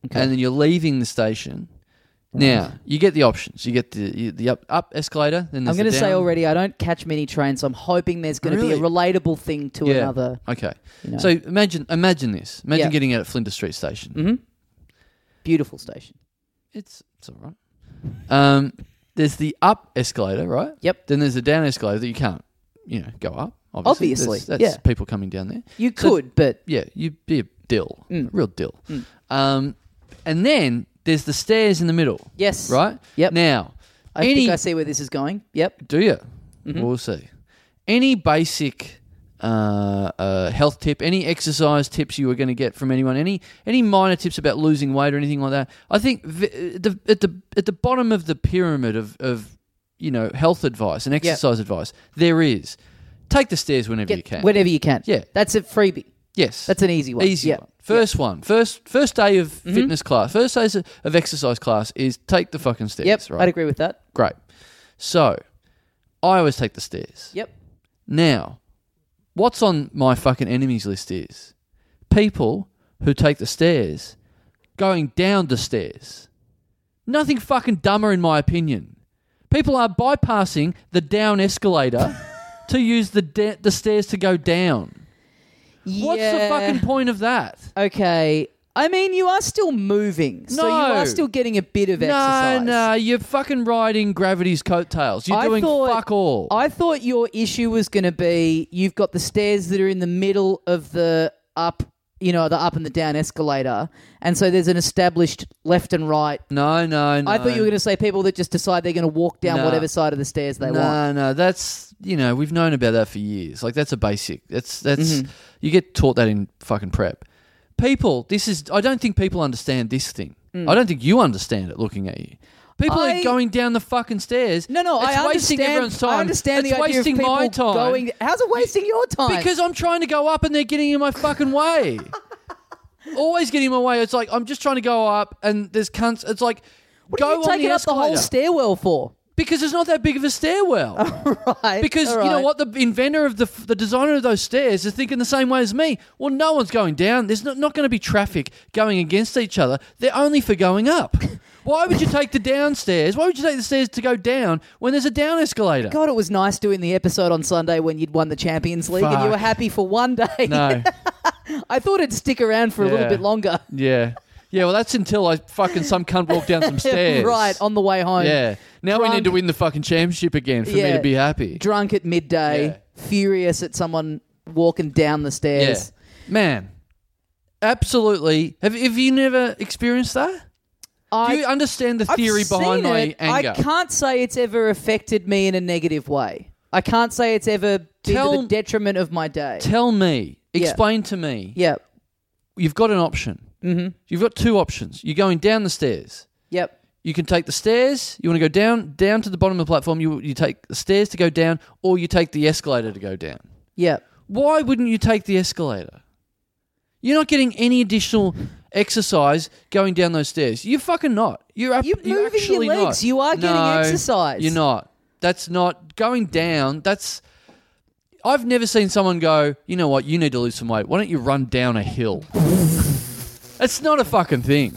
Okay.
and then you're leaving the station. Now you get the options. You get the you, the up, up escalator. Then
I'm
going to
say already, I don't catch many trains, so I'm hoping there's going to be a relatable thing to
Yeah.
another.
Okay.
You know,
So imagine imagine this. Imagine
Yeah.
getting out at Flinders Street Station.
Mhm. beautiful station.
It's it's all right. Um, there's the up escalator, right?
Yep.
Then there's a down escalator that you can't, you know, go up. Obviously,
Obviously,
That's-
yeah.
that's people coming down there.
You
So-
could, but
Yeah, you'd be a dill,
Mm.
a real dill.
Mm.
Um, and then there's the stairs in the middle,
yes,
right?
Yep.
Now,
I
any
think I see where this is going. Yep.
do you?
Mhm.
We'll see. Any basic uh, uh, health tip, any exercise tips you were going to get from anyone, any any minor tips about losing weight or anything like that. I think v- at the at the at the bottom of the pyramid of of you know health advice and exercise advice, there is take the stairs whenever
Get
you can.
whenever you can.
Yeah.
That's a freebie.
yes,
That's an easy one.
Easy
Yeah. Mm-hmm.
one. First one. First first day of fitness class. First days of- of exercise class is take the fucking stairs.
Yep.
Right.
I'd agree with that.
Great. So I always take the stairs.
Yep.
Now, what's on my fucking enemies list is people who take the stairs going down the stairs. Nothing fucking dumber, in my opinion. People are bypassing the down escalator to use the da- the stairs to go down. What's the
Yeah.
fucking point of that?
Okay. I mean, you are still moving, so you
No.
are still getting a bit of
No,
exercise.
no, you're fucking riding gravity's coattails. You're doing fuck all.
I thought your issue was going to be you've got the stairs that are in the middle of the up, you know, the up and the down escalator, and so there's an established left and right.
no, no, no.
I thought you were going to say people that just decide they're going to walk down
No.
whatever side of the stairs they
no,
want.
no, that's you know we've known about that for years. Like that's a basic. That's that's
Mm-hmm.
you get taught that in fucking prep. People, this is. I don't think people understand this thing. I don't think you understand it. Looking at you, people
Mm. I-
are going down the fucking stairs.
No, no,
it's
I
wasting
understand.
everyone's time.
I understand
it's
the idea
wasting
of people
my time
going. How's it wasting your time?
because I'm trying to go up and they're getting in my fucking way. Always getting in my way. It's like I'm just trying to go up and there's cunts. It's like
what
go
are you
on
taking
the
up the
escalator
whole stairwell for?
because it's not that big of a stairwell.
Right,
Because
all
you know
right.
what, the inventor of the the designer of those stairs is thinking the same way as me. Well, no one's going down. There's not, not going to be traffic going against each other. They're only for going up. Why would you take the downstairs? Why would you take the stairs to go down when there's a down escalator?
God, it was nice doing the episode on Sunday when you'd won the Champions League and you
Fuck.
were happy for one day.
No,
I thought it'd stick around for a little
Yeah.
bit longer.
yeah, yeah. Well, that's until I fucking some cunt walked down some stairs.
right, on the way home.
yeah. Now we
Drunk.
need to win the fucking championship again for me
Yeah.
to be happy.
Drunk at midday, furious at someone walking down the stairs.
Yeah, man. Absolutely. Have, have you never experienced that?
I,
Do you understand the
I've
theory behind
seen
my
it.
anger?
I can't say it's ever affected me in a negative way. I can't say it's ever been to
Tell-
the detriment of my day.
Tell me,
Yeah.
explain to me.
yep.
You've got an option.
Mhm.
You've got two options. You're going down the stairs.
Yep.
You can take the stairs. You want to go down, down to the bottom of the platform. You you take the stairs to go down, or you take the escalator to go down.
Yep.
Why wouldn't you take the escalator? You're not getting any additional exercise going down those stairs. You're fucking not. You're up,
You're moving your
actually not.
legs. You are getting
No,
exercise.
You're not. That's not going down. That's. I've never seen someone go. You know what? You need to lose some weight. Why don't you run down a hill? That's not a fucking thing.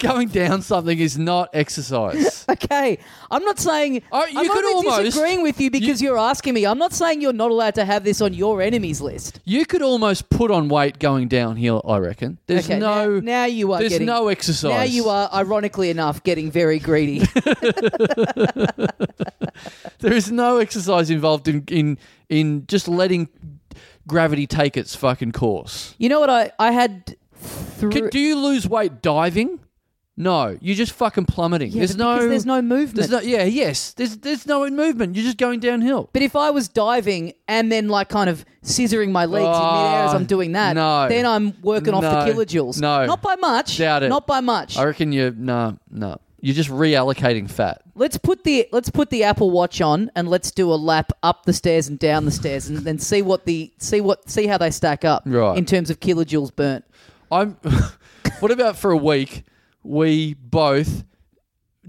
Going down something is not exercise.
Okay, I'm not saying
Oh,
I'm
you could
only
almost-
disagreeing with you because you, are asking me. I'm not saying you're not allowed to have this on your enemies list.
you could almost put on weight going downhill. I reckon. There's
okay,
no.
now, now you are
there's
getting
no exercise.
Now you are, ironically enough, getting very greedy.
There is no exercise involved in in, in just letting gravity take its fucking course.
you know what? I I had
Could,
three.
do you lose weight diving? No, you're just fucking plummeting.
Yeah,
there's
but because
no
there's no movement.
There's no yeah, yes. There's there's no movement. You're just going downhill.
but if I was diving and then like kind of scissoring my legs in midair as
Oh,
I'm doing that,
no.
then I'm working off the
No.
kilojoules.
No.
not by much.
Doubt it.
Not by much.
I reckon you're no, no. You're just reallocating fat.
Let's put the let's put the Apple Watch on and let's do a lap up the stairs and down the stairs and then see what the see what see how they stack up
Right.
in terms of kilojoules burnt.
I'm what about for a week we both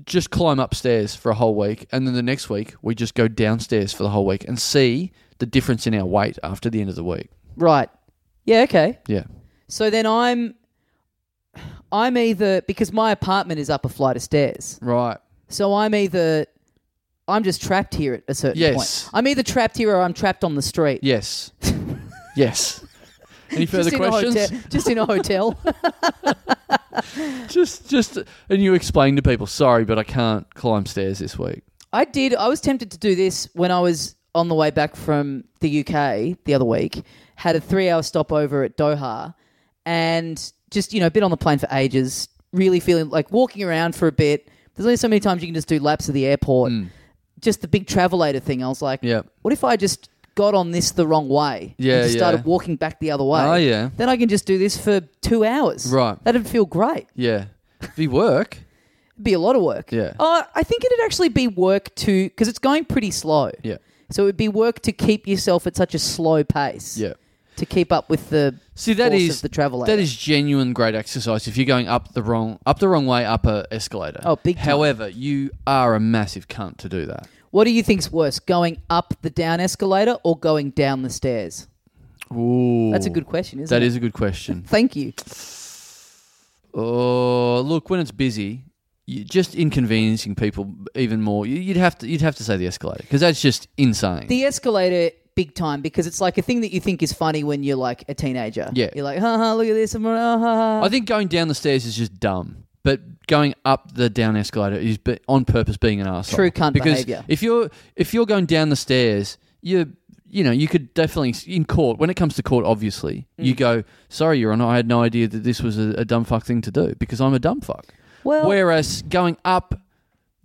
just climb upstairs for a whole week and then the next week we just go downstairs for the whole week and see the difference in our weight after the end of the week.
Right. Yeah, okay.
Yeah.
So then I'm I'm either because my apartment is up a flight of stairs.
Right.
So I'm either I'm just trapped here at a certain
Yes.
point. I'm either trapped here or I'm trapped on the street.
Yes. yes. Any further
Just in a
questions?
hotel- just in a hotel.
Just, just, and you explain to people. Sorry, but I can't climb stairs this week.
I did. I was tempted to do this when I was on the way back from the UK the other week. Had a three-hour stopover at Doha, and just you know, been on the plane for ages. Really feeling like walking around for a bit. There's only so many times you can just do laps of the airport.
Mm.
Just the big travelator thing. I was like,
Yeah.
What if I just got on this the wrong way?
Yeah,
and just
yeah.
started walking back the other way.
Oh, yeah.
Then I can just do this for two hours.
Right.
That'd feel great.
Yeah. If you work,
It'd be a lot of work.
Yeah.
Uh, I think it'd actually be work to because it's going pretty slow.
yeah,
So it would be work to keep yourself at such a slow pace.
yeah.
To keep up with the
See, that
force
is
of the travel.
that is genuine great exercise. If you're going up the wrong up the wrong way up a escalator.
Oh, big time.
However, you are a massive cunt to do that.
What do you think's worse, going up the down escalator or going down the stairs?
Ooh,
That's a good question, isn't
That
it?
is a good question.
Thank you.
Oh, look, when it's busy, you just inconveniencing people even more. You- You'd have to you'd have to say the escalator because that's just insane.
The escalator big time because it's like a thing that you think is funny when you're like a teenager.
Yeah.
You're like, ha ha, look at this. I'm, ha, ha.
I think going down the stairs is just dumb, but going up the down escalator is be- on purpose being an asshole.
True cunt
because
behaviour.
If you're if you're going down the stairs, you you know you could definitely in court when it comes to court. Obviously,
Mm.
you go sorry, Your Honor, I had no idea that this was a, a dumb fuck thing to do because I'm a dumb fuck.
Well-
whereas going up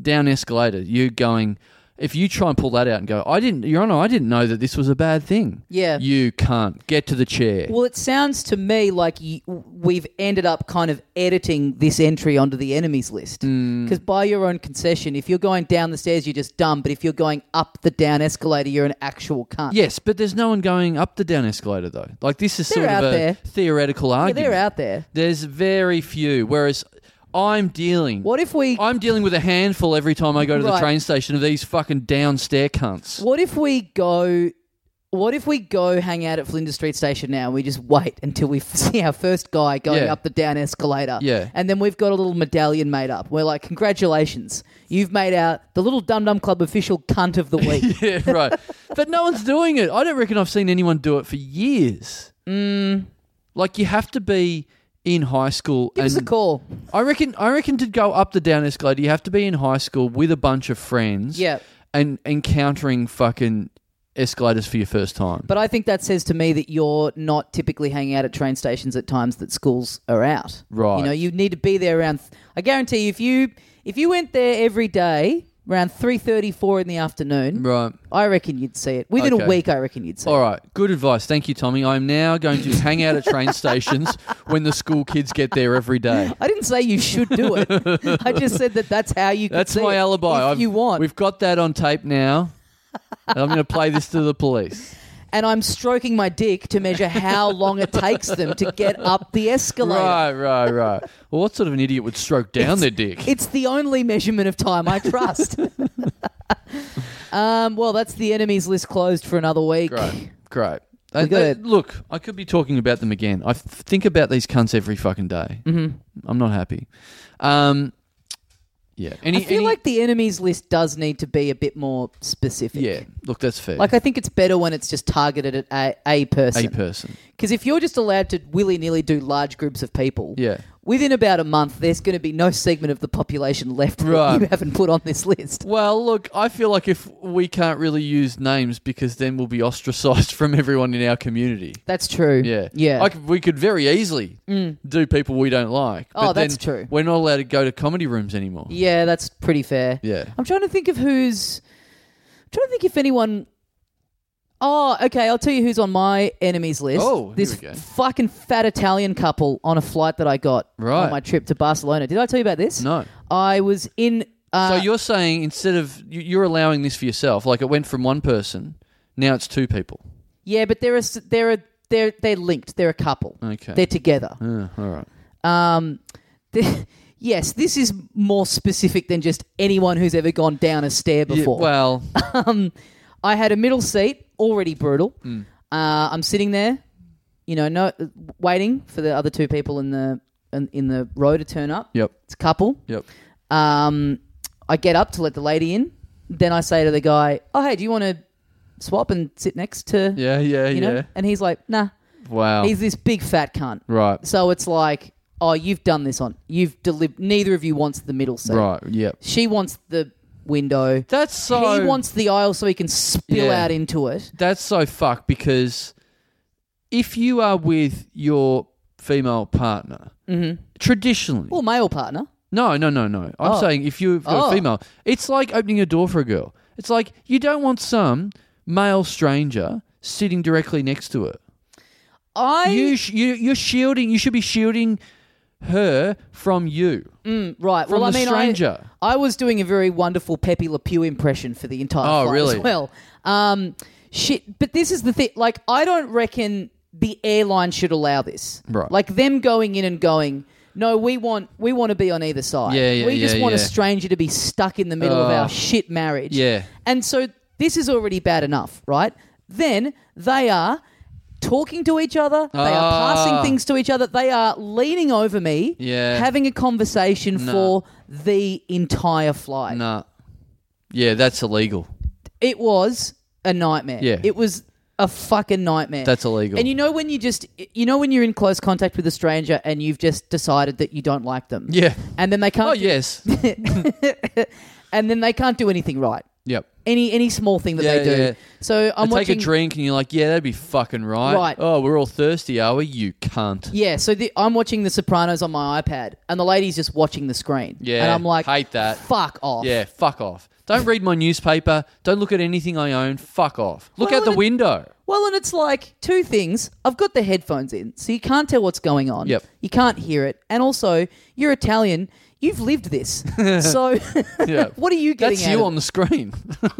down escalator, you going. If you try and pull that out and go, I didn't, Your Honor, I didn't know that this was a bad thing.
Yeah.
You can't get to the chair.
Well, it sounds to me like y- we've ended up kind of editing this entry onto the enemies list.
Mm.
Because by your own concession, if you're going down the stairs, you're just dumb. But if you're going up the down escalator, you're an actual cunt.
Yes, but there's no one going up the down escalator though. Like this is
They're
sort
out
of a
there.
theoretical
Yeah,
argument.
they're out there.
There's very few. Whereas I'm dealing.
What if we?
I'm dealing with a handful every time I go to the
Right.
train station of these fucking downstair cunts.
What if we go? What if we go hang out at Flinders Street Station now and we just wait until we see our first guy going
Yeah.
up the down escalator?
Yeah.
And then we've got a little medallion made up. We're like, congratulations, you've made out the little Dum Dum Club official cunt of the week.
yeah, right. But no one's doing it. I don't reckon I've seen anyone do it for years. Mm. Like you have to be in high school.
Give us a
and-
call.
I reckon. I reckon to go up the down escalator, you have to be in high school with a bunch of friends.
Yeah.
and encountering fucking escalators for your first time.
But I think that says to me that you're not typically hanging out at train stations at times that schools are out.
Right.
You know, you need to be there around. I guarantee you, if you if you went there every day around three thirty, four in the afternoon,
right.
I reckon you'd see it within
Okay.
a week. I reckon you'd see.
All right. Good advice. Thank you, Tommy. I'm now going to hang out at train stations when the school kids get there every day.
it. I didn't say you should do it. I just said that that's how you. could
That's
see
my
it,
alibi.
If
I've-
you want,
We've got that on tape now. And I'm going to play this to the police.
and I'm stroking my dick to measure how long it takes them to get up the escalator.
Right, right, right. Well, what sort of an idiot would stroke down their dick?
It's the only measurement of time I trust. um, well, that's the enemies list closed for another week.
Great, great.
We
They- they-
good.
look, I could be talking about them again. I f- think about these cunts every fucking day. Mm-hmm. I'm not happy. Um, yeah. Any,
I feel
any-
like the enemies list does need to be a bit more specific.
yeah. Look, that's fair.
Like I think it's better when it's just targeted at a, a
a
person.
person.
Because if you're just allowed to willy nilly do large groups of people,
Yeah.
within about a month, there's going to be no segment of the population left
Right.
that you haven't put on this list.
Well, look, I feel like if we can't really use names because then we'll be ostracized from everyone in our community.
That's true.
Yeah.
yeah. Mm.
I could, we could very easily do people we don't like.
Oh,
but
that's
then
true.
We're not allowed to go to comedy rooms anymore.
Yeah, that's pretty fair.
Yeah.
I'm trying to think of who's. I'm trying to think if anyone. Oh, okay. I'll tell you who's on my enemies list.
Oh, here
this
we go.
fucking fat Italian couple on a flight that I got
Right.
on my trip to Barcelona. Did I tell you about this?
No.
I was in. Uh,
So you're saying instead of you- you're allowing this for yourself, like it went from one person, now it's two people.
yeah, but they're a, s- they're a, they're they're linked. They're a couple.
Okay.
They're together.
Uh, all right.
Um, the, yes, this is more specific than just anyone who's ever gone down a stair
Yeah,
before.
well,
I Um, had a middle seat already brutal.
Mm.
Uh, I'm sitting there, you know, no, waiting for the other two people in the in, in the row to turn up.
Yep.
It's a couple.
Yep.
Um, I get up to let the lady in. Then I say to the guy, "Oh, hey, do you want to swap and sit next to
Yeah, yeah,
you
yeah. Oh.
know?" And he's like, "Nah."
Wow.
He's this big fat cunt.
right.
So it's like, "Oh, you've done this on. You've deli- neither of you wants the middle seat.
Right. Yep.
She wants the window.
That's so.
he wants the aisle so he can spill
Yeah.
out into it.
That's so fuck because if you are with your female partner, traditionally,
Or male partner.
no, no, no, no. I'm
Oh.
saying if you've got
Oh.
a female, it's like opening a door for a girl. It's like you don't want some male stranger sitting directly next to her.
I
you, sh- you, you're shielding. You should be shielding her from you,
Mm. right.
from
well, I
the
mean,
stranger.
I, I was doing a very wonderful Pepe Le Pew impression for the entire
Oh,
flight
really?
as well. Um, shit. But this is the thing. Like, I don't reckon the airline should allow this.
Right.
Like them going in and going. No, we want we want to be on either side.
Yeah, yeah,
we just
yeah,
want a
yeah.
stranger to be stuck in the middle of
Oh.
our shit marriage.
Yeah.
And so this is already bad enough, right? Then they are talking to each other. They are passing
Ah.
things to each other. They are leaning over me,
Yeah.
having a conversation
No.
for the entire flight.
Nah. Yeah, that's illegal.
It was a nightmare.
Yeah.
It was a fucking nightmare.
That's illegal.
And you know when you just you know when you're in close contact with a stranger and you've just decided that you don't like them.
Yeah.
And then they can't
Oh
do-
yes.
and then they can't do anything right.
yep.
Any any small thing that
Yeah,
they do.
yeah.
So I'm
I take
watching
a drink and you're like, yeah, that'd be fucking right.
Right.
Oh, we're all thirsty, are we? You cunt.
Yeah, so the, I'm watching The Sopranos on my iPad, and the lady's just watching the screen.
Yeah,
and I'm like,
hate that.
Fuck off.
Yeah, fuck off. Don't read my newspaper. Don't look at anything I own. Fuck off. Look
Well,
out the
it-
window.
Well, and it's like two things. I've got the headphones in, so you can't tell what's going on.
Yep.
You can't hear it, and also you're Italian. You've lived this, so
Yeah.
what are you getting?
That's
out
you
of-
on the screen.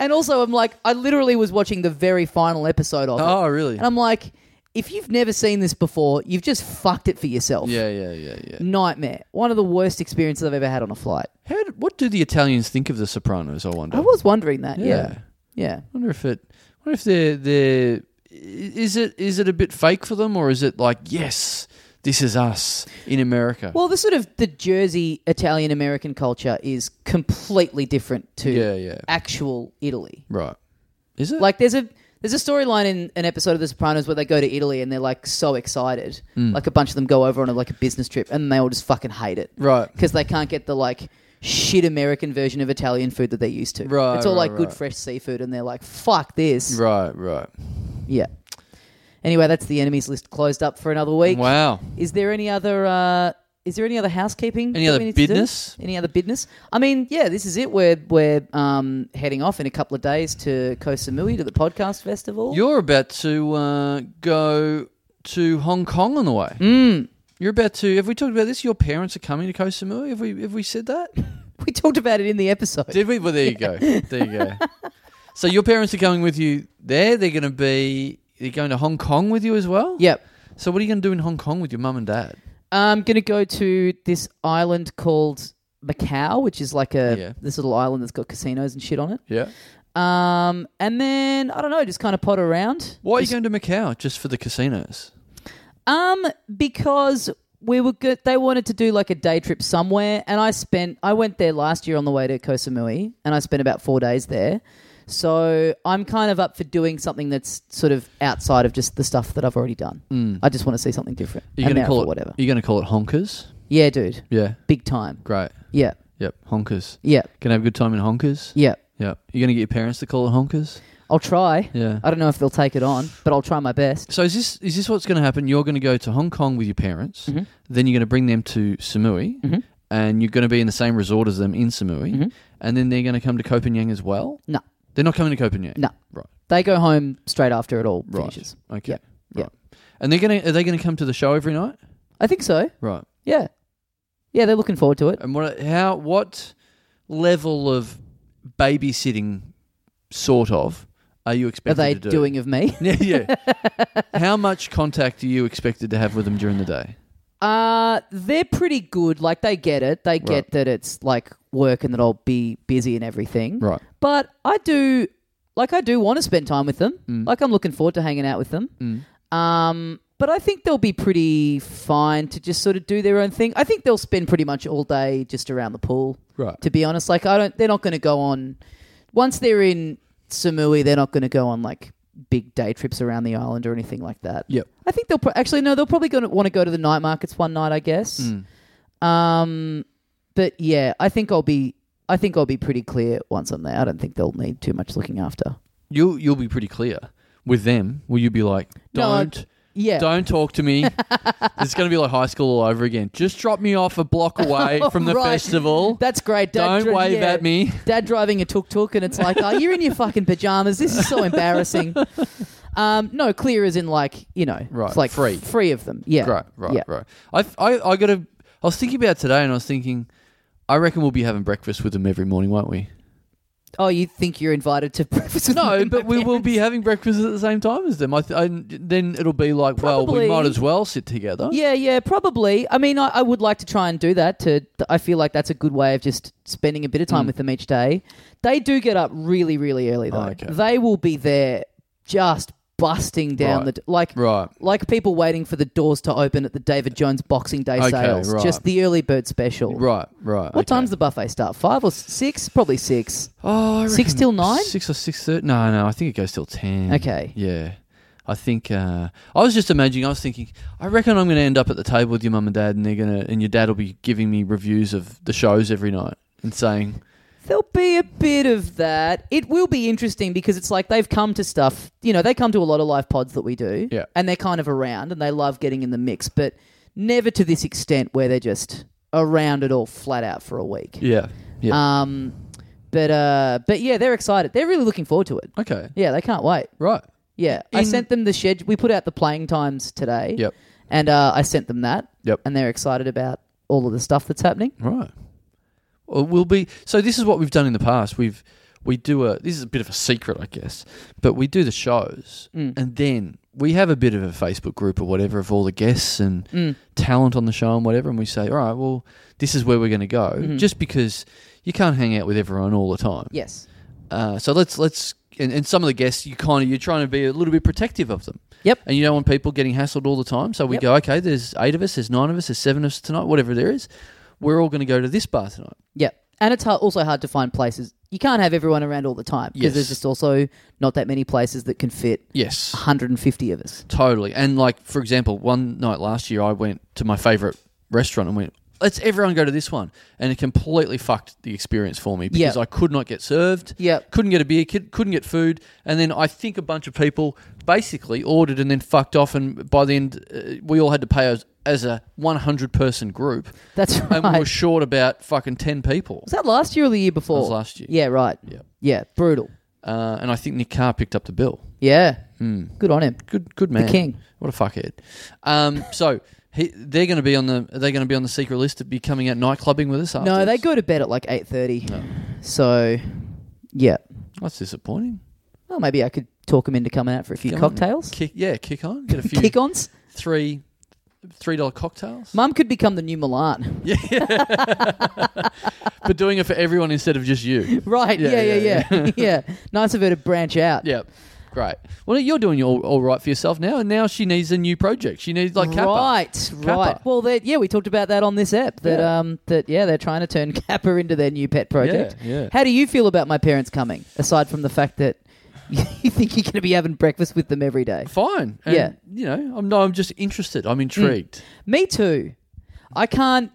And also, I'm like, I literally was watching the very final episode of it.
Oh, really?
And I'm like, if you've never seen this before, you've just fucked it for yourself.
yeah, yeah, yeah, yeah.
Nightmare. One of the worst experiences I've ever had on a flight.
How, do- what do the Italians think of The Sopranos? I wonder.
I was wondering that.
Yeah.
Yeah. Yeah.
I wonder if it. I wonder if they're they're. i- Is it is it a bit fake for them, or is it like yes, this is us in America?
Well, the sort of the Jersey Italian American culture is completely different to
Yeah, yeah.
actual Italy.
right. Is it
Like there's a there's a storyline in an episode of The Sopranos where they go to Italy and they're like so excited.
Mm.
Like a bunch of them go over on a, like a business trip and they all just fucking hate it.
right?
Because they can't get the like shit American version of Italian food that they're used to.
Right,
It's all
right,
like good
right.
fresh seafood and they're like, fuck this.
Right, right.
Yeah. Anyway, that's the enemies list closed up for another week.
Wow.
Is there any other? Uh, is there any other housekeeping?
Any
that
other
we need to do?
business?
Any other business? I mean, yeah, this is it. We're we're um, heading off in a couple of days to Koh Samui to the podcast festival.
You're about to uh, go to Hong Kong on the way. You're about to. Have we talked about this? Your parents are coming to Koh Samui. Have we? Have we said that?
we talked about it in the episode.
Did we? Well, there you go. There you go. so your parents are coming with you there. They're going to be. They're going to Hong Kong with you as well.
yep.
So what are you going to do in Hong Kong with your mum and dad?
I'm gonna go to this island called Macau, which is like a
Yeah.
this little island that's got casinos and shit on it.
Yeah.
Um, and then I don't know, just kind of potter around.
Why are you going to Macau just for the casinos?
Um, because we were good. They wanted to do like a day trip somewhere, and I spent. I went there last year on the way to Koh Samui, and I spent about four days there. So I'm kind of up for doing something that's sort of outside of just the stuff that I've already done. I just want to see something different.
Hmm. You're
I'm
going to
out
call
for
it
whatever.
You're going to call it honkers.
Yeah, dude,
Yeah.
big time.
Great.
Yeah,
Yep. Honkers.
yeah,
Gonna have a good time in honkers.
yeah.
Yep. You're gonna get your parents to call it honkers.
I'll try.
Yeah.
I don't know if they'll take it on, but I'll try my best.
So is this is this what's going to happen? You're going to go to Hong Kong with your parents,
Mm-hmm.
then you're going to bring them to Samui, and you're going to be in the same resort as them in Samui, and then they're going to come to Copenhagen as well.
Mm-hmm. No,
They're not coming to Copenhagen.
No.
right,
they go home straight after it all
right,
finishes.
okay,
Yep, yep.
right. And they're going to are they going to come to the show every night?
I think so.
Right.
Yeah, yeah. They're looking forward to it.
And what how what level of babysitting sort of are you
Are
expected
they
to do?
doing of me?
yeah, yeah. How much contact are you expected to have with them during the day?
Uh, they're pretty good. Like they get it. They get
Right.
that it's like work and that I'll be busy and everything.
Right.
But I do Like I do want to spend time with them. Like I'm looking forward to hanging out with them. Um, but I think they'll be pretty fine to just sort of do their own thing. I think they'll spend pretty much all day just around the pool.
Right.
To be honest, like I don't. They're not going to go on. Once they're in Samui, they're not going to go on like big day trips around the island or anything like that.
Yep.
I think they'll pro- actually no. They'll probably going to want to go to the night markets one night, I guess.
Mm.
Um, but yeah, I think I'll be. I think I'll be pretty clear once I'm there. I don't think they'll need too much looking after.
You'll you'll be pretty clear with them. Will you be like,
No, I-
don't
Yeah.
don't talk to me? it's going to be like high school all over again. Just drop me off a block away from the
Right.
festival.
That's great. Dad
don't
dri-
wave
yeah.
at me.
Dad driving a tuk tuk, and it's like, oh, you're in your fucking pajamas. This is so embarrassing. Um, no, clear is in like you know,
Right,
it's like
free.
free of them. Yeah,
Right, right,
yeah.
right. I, I, I got to. I was thinking about today, and I was thinking, I reckon we'll be having breakfast with them every morning, won't we?
Oh, you think you're invited to breakfast? with me
No,
and my
but we will be
parents?
having breakfast at the same time as them. I, th- I then it'll be like, well,
Probably.
we might as well sit together.
Yeah, yeah, probably. I mean, I, I would like to try and do that. To I feel like that's a good way of just spending a bit of
Mm.
time with them each day. They do get up really, really early though.
Oh, okay.
They will be there just busting down
Right.
the d- like
Right.
like people waiting for the doors to open at the David Jones Boxing Day
Okay,
sales.
right.
Just the early bird special.
Right, right.
What
okay.
time's the buffet start? Five or s- six? Probably six.
Oh, I
Six
reckon
till nine?
Six or six thirty? No, no. I think it goes till ten.
Okay.
Yeah, I think. Uh, I was just imagining. I was thinking. I reckon I'm going to end up at the table with your mum and dad, and they're going to, and your dad will be giving me reviews of the shows every night and saying,
There'll be a bit of that. It will be interesting because it's like they've come to stuff, you know, they come to a lot of live pods that we do.
Yeah.
And they're kind of around and they love getting in the mix, but never to this extent where they're just around it all flat out for a week.
"Yeah, yeah,
Um but uh but yeah, they're excited. They're really looking forward to it.
okay,
Yeah, they can't wait.
right,
Yeah. I
In-
sent them the schedule. We put out the playing times today.
Yep.
And uh, I sent them that.
Yep.
And they're excited about all of the stuff that's happening.
right." Well, we'll be. So this is what we've done in the past. We've we do a. This is a bit of a secret, I guess, but we do the shows, and then we have a bit of a Facebook group or whatever of all the guests and.
Mm.
talent on the show and whatever, and we say, all right, well, this is where we're going to go, just because you can't hang out with everyone all the time.
Yes.
Uh, so let's let's and, and some of the guests you kind of you're trying to be a little bit protective of them.
Yep.
And you don't want people getting hassled all the time. So we
Yep.
go, okay, there's eight of us, there's nine of us, there's seven of us tonight, whatever there is. We're all going to go to this bar tonight.
Yeah. And it's hard, also hard to find places. You can't have everyone around all the time because
Yes.
there's just also not that many places that can fit
Yes.
150 of us.
Totally. And like for example, one night last year I went to my favorite restaurant and went, "Let's everyone go to this one." And it completely fucked the experience for me because
Yeah.
I could not get served.
Yep.
Couldn't get a beer, could- couldn't get food, and then I think a bunch of people basically ordered and then fucked off and by the end uh, we all had to pay as, as a 100 person group
That's right.
and we were short about fucking 10 people.
was that last year or the year before?
was last year.
Yeah, right.
Yep.
Yeah, brutal.
Uh, and I think Nick Carr picked up the bill.
Yeah.
Hmm.
Good on him.
good good man.
king.
What a fuckhead. Um, so he, they're going to be on the they're going to be on the secret list to be coming out night clubbing with us.
No,
afterwards.
they go to bed at like 8.30.
No.
So, yeah.
That's disappointing.
Well, maybe I could talk him into coming out for a few
Come on.
cocktails.
Kick yeah, kick on. Get a few
Kick ons.
three three dollar cocktails.
Mum could become the new Milan.
but doing it for everyone instead of just you.
right. Yeah,
Yeah,
yeah, yeah.
yeah,
Yeah. Nice of her to branch out.
Yeah. Great. Well, you're doing all, all right for yourself now, and now she needs a new project. She needs like Kappa.
Right, right.
Kappa.
Well, they- yeah, we talked about that on this app. That
Yeah.
um, that yeah, they're trying to turn Kappa into their new pet project.
Yeah, yeah.
How do you feel about my parents coming? Aside from the fact that you think you're going to be having breakfast with them every day.
Fine. And,
Yeah.
You know, I'm no, I'm just interested. I'm intrigued.
Me too. I can't.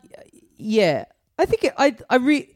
Yeah, I think it, I I re.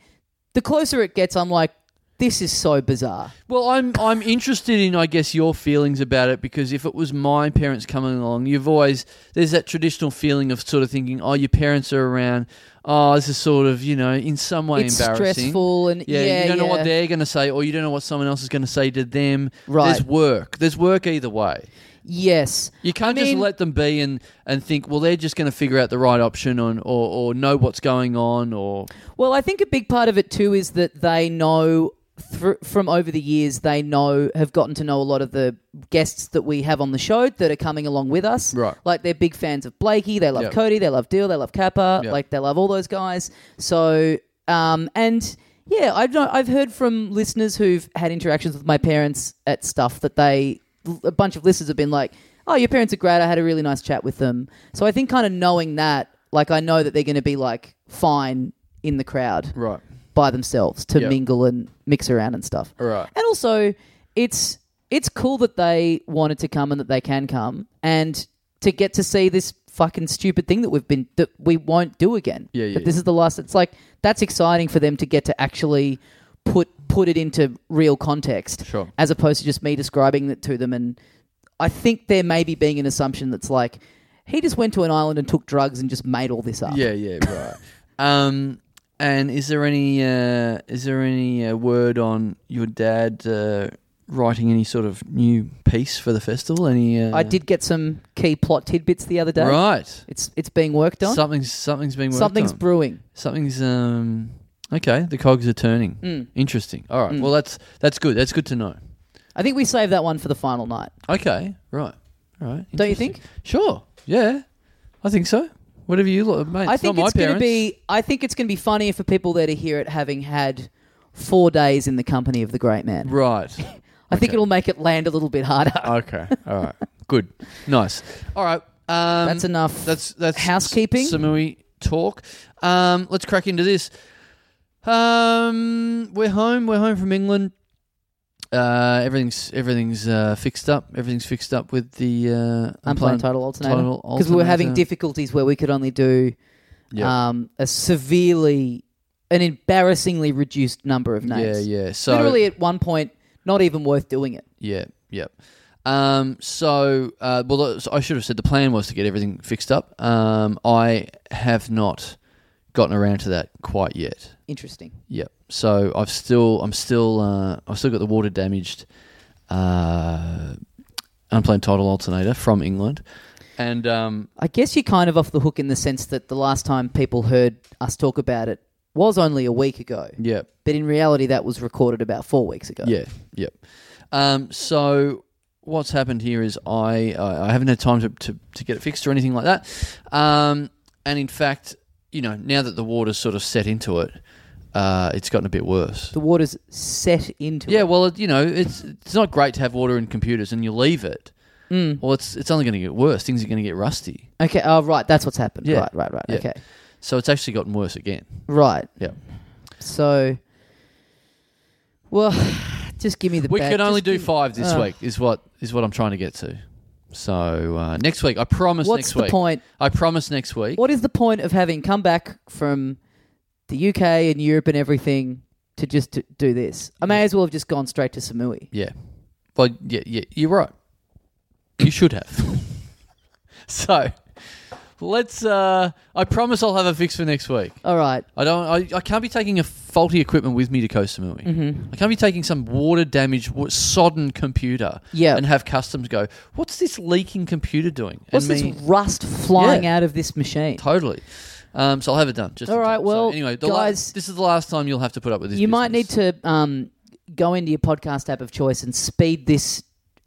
The closer it gets, I'm like, this is so bizarre.
Well, I'm I'm interested in I guess your feelings about it because if it was my parents coming along, you've always there's that traditional feeling of sort of thinking, oh, your parents are around, oh, this is sort of you know in some way
it's
embarrassing.
stressful and
Yeah,
yeah,
you don't know
yeah.
what they're going to say, or you don't know what someone else is going to say to them.
Right.
There's work. There's work either way.
Yes.
You can't
I mean-
just let them be and, and think, well, they're just going to figure out the right option on, or, or know what's going on, or
Well, I think a big part of it too is that they know thr from over the years they know have gotten to know a lot of the guests that we have on the show that are coming along with us.
Right.
Like they're big fans of Blakey, they love
Yep.
Cody, they love Deal, they love Kappa,
Yep.
like they love all those guys. So um and Yeah, I've know, I've heard from listeners who've had interactions with my parents at stuff that they a bunch of listeners have been like, "Oh, your parents are great. I had a really nice chat with them." So I think kind of knowing that, like I know that they're going to be like fine in the crowd
Right.
by themselves to
Yep.
mingle and mix around and stuff.
Right.
And also, it's it's cool that they wanted to come and that they can come and to get to see this fucking stupid thing that we've been that we won't do again.
Yeah, yeah,
That this is the last. It's like that's exciting for them to get to actually put put it into real context,
Sure.
as opposed to just me describing it to them. And I think there may be being an assumption that's like. He just went to an island and took drugs and just made all this up.
Yeah, yeah, right. um, and is there any uh, is there any uh, word on your dad uh, writing any sort of new piece for the festival? Any? Uh,
I did get some key plot tidbits the other day.
Right.
It's it's being worked on.
Something's something's been worked
Something's
on.
brewing.
something's um okay. The cogs are turning.
Mm.
Interesting. All right.
Mm.
Well, that's that's good. That's good to know.
I think we save that one for the final night.
Okay. Right. All right.
Don't you
Interesting.
think?
Sure. Yeah. I think so. Whatever you look, mate.
I
it's
think
not my
it's going to
parents.
be. I think it's going to be funnier for people there to hear it, having had four days in the company of the great man.
right.
I think
okay.
it'll make it land a little bit harder.
okay. All right. Good. Nice. All right. Um,
that's enough.
That's that's
Housekeeping?
Samui talk. Um, let's crack into this. Um, we're home. We're home from England. Uh, everything's everything's uh, fixed up. Everything's fixed up with the uh,
unplanned
unplanned
title alternator
title
because we were having
alternator.
difficulties where we could only do um, a severely, an embarrassingly reduced number of
yeah,
names.
yeah. So
Literally at one point, not even worth doing it.
Yeah, yeah. Um, so, uh, well, uh, so I should have said the plan was to get everything fixed up. Um, I have not gotten around to that quite yet.
Interesting.
Yep. So I've still, I'm still, uh, I've still got the water damaged, uh, unplanned title alternator from England, and um,
I guess you're kind of off the hook in the sense that the last time people heard us talk about it was only a week ago.
yeah,
But in reality, that was recorded about four weeks ago.
Yeah, yep. Um, so what's happened here is I I I haven't had time to, to, to get it fixed or anything like that. Um, and in fact, you know, now that the water's sort of set into it, uh, it's gotten a bit worse.
The water's set into
Yeah,
it.
well, it, you know, it's it's not great to have water in computers and you leave it.
Mm.
Well, it's it's only going to get worse. Things are going to get rusty.
Okay. Oh, right. That's what's happened.
Yeah.
Right, right, right.
Yeah.
Okay.
So it's actually gotten worse again.
Right.
Yeah.
So, well, just give me the
we
bad-
could only
just
do
give-
five this
uh,
week. Is what is what I'm trying to get to. So uh, next week, I promise.
What's
next
the
week,
point?
I promise next week.
What is the point of having come back from the UK and Europe and everything to just to do this? I
Mm.
may as well have just gone straight to Samui.
Yeah. Well, yeah, yeah, you're right. You should have. so, let's. Uh, I promise I'll have a fix for next week.
All right.
I don't. I, I can't be taking a faulty equipment with me to Koh Samui.
Mm-hmm.
I can't be taking some water damaged, wa- sodden computer.
Yeah.
And have customs go. What's this leaking computer doing?
What's
and
this
me-
rust flying
Yeah.
out of this machine?
Totally. Um, so I'll have it done. Just
All
in
right,
time. So
well,
anyway, the la-
guys-
this is the last time you'll have to put up with this.
you might need
business.
to um, go into your podcast app of choice and speed this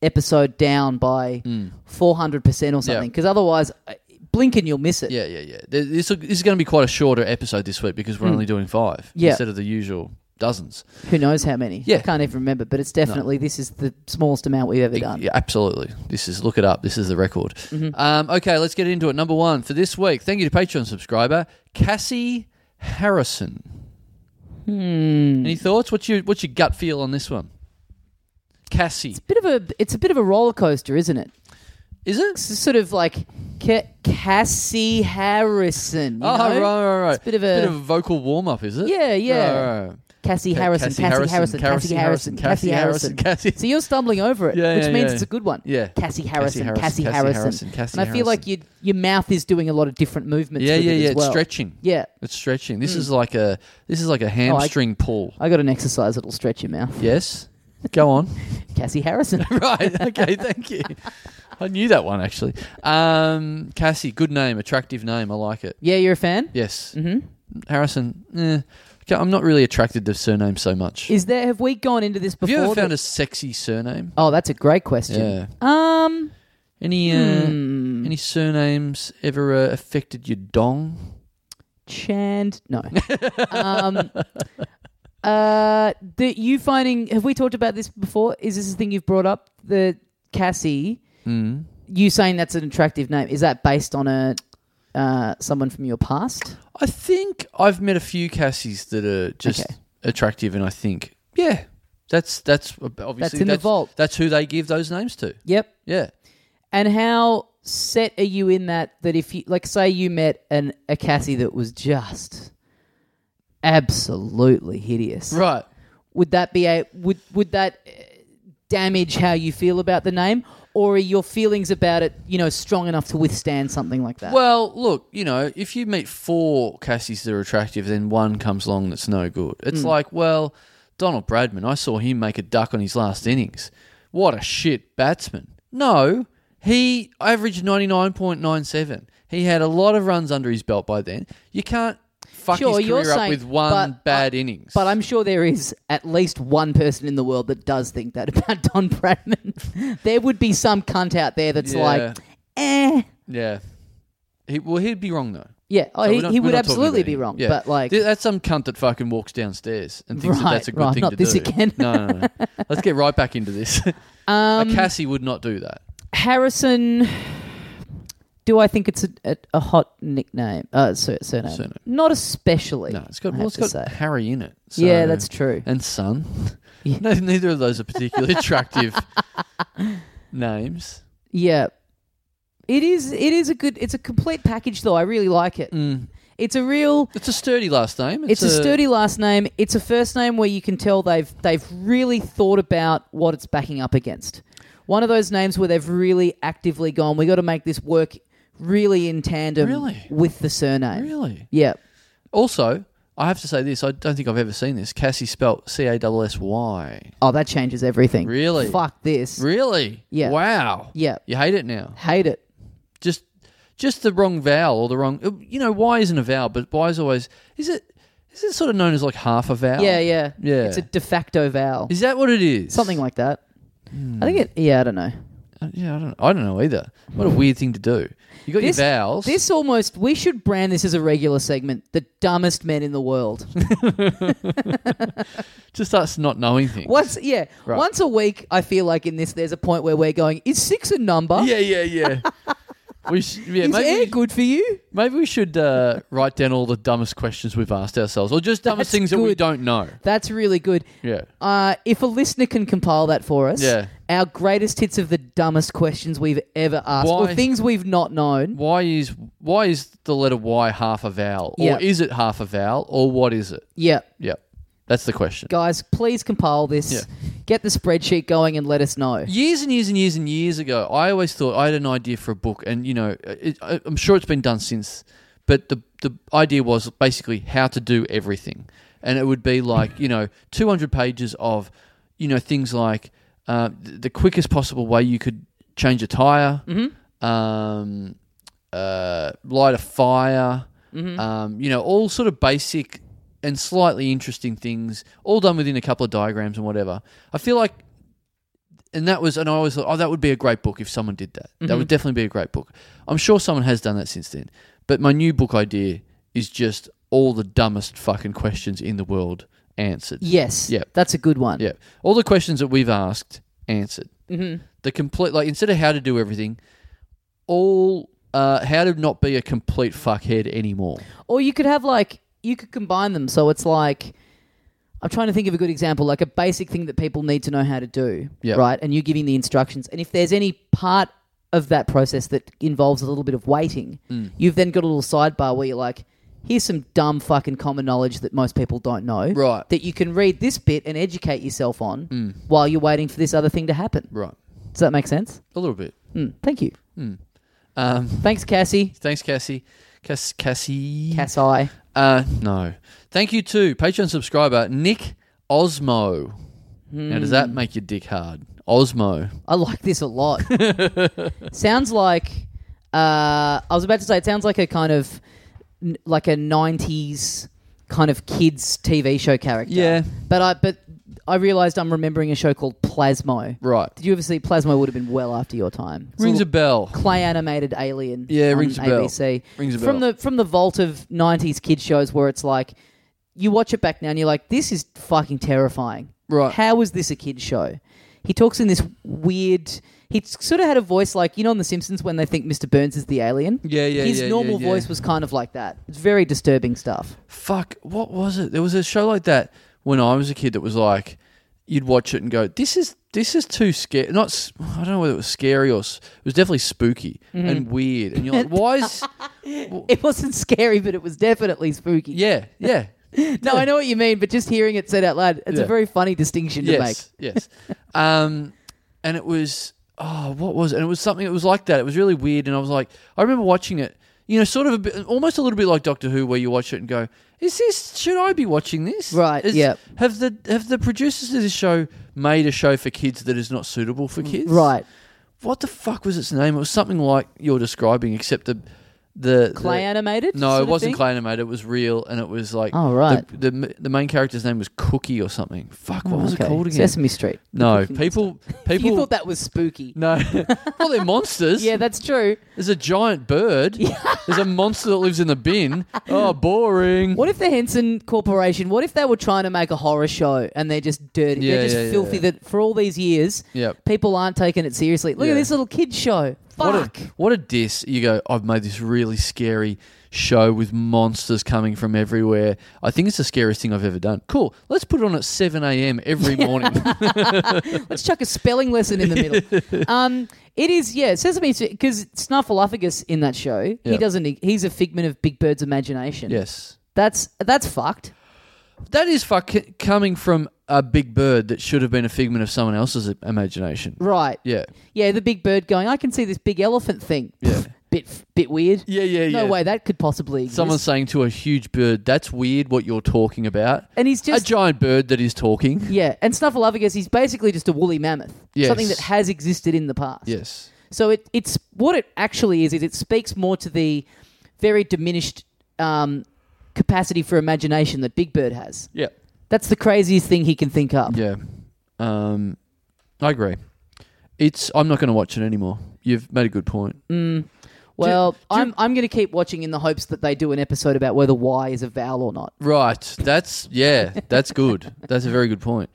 episode down by
Hmm.
four hundred percent or something, because otherwise, uh, blink and you'll miss it.
Yeah, yeah, yeah. Th- This will- this is going to be quite a shorter episode this week because we're only doing
Hmm.
five
Yeah.
instead of the usual dozens.
Who knows how many?
Yeah.
I can't even remember, but it's definitely this is the smallest amount we've ever done. Mm-hmm.
Yeah, absolutely. This is look it up. This is the record. Um, okay, let's get into it. Number one for this week. Thank you to Patreon subscriber Cassie Harrison.
Hmm.
Any thoughts? What's your what's your gut feel on this one? Cassie,
Bit of a, it's a bit of a roller coaster, isn't it?
is it?
It's just sort of like Ca- Cassie Harrison. You
Oh,
know?
right, right, right.
It's a bit of a-
vocal warm up, is it?
Yeah, yeah.
Right, right.
Cassie
Ca-
Harrison,
Cassie
Cassie Harrison,
Harrison,
Cassie Harrison, Cassie Harrison,
Cassie-
So you're stumbling over it,
Yeah,
which
yeah,
means
yeah.
it's a good one.
Yeah.
Cassie Harrison,
Harrison,
Cassie Harrison,
Cassie Harrison, Cassie
and I feel like your your mouth is doing a lot of different movements.
Yeah,
with
yeah,
it
yeah.
as
It's
well. Hmm. Oh,
stretching.
Yeah,
It's stretching. This is like a this is like a hamstring pull.
I got an exercise that'll stretch your mouth.
Yes. Go on.
Cassie Harrison.
right. Okay. Thank you. I knew that one actually. Um, Cassie, good name, attractive name. I like it.
yeah, you're a fan.
Yes.
Mm-hmm.
Harrison. Eh, Okay, I'm not really attracted to surnames so much.
Is there? Have we gone into this
Have
before?
you ever found
that-
a sexy surname?
Oh, that's a great question.
Yeah.
Um,
Any uh,
hmm,
any surnames ever uh, affected your dong?
Chand. No. um, Uh, that you finding have we talked about this before? Is this a thing you've brought up? The Cassie,
Mm.
you saying that's an attractive name? Is that based on a uh, someone from your past?
I think I've met a few Cassies that are just
Okay.
attractive, and I think yeah, that's that's obviously
That's in the vault.
That's who they give those names to.
Yep.
Yeah,
And how set are you in that? That if you like, say you met an a Cassie that was just absolutely hideous,
right.
would that be a would would that uh, damage how you feel about the name, or are your feelings about it you know strong enough to withstand something like that?
Well, look, you know, if you meet four Cassies that are attractive, then one comes along that's no good. It's
Hmm.
like, well, Donald Bradman, I saw him make a duck on his last innings. What a shit batsman. No, he averaged 99.97. He had a lot of runs under his belt by then. You can't fuck
Sure,
his
you're
career up
saying-
with one
but-
bad innings.
But I'm sure there is at least one person in the world that does think that about Don Bradman. there would be some cunt out there that's
Yeah.
like, eh.
Yeah. He, well, he'd be wrong, though.
Yeah, oh,
So
he,
we're not-
he
we're
would
not talking
absolutely
about
be
him.
wrong.
Yeah.
But like,
Th- that's some cunt that fucking walks downstairs and thinks that
Right,
that's a good
right,
thing
not
to
this
do.
again.
no, no, no. Let's get right back into this.
Um,
a Cassie would not do that.
Harrison, do I think it's a, a, a hot nickname? Uh, sur- surname.
Surname.
Not especially.
No, it's
I
got, well,
have
it's
to
got
say.
Harry in it. so-
yeah, that's true.
And son.
Yeah.
No, neither of those are particularly attractive names.
Yeah. It is. It is a good. It's a complete package, though. I really like it.
Mm.
It's a real.
It's a sturdy last name.
It's, a, sturdy last name. It's a first name where you can tell they've they've really thought about what it's backing up against. One of those names where they've really actively gone. We got to make this work really in tandem
Really?
with the surname.
Really?
Yeah.
Also, I have to say this. I don't think I've ever seen this. Cassie spelt C A S S Y.
Oh, that changes everything.
Really?
Fuck this.
Really?
Yeah.
Wow.
Yeah.
You hate it now.
Hate it.
just just the wrong vowel or the wrong uh, you know why isn't a vowel but why is always is it is it sort of known as like half a vowel
Yeah, yeah,
Yeah.
It's a de facto vowel.
is Hmm. that what it is
Something like that. I think it. Yeah, I don't know.
Uh, yeah I don't I don't know either what a weird thing to do you got
Hmm. This-
your vowels
This almost we should brand this as a regular segment. The dumbest men in the world.
just us not knowing things
Once, yeah,
Right.
once a week. I feel like in this, there's a point where we're going. Is six a number?
yeah yeah yeah we sh- yeah
Is
maybe
air
we,
good for you?
maybe we should uh, write down all the dumbest questions we've asked ourselves or just dumbest
That's
things that we
good.
don't know
That's really good.
yeah
Uh, if a listener can compile that for us,
Yeah.
our greatest hits of the dumbest questions we've ever asked, or
Why-
things we've not known.
why is why is the letter Y half a vowel or
Yeah.
is it half a vowel or what is it
Yeah,
Yep. That's the question.
guys, please compile this.
Yeah.
Get the spreadsheet going and let us know.
Years and years and years and years ago, I always thought I had an idea for a book, and you know, uh, it, I, I'm sure it's been done since. But the the idea was basically how to do everything, and it would be like you know, 200 pages of, you know, things like uh, th- the quickest possible way you could change a tire, um, uh, light a fire, um, you know, all sort of basic and slightly interesting things, all done within a couple of diagrams and whatever. I feel like, and that was, and I always thought, oh, that would be a great book if someone did that. That would definitely be a great book. I'm sure someone has done that since then. But my new book idea is just all the dumbest fucking questions in the world answered.
Yes,
Yeah.
that's a good one.
Yeah. All the questions that we've asked answered. Mm-hmm. The complete, like, instead of how to do everything, all uh, how to not be a complete fuckhead anymore.
Or you could have like you could combine them so it's like I'm trying to think of a good example, like a basic thing that people need to know how to do,
Yeah.
right? And you're giving the instructions. And if there's any part of that process that involves a little bit of waiting,
Mm.
you've then got a little sidebar where you're like, here's some dumb fucking common knowledge that most people don't know.
Right. Mm.
That you can read this bit and educate yourself on while you're waiting for this other thing to happen.
Right.
Does that make sense?
A little bit.
Mm, thank you.
Um,
Thanks, Cassie.
thanks, Cassie. Cass, Cassie.
Cassie.
Uh, no. Thank you to Patreon subscriber Nick Osmo. Now, does that make your dick hard? Osmo.
I like this a lot. sounds like uh, I was about to say it sounds like a kind of n- like a '90s kind of kids TV show character.
Yeah.
but I but I realized I'm remembering a show called Plasmo.
Right.
Did you ever see Plasmo? Would have been well after your time. It's
Rings a
little
bell.
clay animated alien.
Yeah,
on
rings a bell.
ABC.
Rings a
from
bell.
the from the vault of '90s kid shows where it's like you watch it back now and you're like, this is fucking terrifying.
Right.
How was this a kid's show? He talks in this weird. He sort of had a voice like you know on The Simpsons when they think Mr. Burns is the alien.
Yeah, yeah,
His
yeah,
normal
yeah, yeah.
voice was kind of like that. It's very disturbing stuff.
Fuck, what was it? There was a show like that when I was a kid that was like, you'd watch it and go, "This is this is too scary." Not, s- I don't know whether it was scary or s- it was definitely spooky and weird. And you're like, "Why is?"
It wasn't scary, but it was definitely spooky.
yeah, yeah,
No, I know what you mean, but just hearing it said out loud, it's a
Yeah.
very funny distinction to make.
yes, yes. Um, and it was oh, what was it? And it was something that was like that. It was really weird, and I was like, I remember watching it. You know, sort of a bit, almost a little bit like Doctor Who, where you watch it and go, "Is this? Should I be watching this?"
Right,
Is,
yep.
Have the have the producers of this show made a show for kids that is not suitable for kids?
Mm, Right.
What the fuck was its name? It was something like you're describing, except the the
Clay
the-
animated?
No,
sort
it
of
wasn't
thing?
clay animated. It was real, and it was like
Oh, right.
The the, the main character's name was Cookie or something. Fuck, what was
Okay.
it called again?
Sesame Street.
No,
Cookie
people, people.
You thought that was spooky.
No, well, they're monsters.
Yeah, that's true.
there's a giant bird. There's a monster that lives in the bin. Oh, boring.
What if the Henson Corporation? What if they were trying to make a horror show and they're just dirty?
Yeah,
they're just
yeah, yeah,
filthy.
yeah.
That for all these years,
Yep.
people aren't taking it seriously. Look at
Yeah.
this little kids show.
What
Fuck.
a what a diss! You go. I've made this really scary show with monsters coming from everywhere. I think it's the scariest thing I've ever done. Cool. Let's put it on at seven a.m. every morning.
Let's chuck a spelling lesson in the middle. um, it is yeah, Sesame Street because Snuffleupagus in that show he
Yeah.
doesn't. e, He's a figment of Big Bird's imagination.
yes,
that's that's fucked.
that is fuck coming from a big bird that should have been a figment of someone else's imagination.
Right.
Yeah.
Yeah, the big bird going. I can see this big elephant thing.
Yeah.
bit bit weird.
Yeah. Yeah.
No
yeah.
way that could possibly exist.
Someone's saying to a huge bird, "That's weird. What you're talking about?
and he's just
a giant bird that is talking."
Yeah, and Snuffleupagus, he's basically just a woolly mammoth.
Yes.
Something that has existed in the past.
Yes.
So it, it's what it actually is, is it speaks more to the very diminished um, capacity for imagination that Big Bird has.
Yeah.
That's the craziest thing he can think up.
Yeah. Um, I agree. It's. I'm not going to watch it anymore. You've made a good point.
Well,
Do you- do you-
I'm, I'm going to keep watching in the hopes that they do an episode about whether Y is a vowel or not.
Right. That's yeah. That's good. that's a very good point.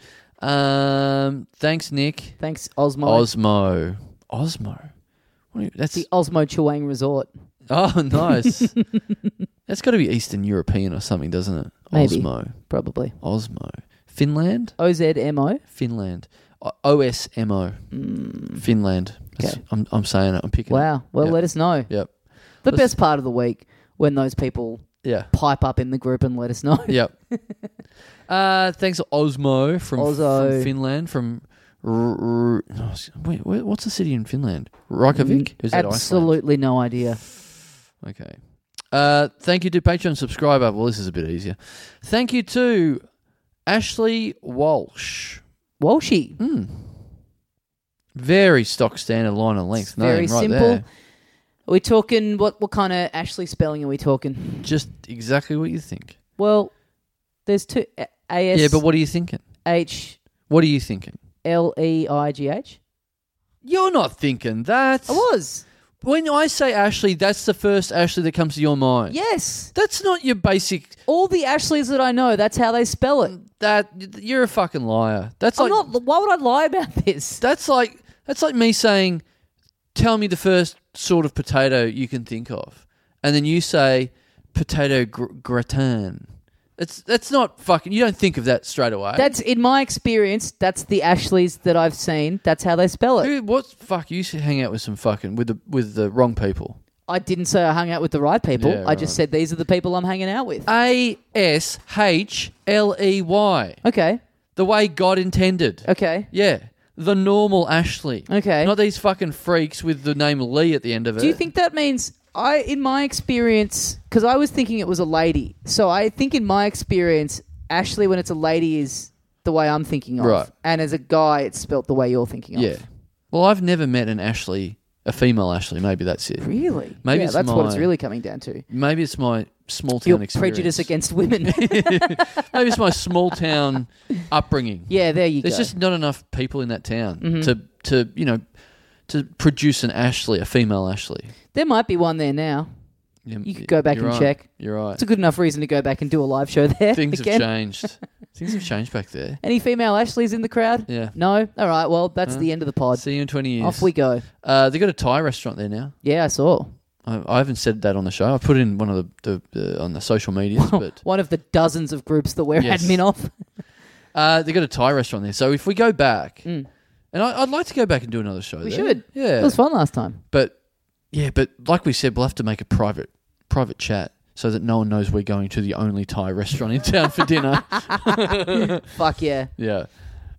Um, thanks, Nick.
Thanks, Osmo.
Osmo. Osmo. What are you, that's
the Osmo Chuang Resort.
oh nice. that's got to be Eastern European or something, doesn't it?
Maybe.
Osmo.
Probably.
Osmo. Finland.
O Z M O.
Finland. O S M O. Finland. That's-
Hmm. Okay.
I'm, I'm saying it. I'm picking. It.
Wow. Well,
Yep.
let us know.
Yep.
The
Let's-
best part of the week when those people
Yeah.
pipe up in the group and let us know.
Yep. uh, thanks, Osmo from,
Ozo.
from Finland. From R- R- no, s- wait, wait, what's the city in Finland? Reykjavik? Is that Iceland?
Mm. Absolutely no idea.
Okay. Uh, thank you to Patreon subscriber. Well, this is a bit easier. Thank you to Ashley Walsh.
Walshy.
Hmm. Very stock standard line and length.
It's
name
very
right
simple.
there.
Are we talking what what kind of Ashley spelling are we talking?
Just exactly what you think.
Well, there's two A
Yeah,
S
but what are you thinking?
H
What are you thinking?
L E I G H.
You're not thinking that.
I was.
When I say Ashley, that's the first Ashley that comes to your mind.
Yes.
That's not your basic.
All the Ashleys that I know, that's how they spell it.
That you're a fucking liar. That's
I'm
like
not why would I lie about this?
that's like that's like me saying, "Tell me the first sort of potato you can think of," and then you say, "Potato gr- gratin." That's that's not fucking. You don't think of that straight away.
That's in my experience, that's the Ashleys that I've seen, that's how they spell it.
Who, what fuck? You used to hang out with some fucking with the with the wrong people.
I didn't say I hung out with the right people.
Yeah,
I just
right.
said these are the people I'm hanging out with.
A S H L E Y.
okay.
The way God intended.
Okay.
Yeah. The normal Ashley.
Okay.
Not these fucking freaks with the name Lee at the end of it.
Do you think that means I, in my experience, because I was thinking it was a lady, so I think in my experience, Ashley, when it's a lady, is the way I'm thinking of,
Right.
and as a guy, it's spelt the way you're thinking
Yeah.
of.
Well, I've never met an Ashley, a female Ashley. Maybe that's it.
Really?
Maybe
yeah,
it's
that's what it's
my
really coming down to.
Maybe it's my small town
Your
experience.
prejudice against women.
Maybe it's my small town upbringing.
yeah, there you
There's
go. Mm-hmm.
just not enough people in that town to to you know to produce an Ashley, a female Ashley.
there might be one there now.
Yeah,
You could
y-
go back
you're
and
right.
check.
You're right.
It's a good enough reason to go back and do a live show there.
Things
again.
have changed. Things have changed back there.
Any female Ashleys in the crowd?
Yeah.
No? All right, well, that's
Huh?
the end of the pod.
See you in 20 years.
Off we go.
Uh, they got a Thai restaurant there now.
Yeah, I saw.
I, I haven't said that on the show. I put it in one of the, the uh, on the social medias, but
One of the dozens of groups that we're
Yes.
admin of.
uh, they got a Thai restaurant there. So if we go back,
Mm.
and I, I'd like to go back and do another show.
We
there.
should.
Yeah,
It was fun last time.
but yeah, but like we said, we'll have to make a private private chat so that no one knows we're going to the only Thai restaurant in town for dinner.
Fuck yeah.
Yeah,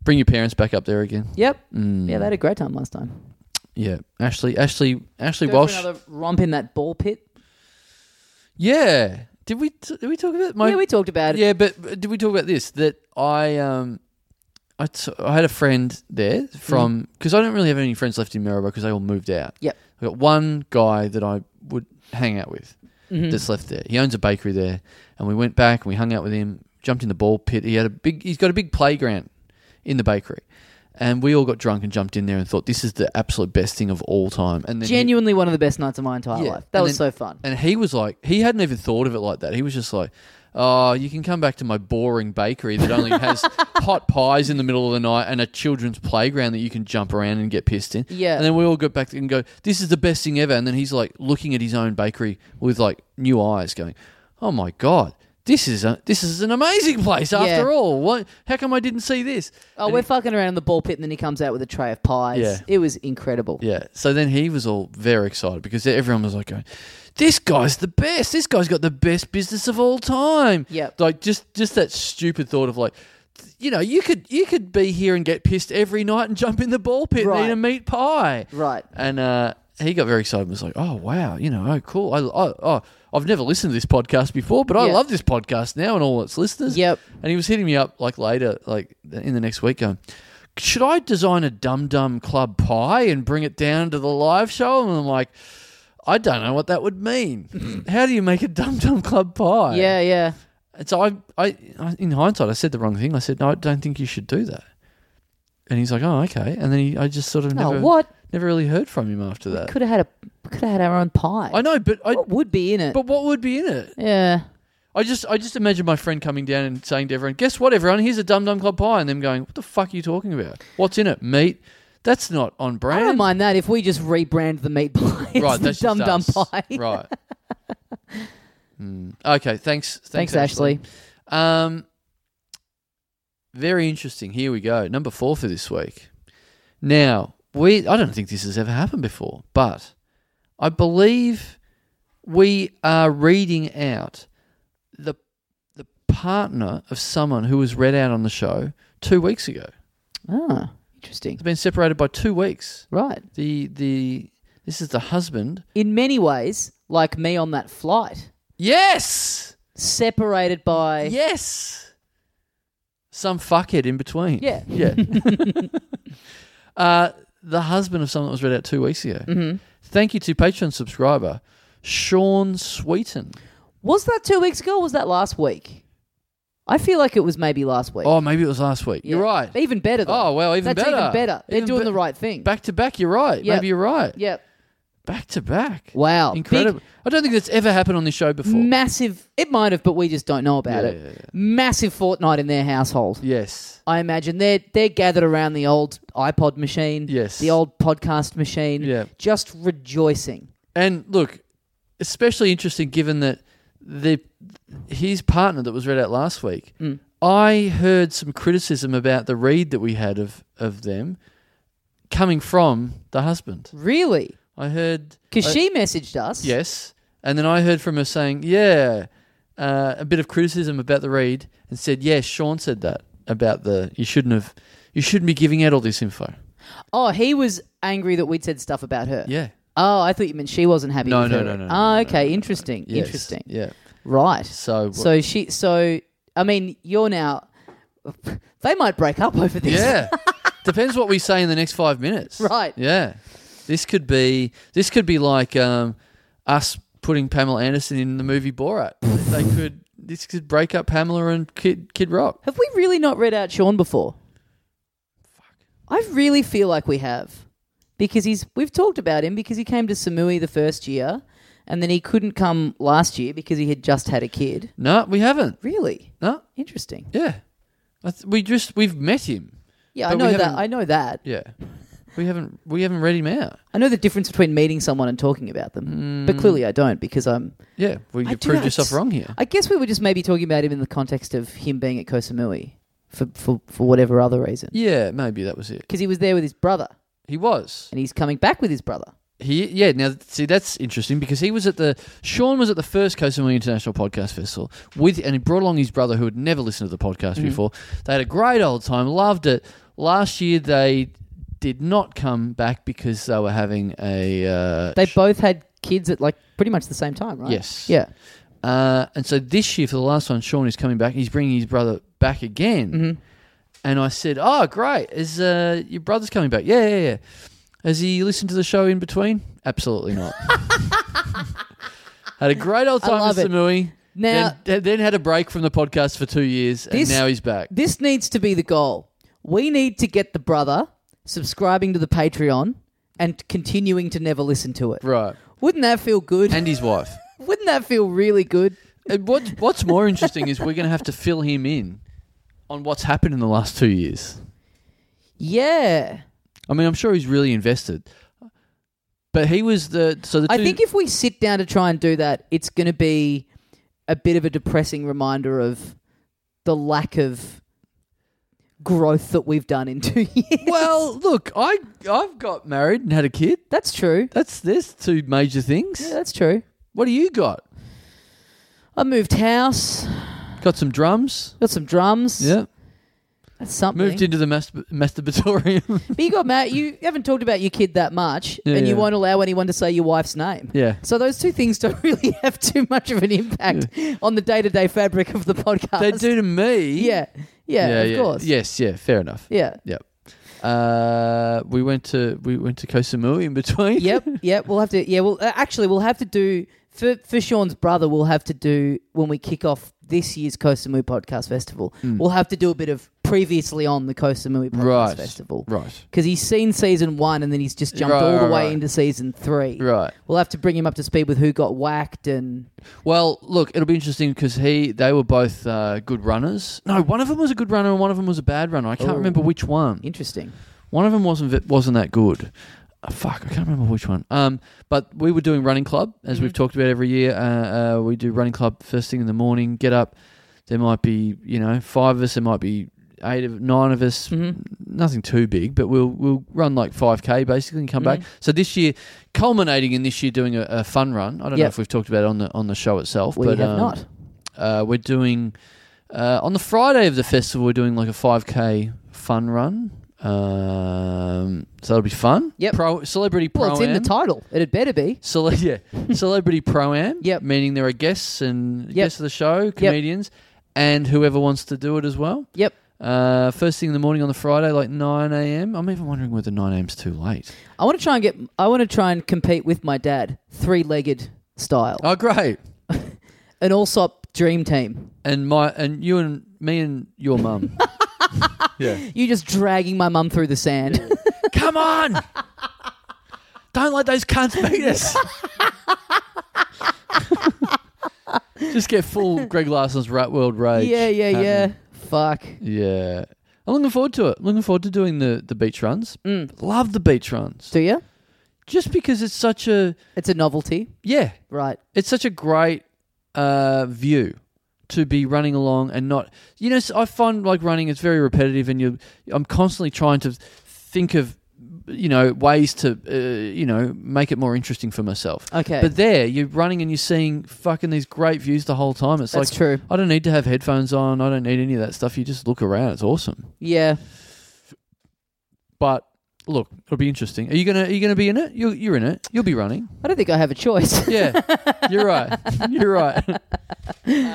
bring your parents back up there again.
Yep.
Mm.
Yeah, they had a great time last time.
yeah. Ashley, Ashley, Ashley
Go for
Walsh.
another romp in that ball pit.
Yeah. Did we t- did we talk about my
yeah, we talked about it.
Yeah, but but did we talk about this? That I um, I, t- I had a friend there from because I don't really have any friends left in Maribor because they all moved out.
Mm. Yep.
I got one guy that I would hang out with
Mhm.
that's left there. He owns a bakery there, and we went back and we hung out with him. Jumped in the ball pit. He had a big. He's got a big playground in the bakery, and we all got drunk and jumped in there and thought this is the absolute best thing of all time. And then he-
Genuinely one of the best nights of my entire
Yeah,
life. That
and
was
then-
so fun.
and he was like, he hadn't even thought of it like that. He was just like, oh, you can come back to my boring bakery that only has hot pies in the middle of the night and a children's playground that you can jump around and get pissed in.
Yeah.
And then we all got back and go, this is the best thing ever. And then he's like looking at his own bakery with like new eyes going, oh my God. This is a, this is an amazing place
Yeah.
after all. What? How come I didn't see this?
Oh,
And
we're
he-
fucking around in the ball pit, and then he comes out with a tray of pies.
Yeah.
It was incredible.
Yeah. So then he was all very excited because everyone was like going, "This guy's the best. This guy's got the best business of all time."
Yep.
Like just just that stupid thought of like, you know, you could you could be here and get pissed every night and jump in the ball pit
Right.
and eat a meat pie.
Right.
And uh, he got very excited and was like, "Oh wow, you know, oh cool. I, I oh I've never listened to this podcast before, but I
Yeah.
love this podcast now and all its listeners."
Yep.
And he was hitting me up like later, like in the next week, going, "Should I design a Dum Dum Club pie and bring it down to the live show?" And I'm like, "I don't know what that would mean. How do you make a Dum Dum Club pie?"
Yeah, yeah.
And so I, I, I- in hindsight, I said the wrong thing. I said, "No, I don't think you should do that." And he's like, "Oh, okay." And then he, I just sort of
Oh,
never,
what?
never really heard from him after
We
that.
could have had a we could have had our own pie.
I know, but I,
What would be in it?
but what would be in it?
yeah.
I just I just imagine my friend coming down and saying to everyone, "Guess what, everyone? Here's a Dum Dum Club pie," and them going, "What the fuck are you talking about? What's in it? Meat? That's not on
I don't
brand."
mind that if we just rebrand the meat pie. as
right,
the
that's
dum dum
just us.
pie.
Right. Hmm. Okay. Thanks. Thanks,
Thanks, Ashley.
Um, very interesting. Here we go. Number four for this week. Now we I don't think this has ever happened before, but I believe we are reading out the the partner of someone who was read out on the show two weeks ago.
Ah, interesting.
It's been separated by two weeks.
Right.
The the this is the husband.
In many ways, like me on that flight,
Yes.
separated by
Yes. Some fuckhead in between.
Yeah.
Yeah. uh, the husband of someone that was read out two weeks ago.
Mhm.
Thank you to Patreon subscriber Sean Sweeten.
Was that two weeks ago? or Was that last week? I feel like it was maybe last week.
Oh, maybe it was last week.
Yeah.
You're right.
Even better though.
Oh, well, even
That's
better.
even better. They're
Even
doing
be-
the right thing.
Back to back. You're right.
Yep.
Maybe you're right.
Yep.
Back to back.
Wow. Big-
Incredible. I don't think that's ever happened on this show before.
massive. It might have, but we just don't know about
Yeah,
it.
yeah, yeah.
Massive fortnight in their household.
Yes.
I imagine they're they're gathered around the old iPod machine,
Yes.
the old podcast machine,
Yeah.
just rejoicing.
And look, especially interesting given that the his partner that was read out last week,
Mm.
I heard some criticism about the read that we had of of them coming from the husband.
Really,
I heard
because
I-
she messaged us.
yes, and then I heard from her saying, "Yeah, uh, a bit of criticism about the read," and said, "Yeah, Sean said that about the you shouldn't have." You shouldn't be giving out all this info.
Oh, he was angry that we'd said stuff about her.
Yeah.
Oh, I thought you meant she wasn't happy.
No,
with
no,
her.
no, no, no,
Ah,
no,
okay,
no, no,
interesting,
Yes.
interesting.
Yeah.
Right.
So,
So she. So I mean, you're now. They might break up over this.
Yeah. Depends what we say in the next five minutes.
Right.
Yeah. This could be this could be like um, us putting Pamela Anderson in the movie Borat. they could this could break up Pamela and Kid Kid Rock.
Have we really not read out Sean before? I really feel like we have because he's. We've talked about him because he came to Samui the first year, and then he couldn't come last year because he had just had a kid.
No, we haven't.
Really
No,
interesting.
yeah, I th- we just we've met him.
Yeah,
But we
I know that.
haven't-
I know that.
Yeah, we haven't we haven't read him out.
I know the difference between meeting someone and talking about them,
Hmm.
but clearly I don't because I'm.
Yeah, well,
I
you
do
proved
know,
yourself
it's-
wrong here.
I guess we were just maybe talking about him in the context of him being at Kosamui for for, for whatever other reason.
Yeah, maybe that was it.
Because he was there with his brother,
He was.
and he's coming back with his brother.
He yeah. Now see, that's interesting because he was at the Sean was at the first Coast Millie International Podcast Festival with, and he brought along his brother who had never listened to the podcast
Mm-hmm.
before. They had a great old time, loved it. Last year they did not come back because they were having a uh,
They both had kids at like pretty much the same time, right?
Yes.
Yeah.
Uh, and so this year, for the last one, Sean is coming back. He's bringing his brother back again.
Mm-hmm.
And I said, "Oh, great! Is uh, your brother's coming back? Yeah, yeah, yeah. Has he listened to the show in between? Absolutely not. had a great old
I
time
love
with
it.
Samui.
Now-
then, then had a break from the podcast for two years,
This-
and now he's back.
This needs to be the goal. We need to get the brother subscribing to the Patreon and continuing to never listen to it.
right,
Wouldn't that feel good?
and his wife.
Wouldn't that feel really good?
And what, what's more interesting is we're going to have to fill him in on what's happened in the last two years.
Yeah.
I mean, I'm sure he's really invested, but he was the so the.
I
two-
think if we sit down to try and do that, it's going to be a bit of a depressing reminder of the lack of growth that we've done in two years.
well, look, I I've got married and had a kid.
That's true.
That's there's two major things.
Yeah, that's true.
What do you got?
I moved house,
Got some drums.
got some drums.
Yeah,
That's something.
moved into the masturb- masturbatorium.
But you got Matt. You haven't talked about your kid that much,
Yeah,
and you
yeah.
won't allow anyone to say your wife's name.
yeah,
So those two things don't really have too much of an impact on the day-to-day fabric of the podcast.
they do to me.
Uh, Yeah, yeah, of
yeah.
course.
Yes, yeah, fair enough.
yeah.
Uh, we went to we went to Kosamui in between.
yep, yep. We'll have to. Yeah, well, uh, actually, we'll have to do for for Sean's brother. We'll have to do when we kick off this year's Kosamui Podcast Festival. We'll have to do a bit of previously on the Kosamui Podcast
Hmm. Right.
Festival
Right.
because he's seen season one and then he's just jumped
Right,
all the
right,
way
right.
into season three.
Right.
We'll have to bring him up to speed with who got whacked and
Well, look, it'll be interesting because he they were both uh, good runners. No, one of them was a good runner and one of them was a bad runner. I can't
Oh.
remember which one.
interesting.
One of them wasn't ve- wasn't that good. Oh, fuck, I can't remember which one. Um, but we were doing running club as
Mm-hmm.
we've talked about every year. Uh, uh, we do running club first thing in the morning. Get up. There might be you know five of us. There might be eight of nine of us.
Mm-hmm.
Nothing too big, but we'll we'll run like five k basically and come back.
Mm-hmm.
So this year, culminating in this year doing a, a fun run. I don't know
Yep.
if we've talked about it on the on the show itself.
We
but,
have
um,
not.
uh, we're doing uh, on the Friday of the festival. We're doing like a 5k fun run. Um, so that'll be fun.
Yep.
Pro celebrity pro.
Well, it's in the title. It had better be.
Cele- yeah, celebrity pro am.
Yep.
Meaning there are guests and
Yep.
guests of the show, comedians, and whoever wants to do it as well.
Yep.
Uh, first thing in the morning on the Friday, like 9 a.m. I'm even wondering whether 9 a.m. is too late.
I want to try and get. I want to try and compete with my dad, three-legged style,
Oh, great.
an Allsop dream team.
And my and you and me and your mum. yeah.
You just dragging my mum through the sand.
Come on! Don't let those cunts beat us. Just get full Greg Larson's Rat World rage.
yeah, yeah, yeah. Fuck.
yeah. Yeah. I'm looking forward to it. Looking forward to doing the, the beach runs.
Mm.
Love the beach runs.
Do you?
Just because it's such a
It's a novelty,
yeah,
right?
it's such a great uh, view to be running along and not you know s- i find like running it's very repetitive and you i'm constantly trying to think of you know ways to uh, you know make it more interesting for myself
Okay,
but there you're running and you're seeing fucking these great views the whole time it's
that's
like
true.
i don't need to have headphones on i don't need any of that stuff you just look around it's awesome
Yeah,
but look it'll be interesting are you gonna are you gonna be in it you're, you're in it you'll be running
I don't think I have a choice.
yeah, you're right. You're right.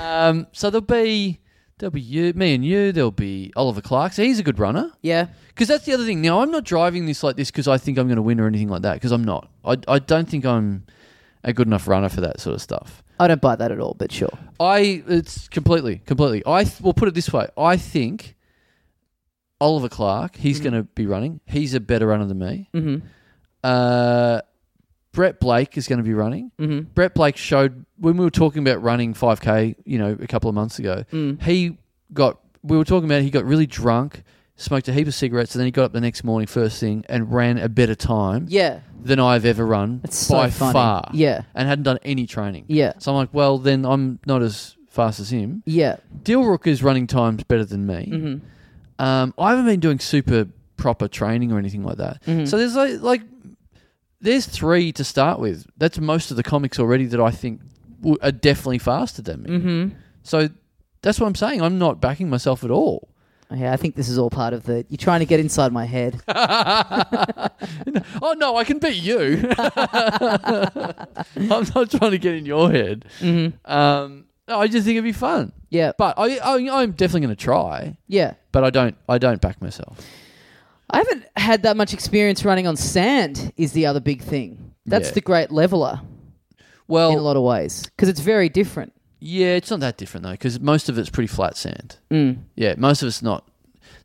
Um, so there'll be there'll be you, me and you. There'll be Oliver Clark. So he's a good runner
yeah,
because that's the other thing. Now I'm not driving this like this because I think I'm going to win or anything like that. Because I'm not. I I don't think I'm a good enough runner for that sort of stuff.
I don't buy that at all. But sure.
I it's completely completely. I th- will put it this way. I think Oliver Clark. He's going to be running. He's a better runner than me.
Mm-hmm.
Uh, Brett Blake is going to be running.
Mm-hmm.
Brett Blake showed when we were talking about running 5K, you know, a couple of months ago.
Mm.
He got we were talking about he got really drunk, smoked a heap of cigarettes, and then he got up the next morning first thing and ran a better time
Yeah,
than I've ever run
that's so
by
funny.
far.
Yeah,
And hadn't done any training.
yeah,
So I'm like, well, then I'm not as fast as him.
yeah.
Dilrook is running times better than me.
hmm
Um, I haven't been doing super proper training or anything like that.
Mhm.
So there's like, like there's three to start with. That's most of the comics already that I think w- are definitely faster than me.
hmm
So that's what I'm saying. I'm not backing myself at all.
Okay, I think this is all part of the. You're trying to get inside my head.
oh no, I can beat you. I'm not trying to get in your head.
mm-hmm.
Um, no, I just think it'd be fun.
Yeah,
But I, I I'm definitely going to try.
yeah.
But I don't I don't back myself.
I haven't had that much experience running on sand. Is the other big thing. That's
Yeah. Oh.
the great leveler in a
Well,
lot of ways because it's very different.
yeah, it's not that different though because most of it's pretty flat sand.
Mm.
Yeah, most of it's not.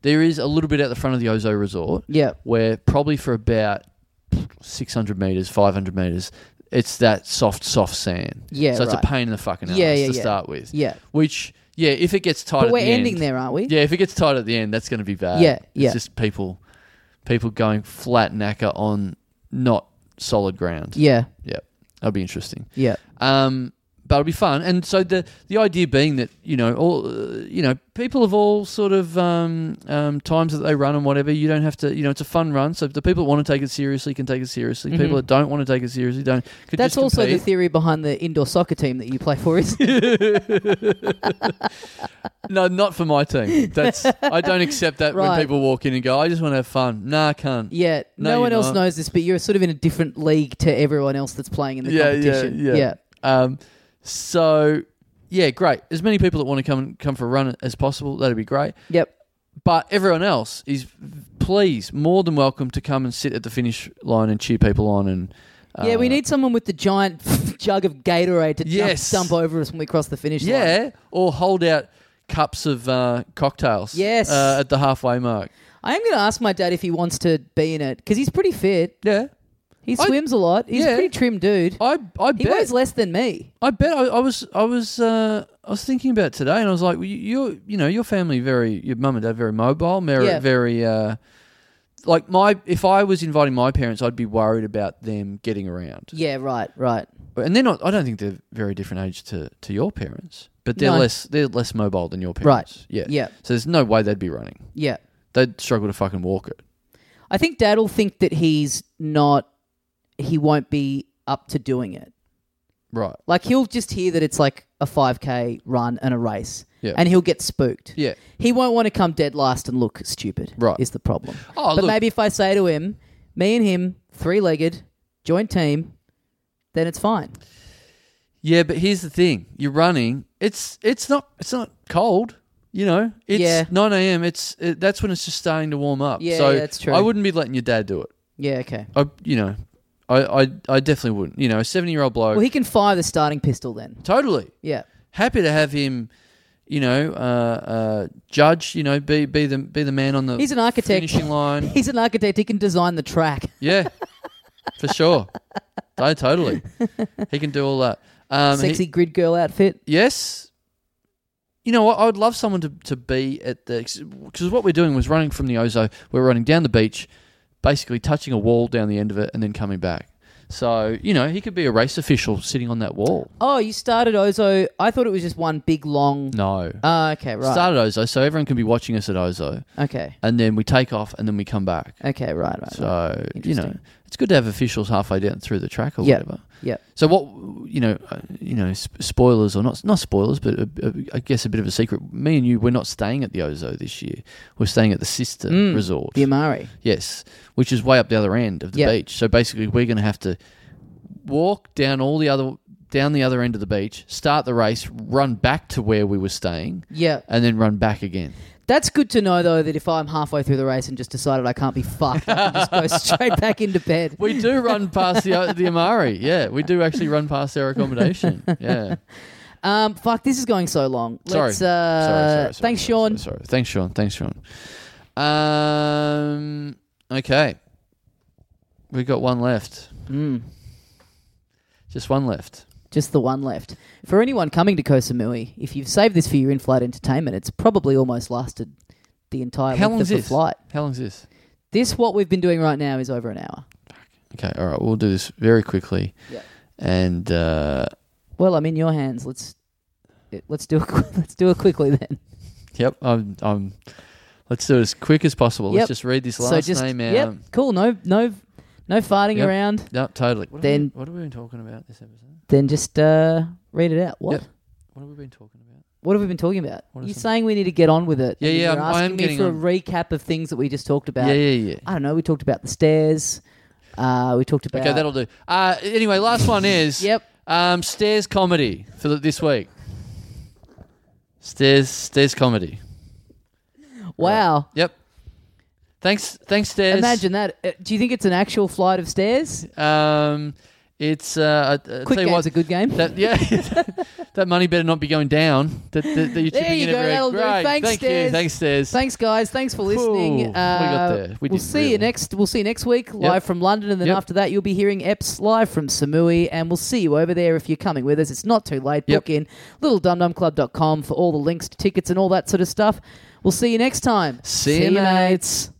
There is a little bit at the front of the Ozo Resort
Yeah,
where probably for about 600 meters, 500 meters, it's that soft, soft sand.
Yeah,
So
right.
it's a pain in the fucking ass
Yeah, yeah,
to
yeah.
start with.
yeah.
Which, yeah, if it gets tight
But
at
we're
the
ending
end,
there, aren't we?
Yeah, if it gets tight at the end, that's going to be bad.
Yeah, yeah.
It's just people, people going flat knacker on not solid ground.
yeah,
That'll be interesting.
yeah.
Um, but it'll be fun. And so the the idea being that you know all uh, you know people of all sort of um, um, times that they run and whatever. You don't have to. You know, it's a fun run. So the people that want to take it seriously can take it seriously.
Mhm.
People that don't want to take it seriously don't. Could
That's
just
also the
compete.
theory behind the indoor soccer team that you play for, isn't it?
no, not for my team. That's I don't accept that
Right.
when people walk in and go, "I just want to have fun." Nah, can't.
yeah. No,
No, you're
one else
not.
knows this, but you're sort of in a different league to everyone else that's playing in the
Yeah, yeah,
competition.
yeah. Um, so yeah, great. As many people that want to come come for a run as possible, that'd be great.
Yep.
But everyone else is please more than welcome to come and sit at the finish line and cheer people on and uh,
yeah, we need someone with the giant jug of Gatorade to
Yes.
jump, dump over us when we cross the finish line.
yeah or hold out cups of uh, cocktails
Yes.
uh, at the halfway mark
I am going to ask my dad if he wants to be in it because he's pretty fit.
yeah
He
I-
swims a lot. He's a
yeah.
pretty trim dude.
I I
he
bet
weighs less than me.
I bet I, I was I was uh, I was thinking about it today, and I was like, well, you you're, you know your family very your mum and dad very mobile, very
Yeah.
very uh, like my if I was inviting my parents, I'd be worried about them getting around.
Yeah, right, right.
And they're not. I don't think they're very different age to, to your parents, but they're
No.
less they're less mobile than your
Right.
parents. Yeah.
Yeah,
So there's no way they'd be running.
yeah.
They'd struggle to fucking walk it.
I think dad will think that he's not, he won't be up to doing it.
Right.
Like he'll just hear that it's like a 5K run and a race.
Yeah.
And he'll get spooked.
Yeah.
He won't want to come dead last and look stupid.
Right.
Is the problem.
Oh,
but
look.
maybe if I say to him, me and him, three legged, joint team, then it's fine.
Yeah, but here's the thing: you're running. It's it's not it's not cold. You know, it's
Yeah.
9 a.m. It's it, that's when it's just starting to warm up.
Yeah,
so
yeah, that's true.
I wouldn't be letting your dad do it.
Yeah, okay.
I, you know, I, I I definitely wouldn't. You know, a 70 year old bloke.
Well, he can fire the starting pistol then.
totally
Yeah.
happy to have him. You know, uh, uh, judge. You know, be be the be the man on the
He's an architect.
finishing line.
He's an architect. He can design the track.
yeah, for sure. No, totally. He can do all that. Um, he-
Sexy grid girl outfit.
yes. You know what? I would love someone to, to be at the because what we're doing was running from the Ozo. We're running down the beach, basically touching a wall down the end of it, and then coming back. So you know he could be a race official sitting on that wall.
Oh, you started Ozo. I thought it was just one big long.
No,
Ah, okay, right.
started Ozo, so everyone can be watching us at Ozo,
okay.
and then we take off, and then we come back.
Okay, right, right. right.
So you know
Interesting.
it's good to have officials halfway down through the track or
Yep.
whatever.
Yep.
So what you know, uh, you know, sp- spoilers or not, not spoilers, but a, a, I guess a bit of a secret. Me and you, we're not staying at the Ozo this year. We're staying at the sister
Mm.
resort.
The Amari.
yes, which is way up the other end of the
Yep.
beach. So basically, we're going to have to walk down all the other down the other end of the beach, start the race, run back to where we were staying,
Yeah.
and then run back again.
That's good to know, though, that if I'm halfway through the race and just decided I can't be fucked, I can just go straight back into bed.
We do run past the the Amari. Yeah, we do actually run past their accommodation. Yeah.
Um, fuck, this is going so long.
Sorry.
Let's, uh,
sorry, sorry, sorry,
thanks,
sorry,
Sean.
Sorry, sorry. Thanks, Sean. Thanks, Sean. Um, okay. We got one left.
Mm.
Just one left.
Just the one left. For anyone coming to Koh Samui, if you've saved this for your in flight entertainment, it's probably almost lasted the entire
How
length
long's
of the
this?
flight.
How long's this?
This, what we've been doing right now, is over an hour.
Okay, all right. We'll do this very quickly.
Yeah.
And uh,
Well, I'm in your hands. Let's let's do it. qu- Let's do it quickly then.
yep, I'm, I'm. Let's do it as quick as possible.
Yep.
Let's just read this last
so just
name out.
yep, cool. No, no, no farting
Yep.
around.
No, totally. What
Then-
have we, what have we been talking about this episode?
Then just uh, read it out. What?
Yep. What have we been talking about?
What have we been talking about?
What are
You're
some-
saying we need to get on with it.
Yeah,
and
yeah,
You're
I'm- I
asking
am
me
getting
for
on.
a recap of things that we just talked about.
yeah, yeah, yeah.
I don't know. We talked about the stairs. Uh, we talked about.
Okay, that'll do. Uh, anyway, last one is
Yep.
um, stairs comedy for th- this week. Stairs, stairs comedy.
Wow.
Yep. Thanks, thanks, stairs.
Imagine that. Uh, Do you think it's an actual flight of stairs?
Um, it's uh, I, I
Quick
tell you
game's
what,
a good game.
that yeah, that money better not be going down. That, that, that you're
There
chipping
you
in
go,
every
that'll do.
Great.
Thanks,
Thank
Stairs.
you. Thanks, stairs.
Thanks, guys. Thanks for listening.
Cool. We got there. We
will
did
see you
really.
next. We'll see you next week, live from London, and then
Yep.
after that, you'll be hearing Epps live from Samui, and we'll see you over there if you're coming with us. It's not too late.
Yep.
Book in littledumdumclub.com for all the links to tickets and all that sort of stuff. We'll see you next time.
See you, mates.